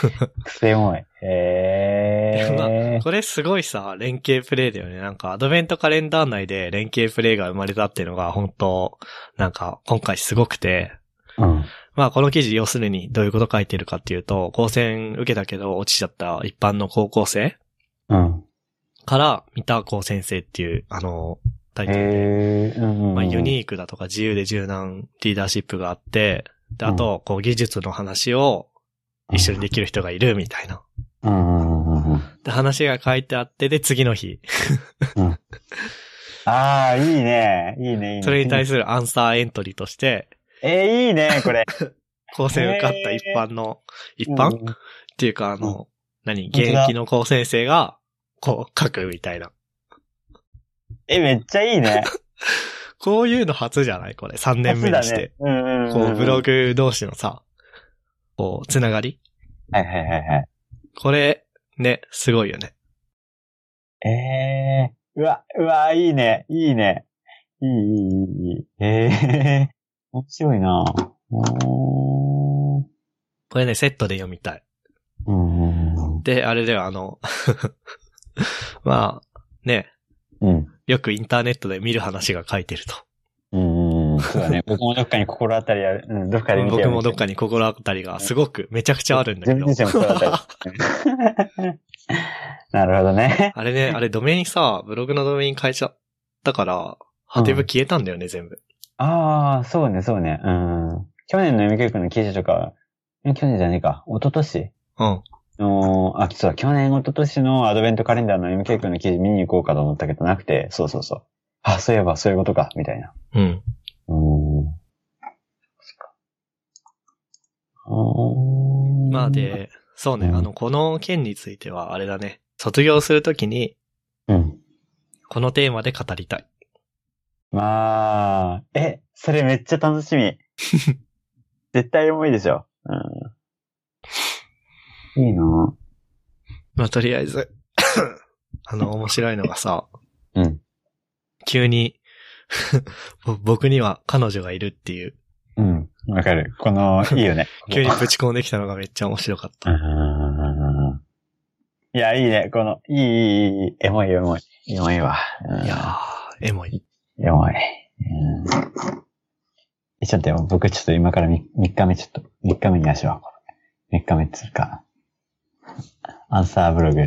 A: モい
B: くせエモい。え
A: ね。これすごいさ、連携プレイだよね。なんか、アドベントカレンダー内で連携プレイが生まれたっていうのが本当、なんか、今回すごくて、
B: ー。うん。
A: まあこの記事要するにどういうこと書いてるかっていうと、高専受けたけど落ちちゃった一般の高校生
B: うん。
A: から見た高先生っていう、あの、タイトルで、
B: えー。うんうんうん。
A: まあユニークだとか自由で柔軟リーダーシップがあって、で、あと、こう技術の話を一緒にできる人がいるみたいな。
B: うんうんうんうんうん。
A: で、話が書いてあって、で、次の日、
B: あー、いいね。いいね、いいね。
A: それに対
B: して。
A: するアンサーエントリーとして、
B: えー、いいね、これ。
A: 高専受かった一般の、一般
B: うん
A: っていうか、あの、何、
B: 当だ
A: 現役の高先生が、こう書くみたいな。
B: え、めっちゃいいね。
A: こういうの初じゃないこれ。3年目にして。
B: そうだね。うんうんうん、
A: こう、ブロ。グ同士のさ、こう、つながり
B: はいはいはいはい。
A: これ、ね、すごいよね。
B: ええうわ、うわ、いいね、いいね。いい、いい、いいいい。ええ 面白いなおー
A: これね、セットで読みたい。
B: うん。うん
A: で、あれではあの、 まあ、ね、
B: うん。
A: よくインターネットで見る話が書いてると。
B: うんうん。そうだ ね。僕もどっかに心当たりある。うん、どっかで見て
A: 僕もどっ
B: に。
A: かに心当たりがすごくめちゃくちゃあるんだけ
B: 自
A: ど
B: 分。自身も心当たり。なるほどね。
A: あれね、あれドメインさ、ブログのドメイン変えちゃったから、ハテブ消えたんだよね、全部。
B: ああ、そうね、そうね。うん。去年の読み教育の記事とか、え去年じゃねえか。一昨年
A: うん。
B: の、あ、そうだ、去年、一昨年のアドベントカレンダーの MK 君の記事見に行こうかと思ったけどなくて、そうそうそう。あ、そういえばそういうことか、みたいな。
A: うん。
B: うーん。そっかうーん
A: まあ、で、そうね、
B: うん
A: あの、この件についてはあれだね。卒業するときに、
B: うん。
A: このテーマで語りたい。
B: まあ、え、それめっちゃ楽し み。絶対重いでしょ。うん。いいな
A: まあ、とりあえず、 あの、面白いのがさ、
B: うん。
A: 急に、 ぼ僕には彼女がいるっていう、
B: うん。わかる。
A: 。
B: この、いいよね
A: 急にぶち込んできたのがめっちゃ面白かっ
B: う
A: た。
B: ーんいや、いいね。この、いい、いい、いい、エモい、エモい。エモいわ。うん
A: いやー、エモい。
B: エモい。うんえちょっと、僕ちょっと今から 3, 日目、ちょっと、3日目に足を運ぶ。3日目っつうか、アンサーブログ、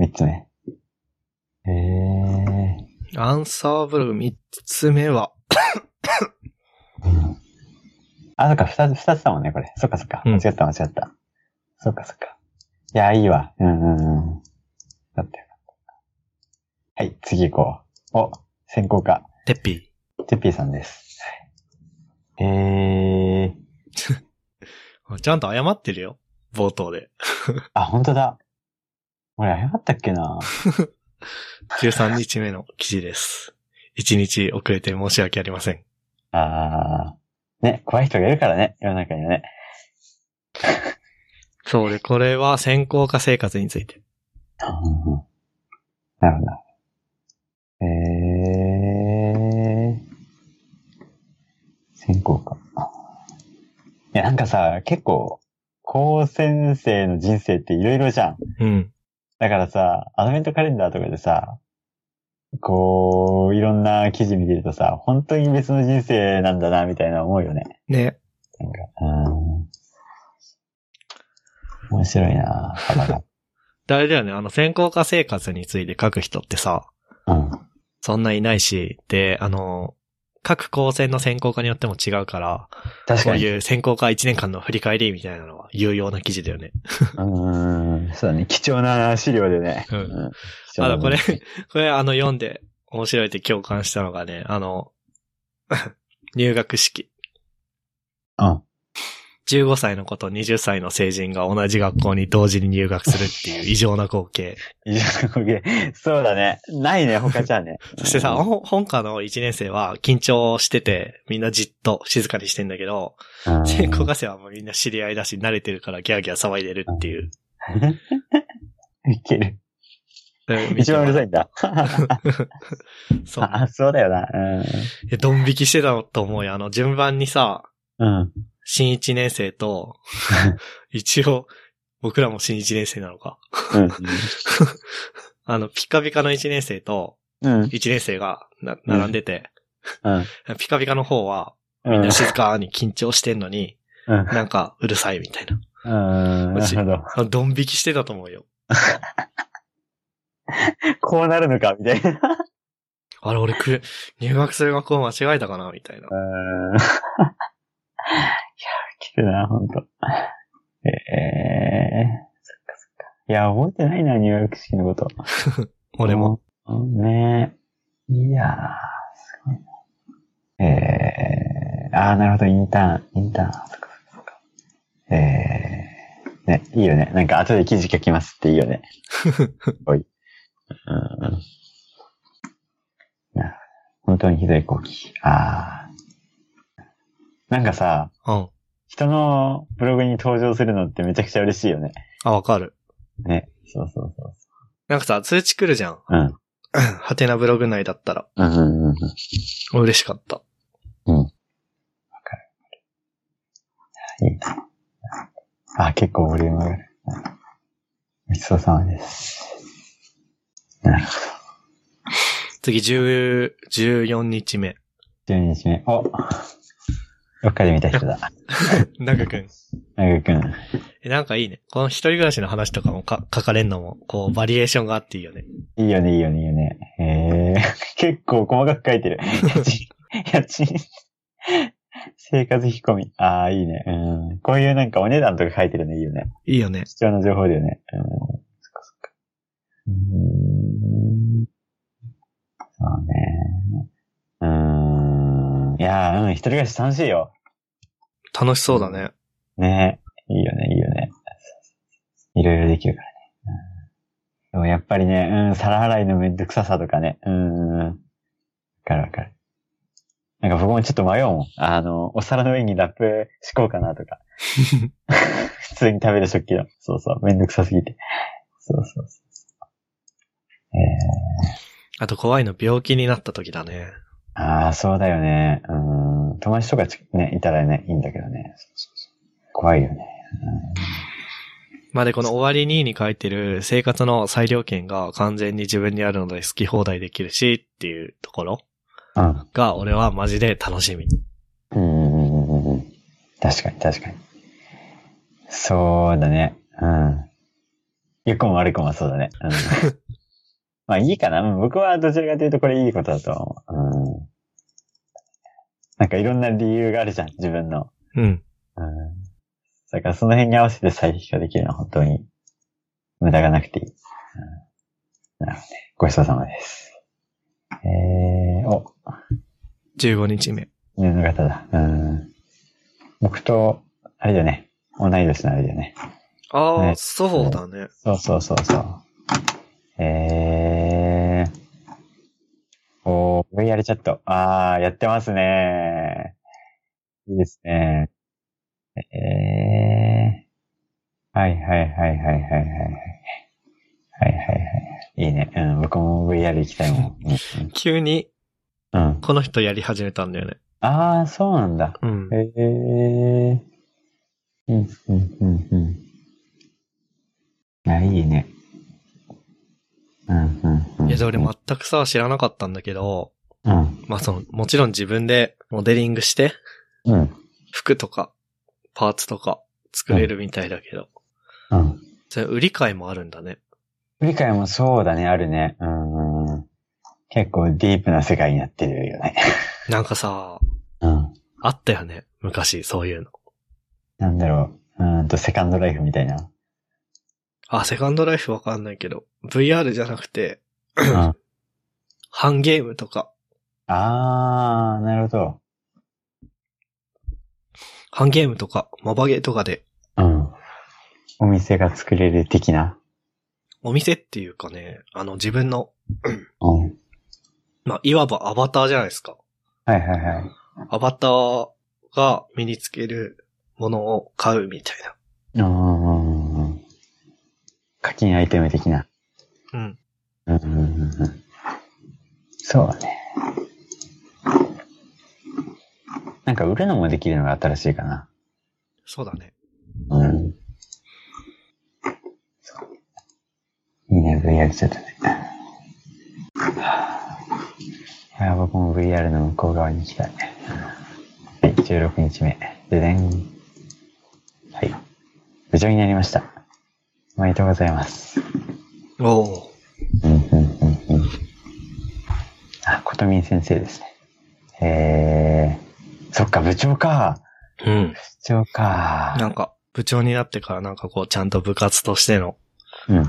B: 3つ目。え
A: アンサーブログ3つ目は、
B: ー。うんあ、そっか、2つ、二つだもんね、これ。そっかそっか。
A: うん
B: 間違った、間違った。そっかそっか。いや、いいわ。うんうんうん。だって。はい、次行こう。お、先行か。
A: テッピ
B: てっぴーさんです。はいえー。
A: ー。ちゃんと謝ってるよ。冒頭で。
B: あ、本当だ。俺、謝ったっけな
A: 13日目の記事です。1日遅れて申し訳ありません。
B: あー。ね、怖い人がいるからね、世の中にはね。
A: そうで、これは専攻科生活について。
B: うんうんなるほど。えー。専攻か。いや、なんかさ、結構、高先生の人生っていろいろじゃん。
A: うん。
B: だからさ、アドベントカレンダーとかでさ、こう、いろんな記事見てるとさ、本当に別の人生なんだな、みたいな思うよね。
A: ね。
B: なんか、うん。面白いな幅が。
A: 誰だよね、あの、専攻科生活について書く人ってさ、
B: うん。
A: そんないないし、で、あの、各高専の専攻科によっても違うから、
B: 確
A: こ
B: か
A: う
B: に。
A: いう専攻科1年間の振り返りみたいなのは有用な記事だよね。
B: うん。そうだね。貴重な資料でね。
A: うん
B: うん。
A: あの、これ
B: 貴、
A: これあの読んで面白いって共感したのがね、あの、 入学式。
B: 重なね。
A: 15歳の子と20歳の成人が同じ学校に同時に入学するっていう異常な光景。
B: うん。いやこれそうだね。ないね、他じゃね。
A: そしてさ、
B: うん
A: ほん本科の1年生は緊張してて、みんなじっと静かにしてんだけ ど、
B: うん
A: 専攻科生はもうみんな知り合いだし慣れてるからギャーギャー騒いでるっていう。
B: いける。
A: それを見て
B: 一番うるさいんだ。
A: そう。
B: あ、 そうだよな。
A: いやドン引きしてたと思うよ。あの、順番にさ、
B: う ん。うん。
A: 新1年生と、一応、僕らも新1年生なのか。あの、ピカピカの1年生と、
B: うん。うん。
A: 1年生がな並んでて、
B: うん。
A: ピカピカの方は、
B: みん
A: 静かに緊張してんのに、
B: うん。
A: なんか、うるさいみた いな。
B: うん。なるほど。
A: あのドン引きしてたと思うよ。
B: こうなるのか、みたいな。
A: あれ、俺く、入学する学校間違えたかなみたいな
B: う。ーん いや、きるな、ほんと。ええそっかそっか。いや、覚えてないな、入学式のこと。
A: 俺も。
B: うん。ねえ。いやー、すごいな。ええあー、なるほど、インターン、インターン、そっかそっかそっか。ええね、いいよね。なんか、後で記事書きますっていいよね。 おい。うん。なるほど。本当にひどい後期。ああ。なんかさ、
A: うん。
B: 人のブログに登場するのってめちゃくちゃ嬉しいよね。
A: あ、わかる。
B: ね。そうそうそうそ
A: なんかさ、通知来るじゃん。
B: う。うん。
A: ハテナブログ内だったら。
B: うんうんうん
A: 嬉しかった。
B: うん。いいな。あ、結構ボリュームがある。ごちそうさまです。なるほ
A: 次、10、14日目。
B: ど。12日目。おどっかで見た人だ。
A: 長くん。
B: なぐくん。
A: え、なんかいいね。この一人暮らしの話とかもか書かれんのも、こう、バリエーションがあっていいよね。
B: いいよね、いいよね、いいよね。えー、結構細かく書いてる。 家賃、家賃、生活費込み。ああ、いいね。うん。こういうなんかお値段とか書いてるのいいよね。
A: いいよね。
B: 貴重な情報だよね。うん。そっかそっか。うーん。そうね。うーん。いやー、うん、一人暮らし楽しいよ。
A: 楽しそうだね。
B: ねいいよね、いいよね。いろいろできるからね。うん、でもやっぱりね、うん、皿洗いのめんどくささとかね。うん。わかるわかる。なんか僕もちょっと迷うもん。あの、お皿の上にラップ敷こうかなとか。 普通に食べる食器だ。そうそう。めんどくさすぎて。そうそうそう。え
A: あと怖いの病気になった時だね。
B: ー、ああ、そうだよね。うん。友達とかちね、いたらね、いいんだけどね。そうそうそう怖いよね。
A: まあで、この終わりにに書いてる生活の裁量権が完全に自分にあるので好き放題できるしっていうところ
B: うん。
A: が俺はマジで楽しみ。
B: うんうんうんうんうん。確かに確かに。そうだね。うん。良くも悪くもそうだね。うん、まあいいかな。うん僕はどちらかというとこれいいことだと思う。うん、なんかいろんな理由があるじゃん、自分の。
A: うん。
B: うん、だからその辺に合わせて再起ができるのは本当に無駄がなくていい。うん、なるほどね。ごちそうさまです。えー、お、
A: 15日目。
B: 犬の方だ。うん。僕と、あれだよね。同い年のあれだよね。
A: ああ、
B: ね
A: そうだね。
B: そうそうそうそう。えー。おー、VR チャット。あー、やってますねいいですねえー。はいはいはいはいはいはい。はいはいはい。いいね。うん、僕も VR 行きたいもん。うん
A: 急に
B: うん。うん、
A: この人やり始めたんだよね。
B: あー、そうなんだ。
A: うん。
B: へえ。うん、うん、うん、うん。あ、いいね。うん、うん、うん。
A: いや、で俺全くさ、知らなかったんだけど、
B: うん、
A: まあその、もちろん自分でモデリングして、
B: うん、
A: 服とか、パーツとか作れるみたいだけど、
B: うん。
A: それ売り買いもあるんだね。
B: 理解もそうだね、あるね。うんうん。結構ディープな世界になってるよね。
A: なんかさ、
B: うん。
A: あったよね。昔、そういうの。
B: なんだろう。うーんと、セカンドライフみたいな。
A: あ、セカンドライフわかんないけど、VR じゃなくて、
B: うん。
A: ハンゲームとか、
B: あー、なるほど。
A: ハンゲームとか、モバゲーとかで、
B: うん。お店が作れる的な。
A: お店っていうかね、あの自分の、
B: うん。
A: まあ、いわばアバターじゃないですか。
B: はいはいはい。
A: アバターが身につけるものを買うみたいな。
B: うん。課金アイテム的な。
A: うん。
B: うんうんうんうん。そうだね。なんか売るのもできるのが新しいかな。
A: そうだね。
B: うん。そういいね、VR ちょっとね。いや、僕も VR の向こう側に行きたい。はい、16日目。ででん。はい。部長になりました。おめでとうございます。
A: おお。
B: うんうんうんうん。あ、ことみん先生ですね。えー、そっか、部長か。
A: うん。
B: 部長か。
A: なんか、部長になってからなんかこう、ちゃんと部活としての
B: うん。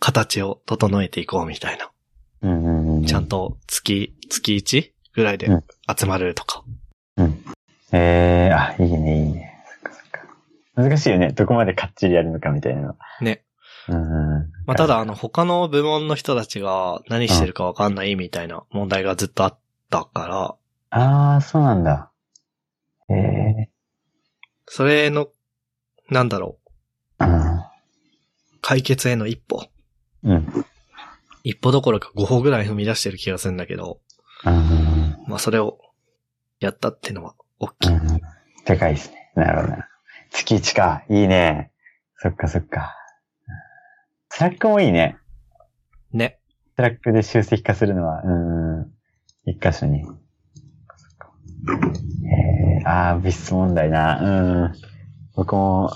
A: 形を整えていこうみたいな。
B: うんうんうん。
A: ちゃんと月、月 1? ぐらいで
B: うん
A: 集まるとか。
B: うん。えー、あ、いいね、いいね。そっかそっか。難しいよね。どこまでかっちりやるのかみたいなの。
A: ね。
B: うんうん。
A: まあ、ただあの、他の部門の人たちが何してるかわかんないみたいな問題がずっとあっったから、
B: ああ、そうなんだ。ええ
A: それの、なんだろう、
B: ー。
A: 解決への一歩。
B: うん。うん。
A: 一歩どころか5歩ぐらい踏み出してる気がするんだけど、
B: うん。
A: まあそれを、やったってのは、大き
B: う
A: い。
B: ん。でかいですね。なるほどな。月1か。いいね。そっかそっか。スラックもいいね。
A: ね。
B: スラックで集積化するのは、うん。一箇所に。そっかえー、ああ、物質問題な。うん。僕も、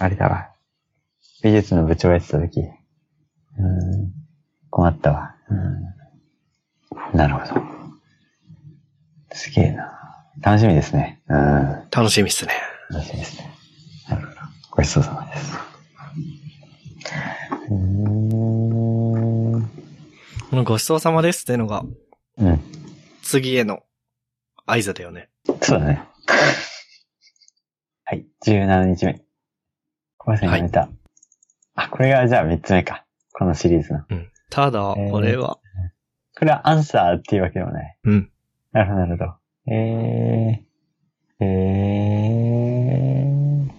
B: あれだわ。美術の部長やってた時。うん。困ったわ。うん。なるほど。すげえな。楽しみですね。うん。
A: 楽しみっすね。
B: 楽しみですね。なるほど。ごちそうさまです。うーん。うん。
A: このごちそうさまですってのが、次への合図だよね。
B: そ うだね。はい。17日目。小林さんが見た。あ、これがじゃあ3つ目か。このシリーズの。
A: うん。ただ、
B: えー
A: これは、
B: これはアンサーっていうわけでもない。
A: うん。
B: なるほど、なるほど。えー。えー。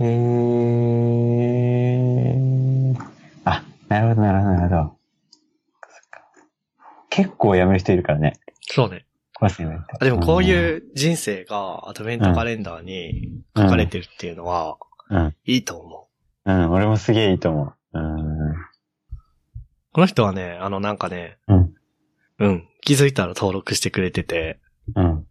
B: えー。あ、なるほど、なるほど、なるほど。そっか結構やめる人いるからね。
A: そうね。
B: 忘れないと
A: あでもこういう人生がアドベントカレンダーに書かれてるっていうのは、
B: うん。うん。
A: いいと思う。
B: うん、俺もすげえいいと思う。うん。
A: この人はね、あのなんかね、
B: うん。
A: うん。気づいたら登録してくれてて、
B: うん。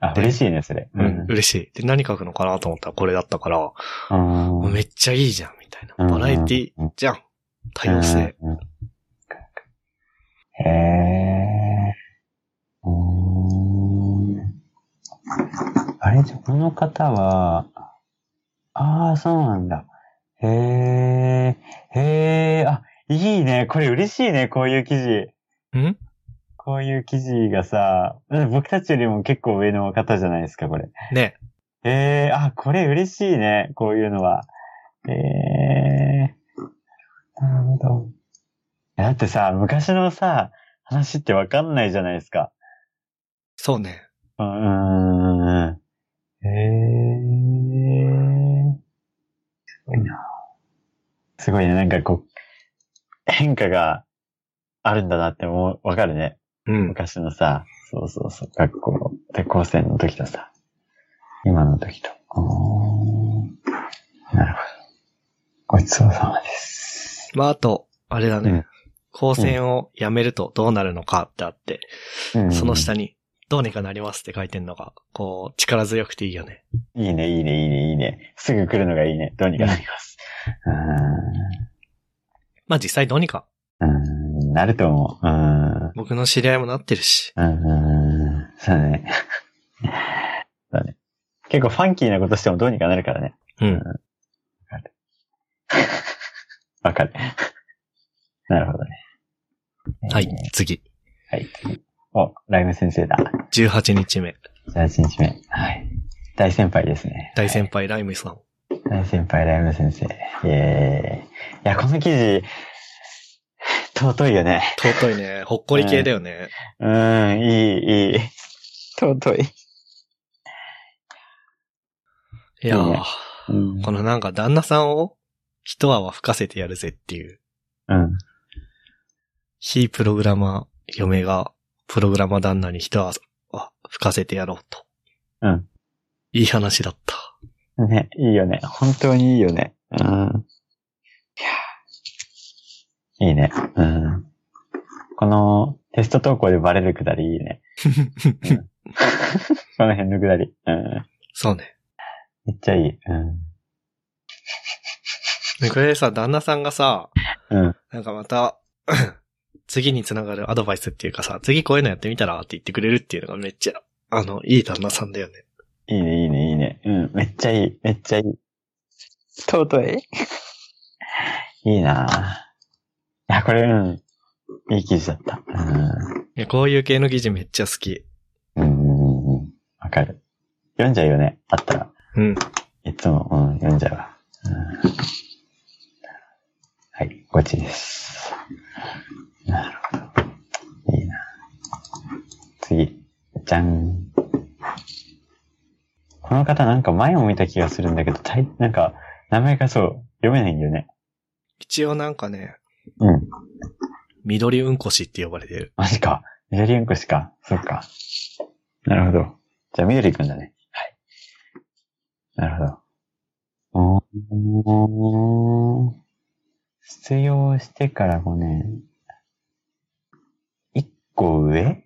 B: あ、
A: で
B: 嬉しいね、それ。
A: うん、嬉しい。で、何書くのかなと思ったらこれだったから、
B: うん。
A: めっちゃいいじゃん、みたいな。
B: うん
A: バラエティじゃん。多様性。
B: うん。へえ。うーん。あれじゃ、この方は、ああ、そうなんだ。へえ、へえ、あ、いいね。これ嬉しいね、こういう記事。
A: うん
B: こういう記事がさ、うん僕たちよりも結構上の方じゃないですか、これ。
A: ね。
B: ええあ、これ嬉しいね、こういうのは。ええなるほど。だってさ、昔のさ、話ってわかんないじゃないですか。
A: そうね。
B: うん、うん、うん。ええすごいな。すごいね、なんかこう、変化があるんだなってもう、わかるね。
A: うん。
B: 昔のさ、そうそうそう、学校、で高専の時とさ、今の時と。おーなるほど。ごちそうさまです。
A: まあ、あと、あれだね。
B: うん
A: 高専を辞めるとどうなるのかってあって、
B: うん
A: その下に、どうにかなりますって書いてんのが、こう、力強くていいよね。
B: いいね、いいね、いいね、いいね。すぐ来るのがいいね。どうにかなります。
A: まあ実際どうにか、
B: うーん、うーんなると思う。うーん、
A: 僕の知り合いもなってるし。
B: うーん、そうだね。そうだね。結構ファンキーなことしてもどうにかなるからね。
A: うん。
B: わかる。 なるほどね。
A: はい
B: えー、
A: 次。
B: はい。お、ライム先生だ。
A: 18日目。
B: 18日目。はい。大先輩ですね。
A: 大先輩ライムさん。
B: 大先輩、ライム先生。イエーイ。いや、この記事、尊いよね。
A: 尊いね。ほっこり系だよね。
B: うーん、いい、いい。尊い。
A: いや
B: いい
A: ー
B: ね、うん。
A: このなんか旦那さんを一泡吹かせてやるぜっていう、
B: うん。
A: 非プログラマー嫁がプログラマー旦那に一泡吹かせてやろうと。
B: うん。
A: いい話だった。
B: ね、いいよね。本当にいいよね。うん。いやいいね。うん。このテスト投稿でバレるくだりい いね。この辺のくだり。うん。
A: そうね。
B: めっちゃいい。うん。
A: でこれさ、旦那さんがさ、
B: うん。
A: なんかまた、 次につながるアドバイスっていうかさ、次こういうのやってみたらって言ってくれるっていうのがめっちゃ、あの、いい旦那さんだよね。
B: いいね、いいね、いいね。うん、めっちゃいい、めっちゃいい。尊い。いいなぁ。いや、これ、うん。いい記事だった。
A: いやこういう系の記事めっちゃ好き。
B: うん。うんうん、うんうん。わかる。読んじゃうよね、あったら。
A: うん。
B: いつも、うん、読んじゃうわ。うん、はい、ごちです。なるほど。次。じゃん。この方なんか前も見た気がするんだけど、たいなんか、名前がそう、読めないんだよね。
A: 一応なんかね、
B: うん。
A: 緑うんこしって呼ばれてる。
B: マジか。みどりうんこしか。そっか。なるほど。じゃあ、みどりくんだね。はい。なるほど。おー。出用してから5年。1個上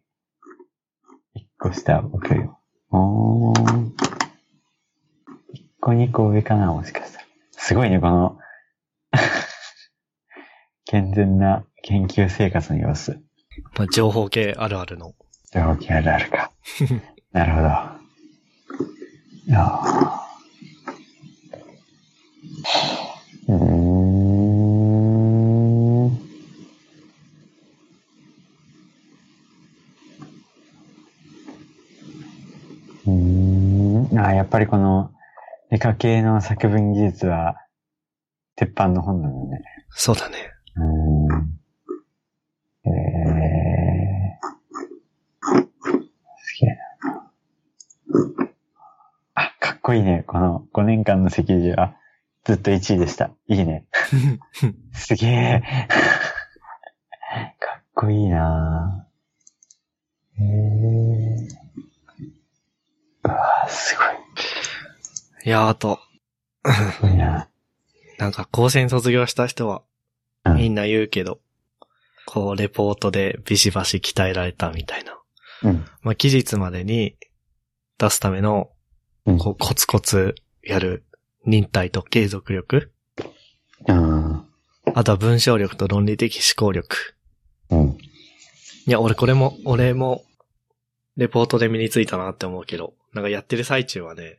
B: ?1 個下、僕よ。おー。1個2個上かな、もしかしたら。すごいね、この、健全な研究生活の様子。
A: まあ、情報系あるあるの。
B: 動機あるあるか。なるほど。ああ。うーん。うーん。ああ、やっぱりこの、理科系の作文技術は、鉄板の本なのね。
A: そうだね。
B: うーんえーすげえな。あ、かっこいいね。この5年間の席次はずっと1位でした。いいね。すげえ。 かっこいいなぁ。えー、うわぁ、すごい。
A: いやー、あと、
B: すごいな
A: なんか高専卒業した人は
B: うん
A: みんな言うけど、こう、レポートでビシバシ鍛えられたみたいな。
B: うん。
A: まあ、期日までに出すための、
B: うん
A: こう、コツコツやる忍耐と継続力。
B: うん。
A: あとは文章力と論理的思考力。
B: うん。
A: いや、俺これも、俺も、レポートで身についたなって思うけど、なんかやってる最中はね、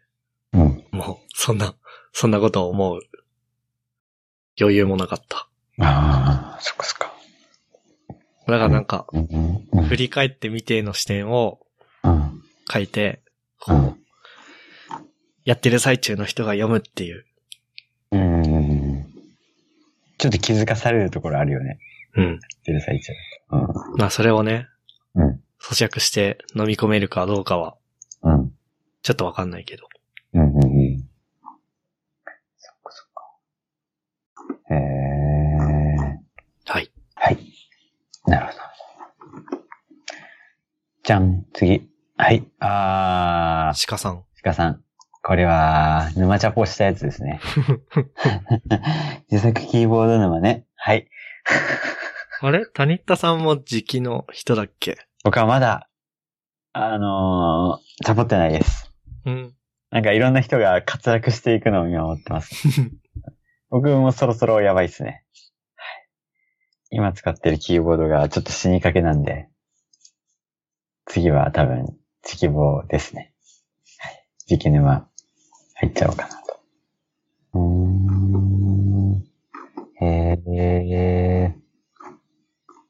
B: うん。
A: もう、そんな、そんなことを思う。余裕もなかった。
B: ああ、そっかそっか。
A: だからなんか、
B: うん。うん
A: 振り返ってみての視点を
B: うん。
A: 書いて、こ
B: う。
A: うんやってる最中の人が読むっていう。
B: うーんちょっと気づかされるところあるよね。
A: うん。
B: 出る最中。うん。
A: まあそれをね、
B: うん
A: 咀嚼して飲み込めるかどうかは、
B: うん。
A: ちょっとわかんないけど。
B: うん。うん。うん。そっかそっか。へえ。
A: はい。
B: はい。なるほど。じゃん、次。はい。あー、
A: 鹿さん。
B: 鹿さん。これは、沼チャポしたやつで すね。自作キーボード沼ね。はい。
A: あれ谷田さんも直記の人だっけ
B: 僕はまだ、あのー、サボってないです。
A: うん。
B: なんかいろんな人が滑落していくのを見守ってます。僕もそろそろやばいっすね。はい今使ってるキーボードがちょっと死にかけなんで、次は多分、チキボーですね。はい。時期沼入っちゃおうかなと。うーん。えー、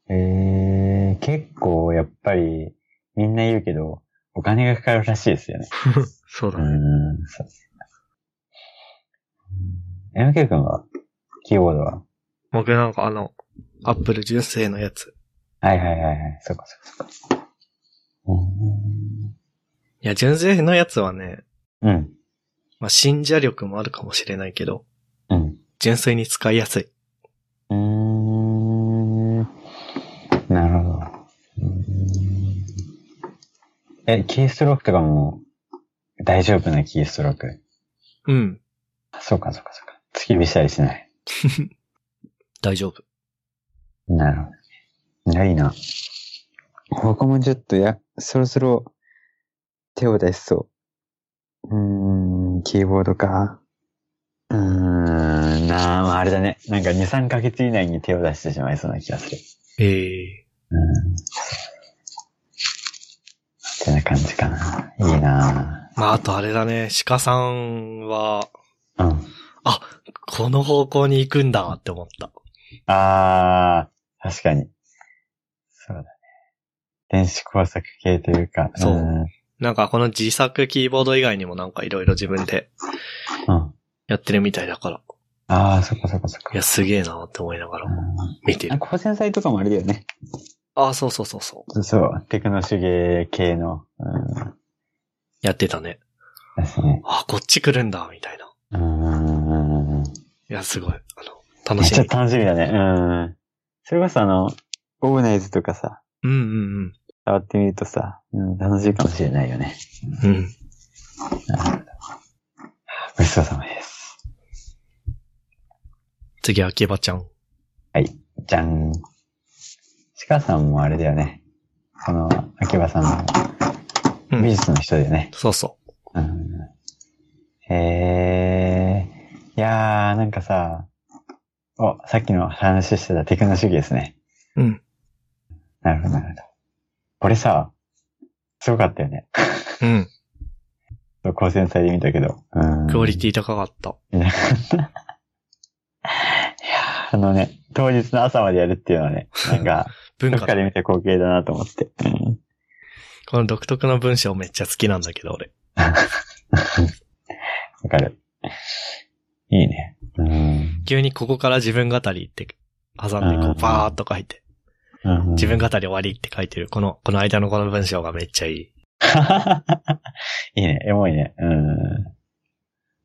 B: えー、結構やっぱりみんな言うけど、お金がかかるらしいですよね。
A: そうだ
B: う
A: ね。
B: ん、そうですね。MK 君はキーボードは
A: 僕なんかあの、アップル純正のやつ。
B: はいはいはいはい。そっかそっかそっか。う
A: いや、純正のやつはね、
B: ん。うん。
A: まあ信者力もあるかもしれないけど、
B: うん。
A: 純粋に使いやすい。
B: うーん。なるほど。うーんえ、キーストロークとかも大丈夫なキーストローク。
A: うん。
B: あそうかそうかそうか。突き火したりしない。
A: 大丈夫。
B: なるほど。いや、いいな。僕もちょっとや、そろそろ手を出しそう。うーん、キーボードか。うーん、なあ、まあ、あれだね。なんか2、3ヶ月以内に手を出してしまいそうな気がする。
A: ええ
B: うん。ってな感じかな。いいな
A: まああとあれだね、鹿さんは、
B: あうん。
A: この方向に行くんだって思った。
B: あー、確かに。そうだね。電子工作系というか。
A: そうんなんかこの自作キーボード以外にもなんかいろいろ自分で
B: うん。
A: やってるみたいだから、
B: ああ、そっかそっかそっか。
A: いや、すげえなって思いながらも見て
B: なん
A: る。
B: か、高専祭とかもあれだよね。
A: ああ、そうそうそうそう。
B: そう、テクノ手芸系の、うん、
A: やってたね。
B: ですね。
A: ああ、こっち来るんだ、みたいな。
B: うん。
A: いや、すごい。あの、楽
B: めっ
A: し
B: ちゃ
A: み。
B: 楽しみだね。うん。それこそあの、オーガナイズとかさ、
A: うんうん
B: 触ってみるとさ、うん、楽しいかもしれないよね。
A: うん。うん。
B: ごちそうさまです。
A: 次は秋葉ちゃん。
B: じゃん。ちかさんもあれだよね。その、秋葉さん
A: う
B: の美
A: ん。
B: 術の人だよね。
A: そうそ
B: うん。へえー。いやー、なんかさ、お、さっきの話してたテクノ主義ですね。
A: う。うん。
B: なるほど、なるほど。これさ、すごかったよね。
A: うん。
B: そう高専祭で見たけど。うん。
A: クオリティ高かった。
B: あのね、当日の朝までやるっていうのはね、なんか、
A: 文
B: どっ
A: 化
B: か
A: だ
B: で見た光景だなと思って。うん
A: この独特の文章めっちゃ好きなんだけど、俺。
B: わかる。いいね。うん。
A: 急にここから自分語りって挟んで、
B: うんう
A: こ
B: ん
A: う、バーっと書いて、
B: うん
A: 自分語り終わりって書いてる。この、この間のこの文章がめっちゃいい。
B: いいね、エモいね。うんうんうんう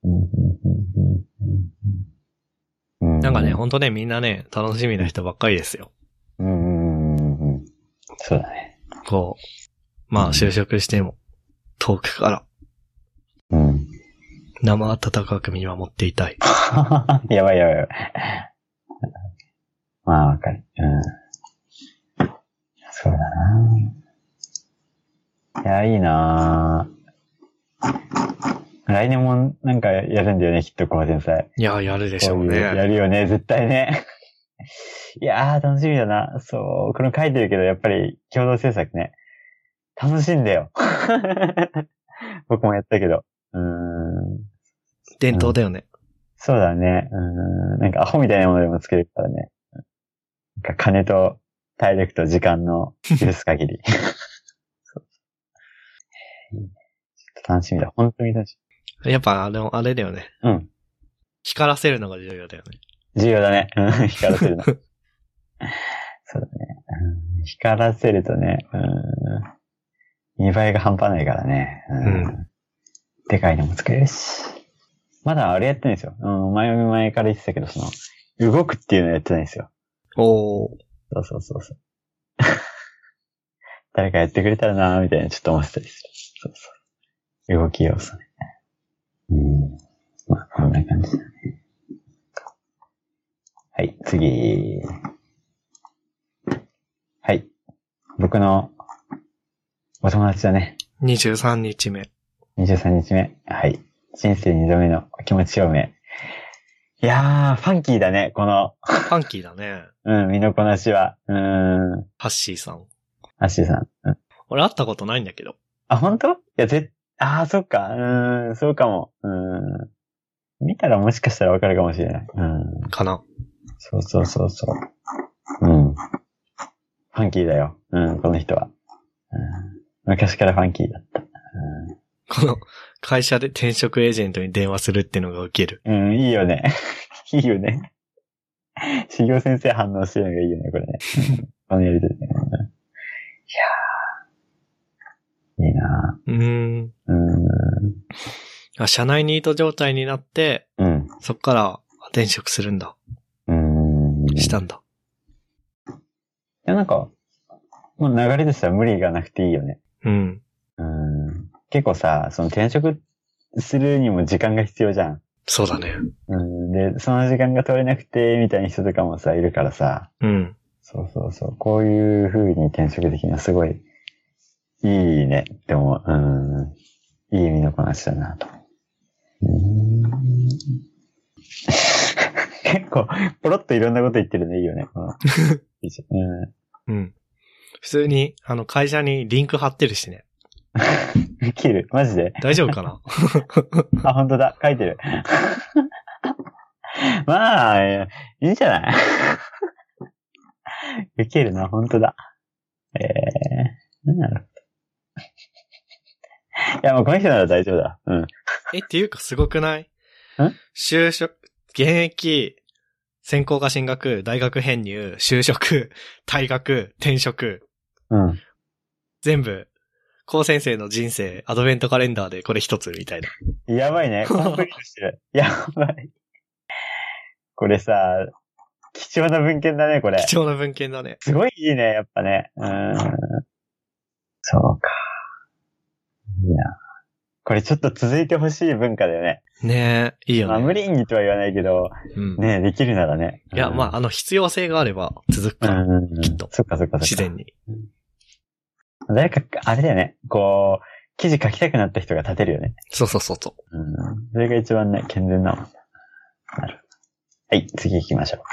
B: んうんうん。
A: なんかね、
B: う
A: ほんとね、みんなね、楽しみな人ばっかりですよ。
B: んうんうんうんうん。そうだね。
A: こう、まあ、
B: うん
A: 就職しても、遠くから
B: うん。
A: 生温かく見守っていたい。
B: やばいやばいやばい。まあ、わかる。うん。そうだな。いや、いいな来年もなんかやるんだよね、きっと、高専祭。
A: いやー、やるでしょう
B: こういうや
A: ね。
B: るよね、絶対 ね。いやー、楽しみだな。そう、これも書いてるけど、やっぱり共同制作ね。楽しいんだ よ。僕もやったけど。うーん。
A: 伝統だよね。
B: そうだね。うん。なんかアホみたいなものでも作れるからね。なんか金と体力と時間の許す限り。そういいねちょっと楽しみだ。本当に楽し
A: やっぱ、あの、あれだよね。
B: み。うん。
A: 光らせるのが重要だよね。
B: 重要だね。うん光らせるの。そうだね、うん光らせるとね、うん。見栄えが半端ないからね。
A: う
B: でかいのも作れるし。まだあれやってないんですよ。うん、前々から言ってたけど、その、動くっていうのやってないんですよ。
A: おー。
B: そうそうそう そう。誰かやってくれたらなーみたいな、ちょっと思ってたりする。そうそう。動き要素ね。うん。まあ、こんな感じだね。はい、次。はい。僕のお友達だね。
A: 23日目。
B: 23日目。はい。人生2度目のお気持ち表明。いやー、ファンキーだね、この、
A: ファンキーだね。
B: うん、身のこなしは。うん、
A: ハッシーさん。
B: アッシーさん。うん
A: 俺会ったことないんだけど。
B: あ、本当？いや、ぜ、ああ、そっか。うーん、そうかも。うーん。見たらもしかしたらわかるかもしれない。うん。
A: かな。
B: そうそうそうそう。うん。ファンキーだよ。うん、この人は。うん、昔からファンキーだった。
A: この、会社で転職エージェントに電話するってのがウケる。
B: うん、うん、いいよね。 いいよね。修行先生反応してるのがいいよね、これね。うんこのやりとりね。うんいやーいいな
A: うーん。
B: ー
A: あ社内ニート状態になって、
B: うーん。
A: そっから転職するんだ。
B: うん。うーん。
A: したんだ。
B: いや、なんか、もう流れとしては無理がなくていいよね。
A: うん。
B: うん。結構さ、その転職するにも時間が必要じゃん。
A: そうだね。
B: うん。で、その時間が取れなくて、みたいな人とかもさ、いるからさ。
A: うん。
B: そうそうそう。こういう風に転職できるのはすごい、いいねって思う。うん。いい身のこなしだなと。うん。 結構、ポロっといろんなこと言ってるのいいよね。うん。いいじゃんう
A: う
B: ん
A: ん。普通に、あの、会社にリンク貼ってるしね。
B: できるマジで
A: 大丈夫か な
B: あ、本当だ。書いてる。 まあ、いいんじゃない ウケるな、本当だ。ええなるほ ど。いや、もうこの人なら大丈夫だ。うん。
A: え、っていうかすごくない
B: ん
A: 就職、現役、専攻が進学、大学編入、就職、退学、転職、
B: うん。
A: 全部、高先生の人生、アドベントカレンダーでこれ一つみたいな。
B: やばいね。コンプリートしてる。やばい。これさ、貴重な文献だね、これ。
A: 貴重な文献だね。
B: すごいいいね、やっぱね。うーん。そうか。いいな。これちょっと続いてほしい文化だよね。
A: ねえ、いいよ
B: まあ、
A: ね。
B: 無理にとは言わないけど、
A: うん。
B: ね、できるならね。
A: いや、まあ、あの、必要性があれば続く
B: あ
A: から、
B: うん、
A: きっと
B: そっかそっかそっか。
A: 自然に。
B: 誰か、あれだよね。こう、記事書きたくなった人が立てるよね。
A: そうそうそうそう。
B: うん。それが一番ね、健全なもん。なるほどはい、次行きましょうか。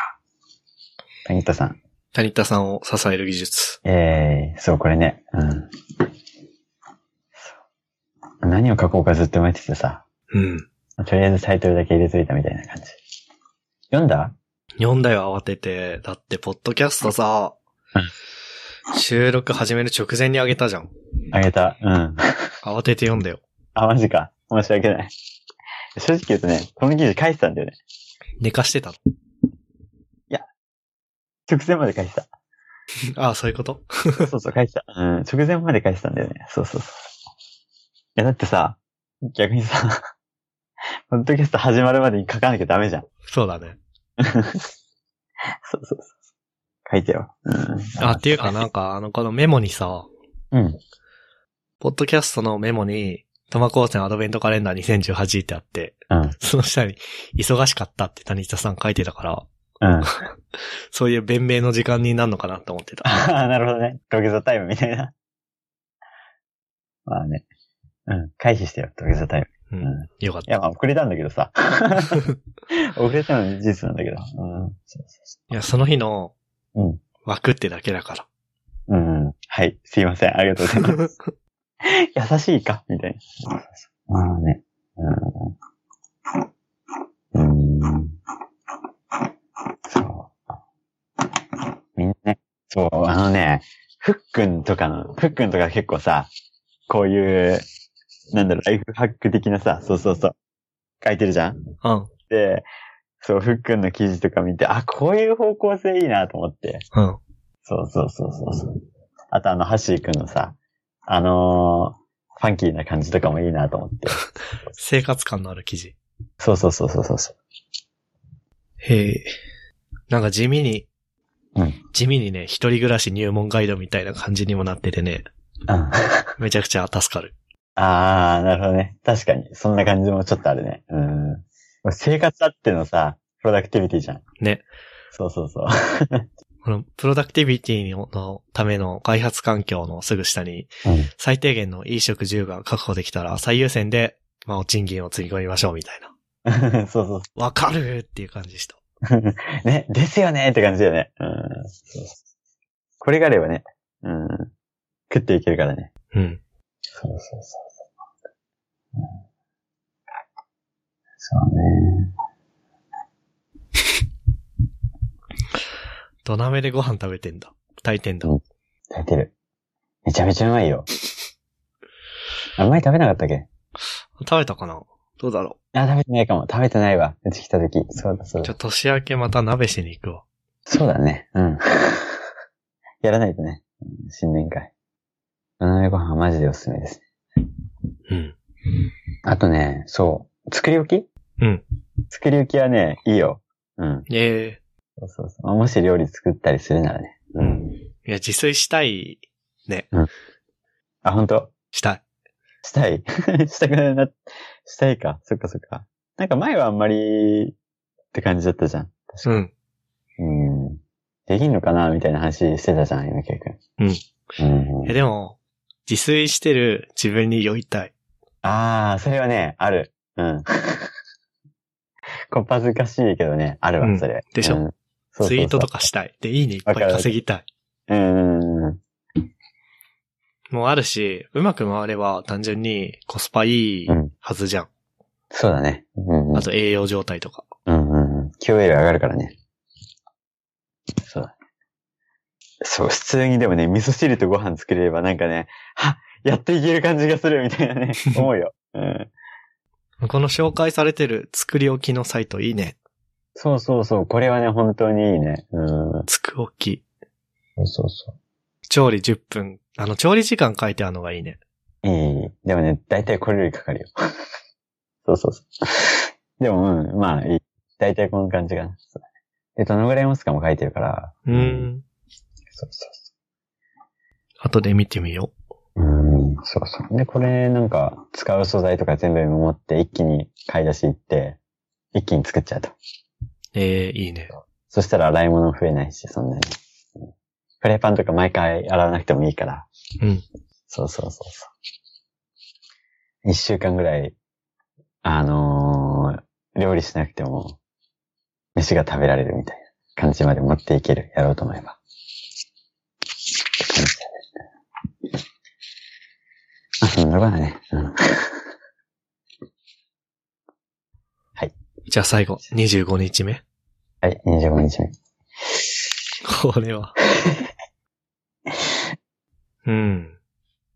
B: 谷田さん。
A: 谷田さんを支える技術。
B: ええそう、これね。うん。何を書こうかずっと迷っててさ。
A: うん。
B: とりあえずタイトルだけ入れといたみたいな感じ。読んだ
A: 読んだよ、慌てて。だって、ポッドキャストさ、収録始める直前にあげたじゃん。
B: あげた。うん。
A: 慌てて読んだよ。
B: あ、マジか。申し訳ない。正直言うとね、この記事書いてたんだよね。
A: 寝かしてた。
B: 直前まで書いてた。
A: ああ、そういうこと
B: そうそうそう、書いてた。うん、直前まで書いてたんだよね。そうそうそう。いや、だってさ、逆にさ、 ポッドキャスト始まるまでに書かなきゃダメじゃん。
A: そうだね。
B: そうそうそう。書いてよ。うん。
A: あ、っていうかなんか、あの、このメモにさ、
B: うん。
A: ポッドキャストのメモに、トマ高専アドベントカレンダー2018ってあって、
B: うん。
A: その下に、忙しかったって谷田さん書いてたから、
B: うん。
A: そういう弁明の時間になるのかなと思ってた。
B: ああ、なるほどね。土下座タイムみたいな。まあね。うん。回避してよ、土下座タイム。
A: うん
B: ん。
A: よかっ
B: い
A: た。
B: や、まあ遅れたんだけどさ。遅れたのは事実なんだけど。うん。そうそうそ
A: いや、その日の
B: うん、
A: 枠ってだけだか
B: ううん。はい。すいません。ありがとうございます。
A: ら。
B: 優しいかみたいな。まあね。うん。うん。そう。みんなね、そう、あのね、ふっくんとかの、ふっくんとか結構さ、こういう、なんだろう、ライフハック的なさ、そうそうそう、書いてるじゃん
A: うん。
B: で、そう、ふっくんの記事とか見て、あ、こういう方向性いいなと思って。
A: うん。
B: そうそうそうそうそう。あとあの、ハッシーくんのさ、あのーファンキーな感じとかもいいなと思って。
A: 生活感のある記事。
B: そうそうそうそうそうそ
A: へえ。なんか地味に、
B: うん
A: 地味にね、一人暮らし入門ガイドみたいな感じにもなっててね、
B: う。うん。
A: めちゃくちゃ助かる。
B: あー、なるほどね。確かに。そんな感じもちょっとあるね。うん。生活あってのさ、プロダクティビティじゃん。
A: ね。
B: そうそうそう。
A: この、プロダクティビティののための開発環境のすぐ下に、
B: うん
A: 最低限の衣食住が確保できたら最優先で、まあ、お賃金を積み込みましょうみたいな。
B: そうそう
A: わかるっていう感じでした。
B: そう。ね、ですよねって感じだよね。うん。そうこれがあればね、うん。食っていけるからね。
A: うん。
B: そうそうそうそう。うんそうね。
A: 土鍋でご飯食べてんだ。炊いてんだ。
B: うん炊いてる。めちゃめちゃうまいよ。あ、前食べなかったっけ
A: 食べたかなどうだろ
B: あ、食べてないかも。食べてないわ。うち来た時。そうだ、そう
A: う。ちょ、
B: だ。
A: 年明けまた鍋しに行くわ。
B: そうだね。うん。 やらないとね。うん新年会。斜めご飯はマジでおすすめですね。
A: うん。
B: あとね、そう。作り置き
A: うん。
B: 作り置きはね、いいよ。うん。
A: え
B: そうそうそう。まあもし料理作ったりするならね。
A: えうん。いや、自炊したい。
B: あ、本当
A: したい。
B: したい したくな、したいか。そっかそっか。なんか前はあんまりって感じだったじゃん。
A: うん。
B: うん。できんのかなみたいな話してたじゃん、今ケイ君。うん。
A: え、でも、自炊してる自分に酔いたい。
B: ああ、それはね、ある。うん。 こっぱずかしいけどね、ある
A: う
B: わ、
A: ん
B: それ。
A: でしょ
B: うんそうそうそう
A: ツイートとかしたい。で、いいねいっぱい稼ぎたい。
B: うんうんうん。
A: もうあるし、うまく回れば単純にコスパいい
B: うん
A: はずじゃん。
B: そうだね。うんうん
A: あ。と栄養状態とか。
B: うんうんうん。QL 上がるからね。そうだね。そう、普通にでもね、味噌汁とご飯作れればなんかね、はやっていける感じがするみたい なね、思うよ。うん。
A: この紹介されてる作り置きのサイトいいね。
B: そうそうそう。これはね、本当にいいね。うん。
A: つくおき。
B: そうそうそ
A: 調理10分。あの、調理時間書いてあるのがいいね。
B: う。いい。でもね、だいたいこれよりかかるよ。 そうそうそう。でも、うん、まあ、いい。だいたいこの感じかな。そうだねで、どのぐらい持つかも書いてるから。
A: うーん。
B: そうそうそ
A: 後で見てみよ
B: う。うん、そうそう。で、これ、なんか、使う素材とか全部持って、一気に買い出し行って、一気に作っちゃうと。
A: う。ええいいね。
B: そしたら洗い物増えないし、そんなに。フライパンとか毎回洗わなくてもいいから。
A: うん。
B: そうそうそうそう。一週間ぐらい、あのー料理しなくても、飯が食べられるみたいな感じまで持っていける、やろうと思えば。って感じだねあ、そんなことだね。うん。
A: じゃあ最後、25日目。
B: はい、25日目。
A: これは。うん。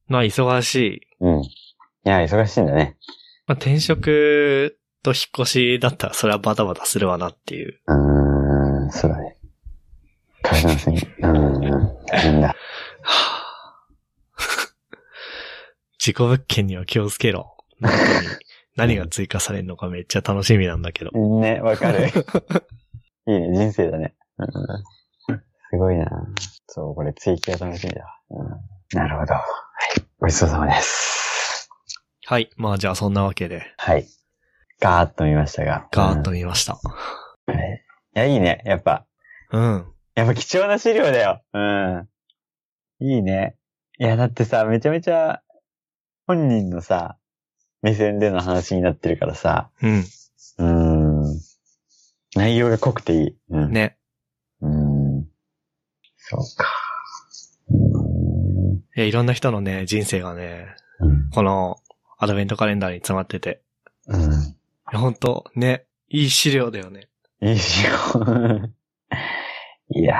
A: まあ、忙しい。
B: うん。いや、忙しいんだね。
A: まあ、転職と引っ越しだったら、それはバタバタするわなっていう。
B: うーん、そうだね。大変すぎ。うーん、大変だ。
A: はぁ事故物件には気をつけろ。本当に何が追加されるのかめっちゃ楽しみなんだけど。
B: ね、わ かる。いいね、人生だね。うんすごいなそう、これ追記が楽しみだわ、うんなるほど。はい。ごちそうさまです。
A: はい。まあじゃあそんなわけで、
B: はい。ガーッと見ましたが。
A: ガーッと見ました。
B: うん。はいいや、いいね。やっぱ。
A: うん。
B: やっぱ貴重な資料だよ。うん。いいね。いや、だってさ、めちゃめちゃ本人のさ、目線での話になってるからさ、
A: うん。
B: うん。内容が濃くていい。うん。
A: ね。
B: うーんそうか。う
A: いやいろんな人のね、人生がね、
B: ーん。
A: このアドベントカレンダーに詰まってて。
B: うん。
A: いやほんと、ね、いい資料だよね。
B: いいしよう。いや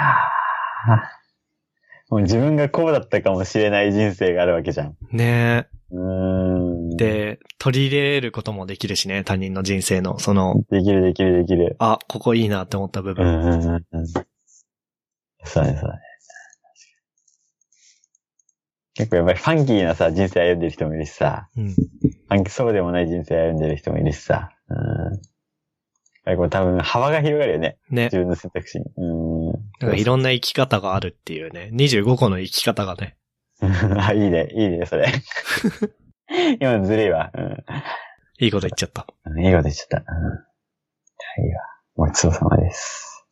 B: ー。もう自分がこうだったかもしれない人生があるわけじゃん。
A: ね
B: うーん。、
A: で、取り入れることもできるしね、他人の人生の、その、
B: できるできるできる。
A: あ、ここいいなって思った部
B: うん
A: 分。
B: うんうんうん。そうだね、そうだね。結構やっぱりファンキーなさ、人生歩んでる人もいるしさ。
A: うん。
B: あそうでもない人生歩んでる人もいるしさ。うん。やっぱりこう多分幅が広がるよね。
A: ね。
B: 自分の選択肢に。うん。
A: なんかいろんな生き方があるっていうね。25個の生き方がね。
B: あ、いいね、いいね、そ れ。今のずるいわ。
A: いいこと言っちゃった。
B: うん。いいこと言っちゃった。うん。はいわ。ごちそうさまです。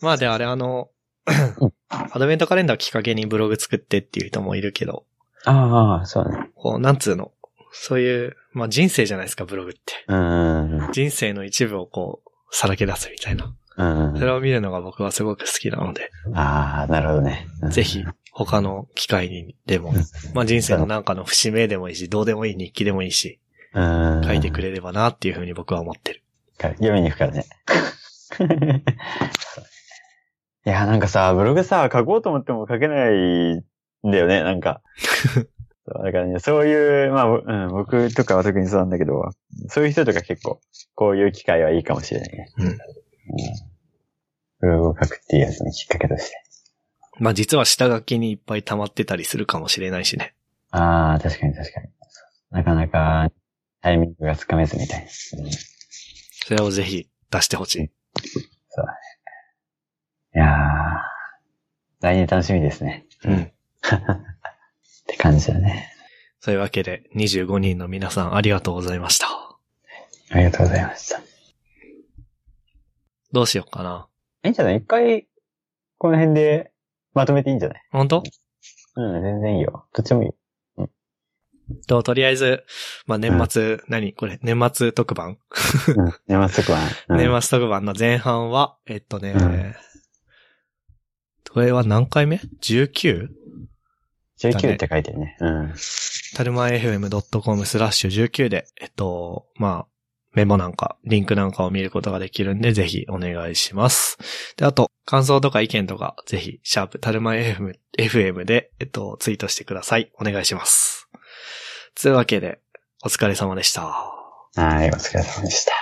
A: まあで、あれあの、アドベントカレンダーきっかけにブログ作ってっていう人もいるけど、
B: ああ、そうだね。
A: こう、なんつうの。そういう、まあ人生じゃないですか、ブログって。
B: うん。うん
A: 人生の一部をこう、さらけ出すみたいな。
B: うん
A: それを見るのが僕はすごく好きなので、
B: うん。ああ、なるほどね。うん
A: ぜひ他の機会にでも、まあ人生のなんかの節目でもいいし、どうでもいい日記でもいいし、
B: うん。
A: 書いてくれればなっていうふうに僕は思ってる。
B: 読みに行くからね。 いや、なんかさ、ブログさ、書こうと思っても書けないんだよね、な んか。そうだからね、そういう、まあ、ぼうん、僕とかは特にそうなんだけど、そういう人とか結構、こういう機会はいいかもしれないね。
A: うん
B: うんブログを書くっていうやつのきっかけとして。
A: まあ実は下書きにいっぱい溜まってたりするかもしれないしね。
B: ああ、確かに確かに。なかなか、タイミングがつかめずみたいな。うん
A: それをぜひ出してほしい。
B: いやー、来年楽しみですね。
A: うん。
B: って感じだね。
A: そういうわけで、25人の皆さんありがとうございました。
B: ありがとうございました。
A: どうしようかな。
B: いいんじゃない一回、この辺でまとめていいんじゃない
A: 本当
B: うん、全然いいよ。どっちもいい よ。
A: と、とりあえず、まあ年末、何これ、年末特番、
B: うん、年末特番。うん、
A: 年末特番の前半は、えっとね、
B: うん
A: これは何回目 ?19?
B: 末19って書いてるね。うん。
A: タルマ FM.com スラッシュ19で、えっと、まあ、メモなんか、リンクなんかを見ることができるんで、ぜひお願いします。で、あと、感想とか意見とか、ぜひ、シャープタルマ FM, FM で、えっと、ツイートしてください。お願いします。つうわけで、お疲れ様でした。
B: はい、お疲れ様でした。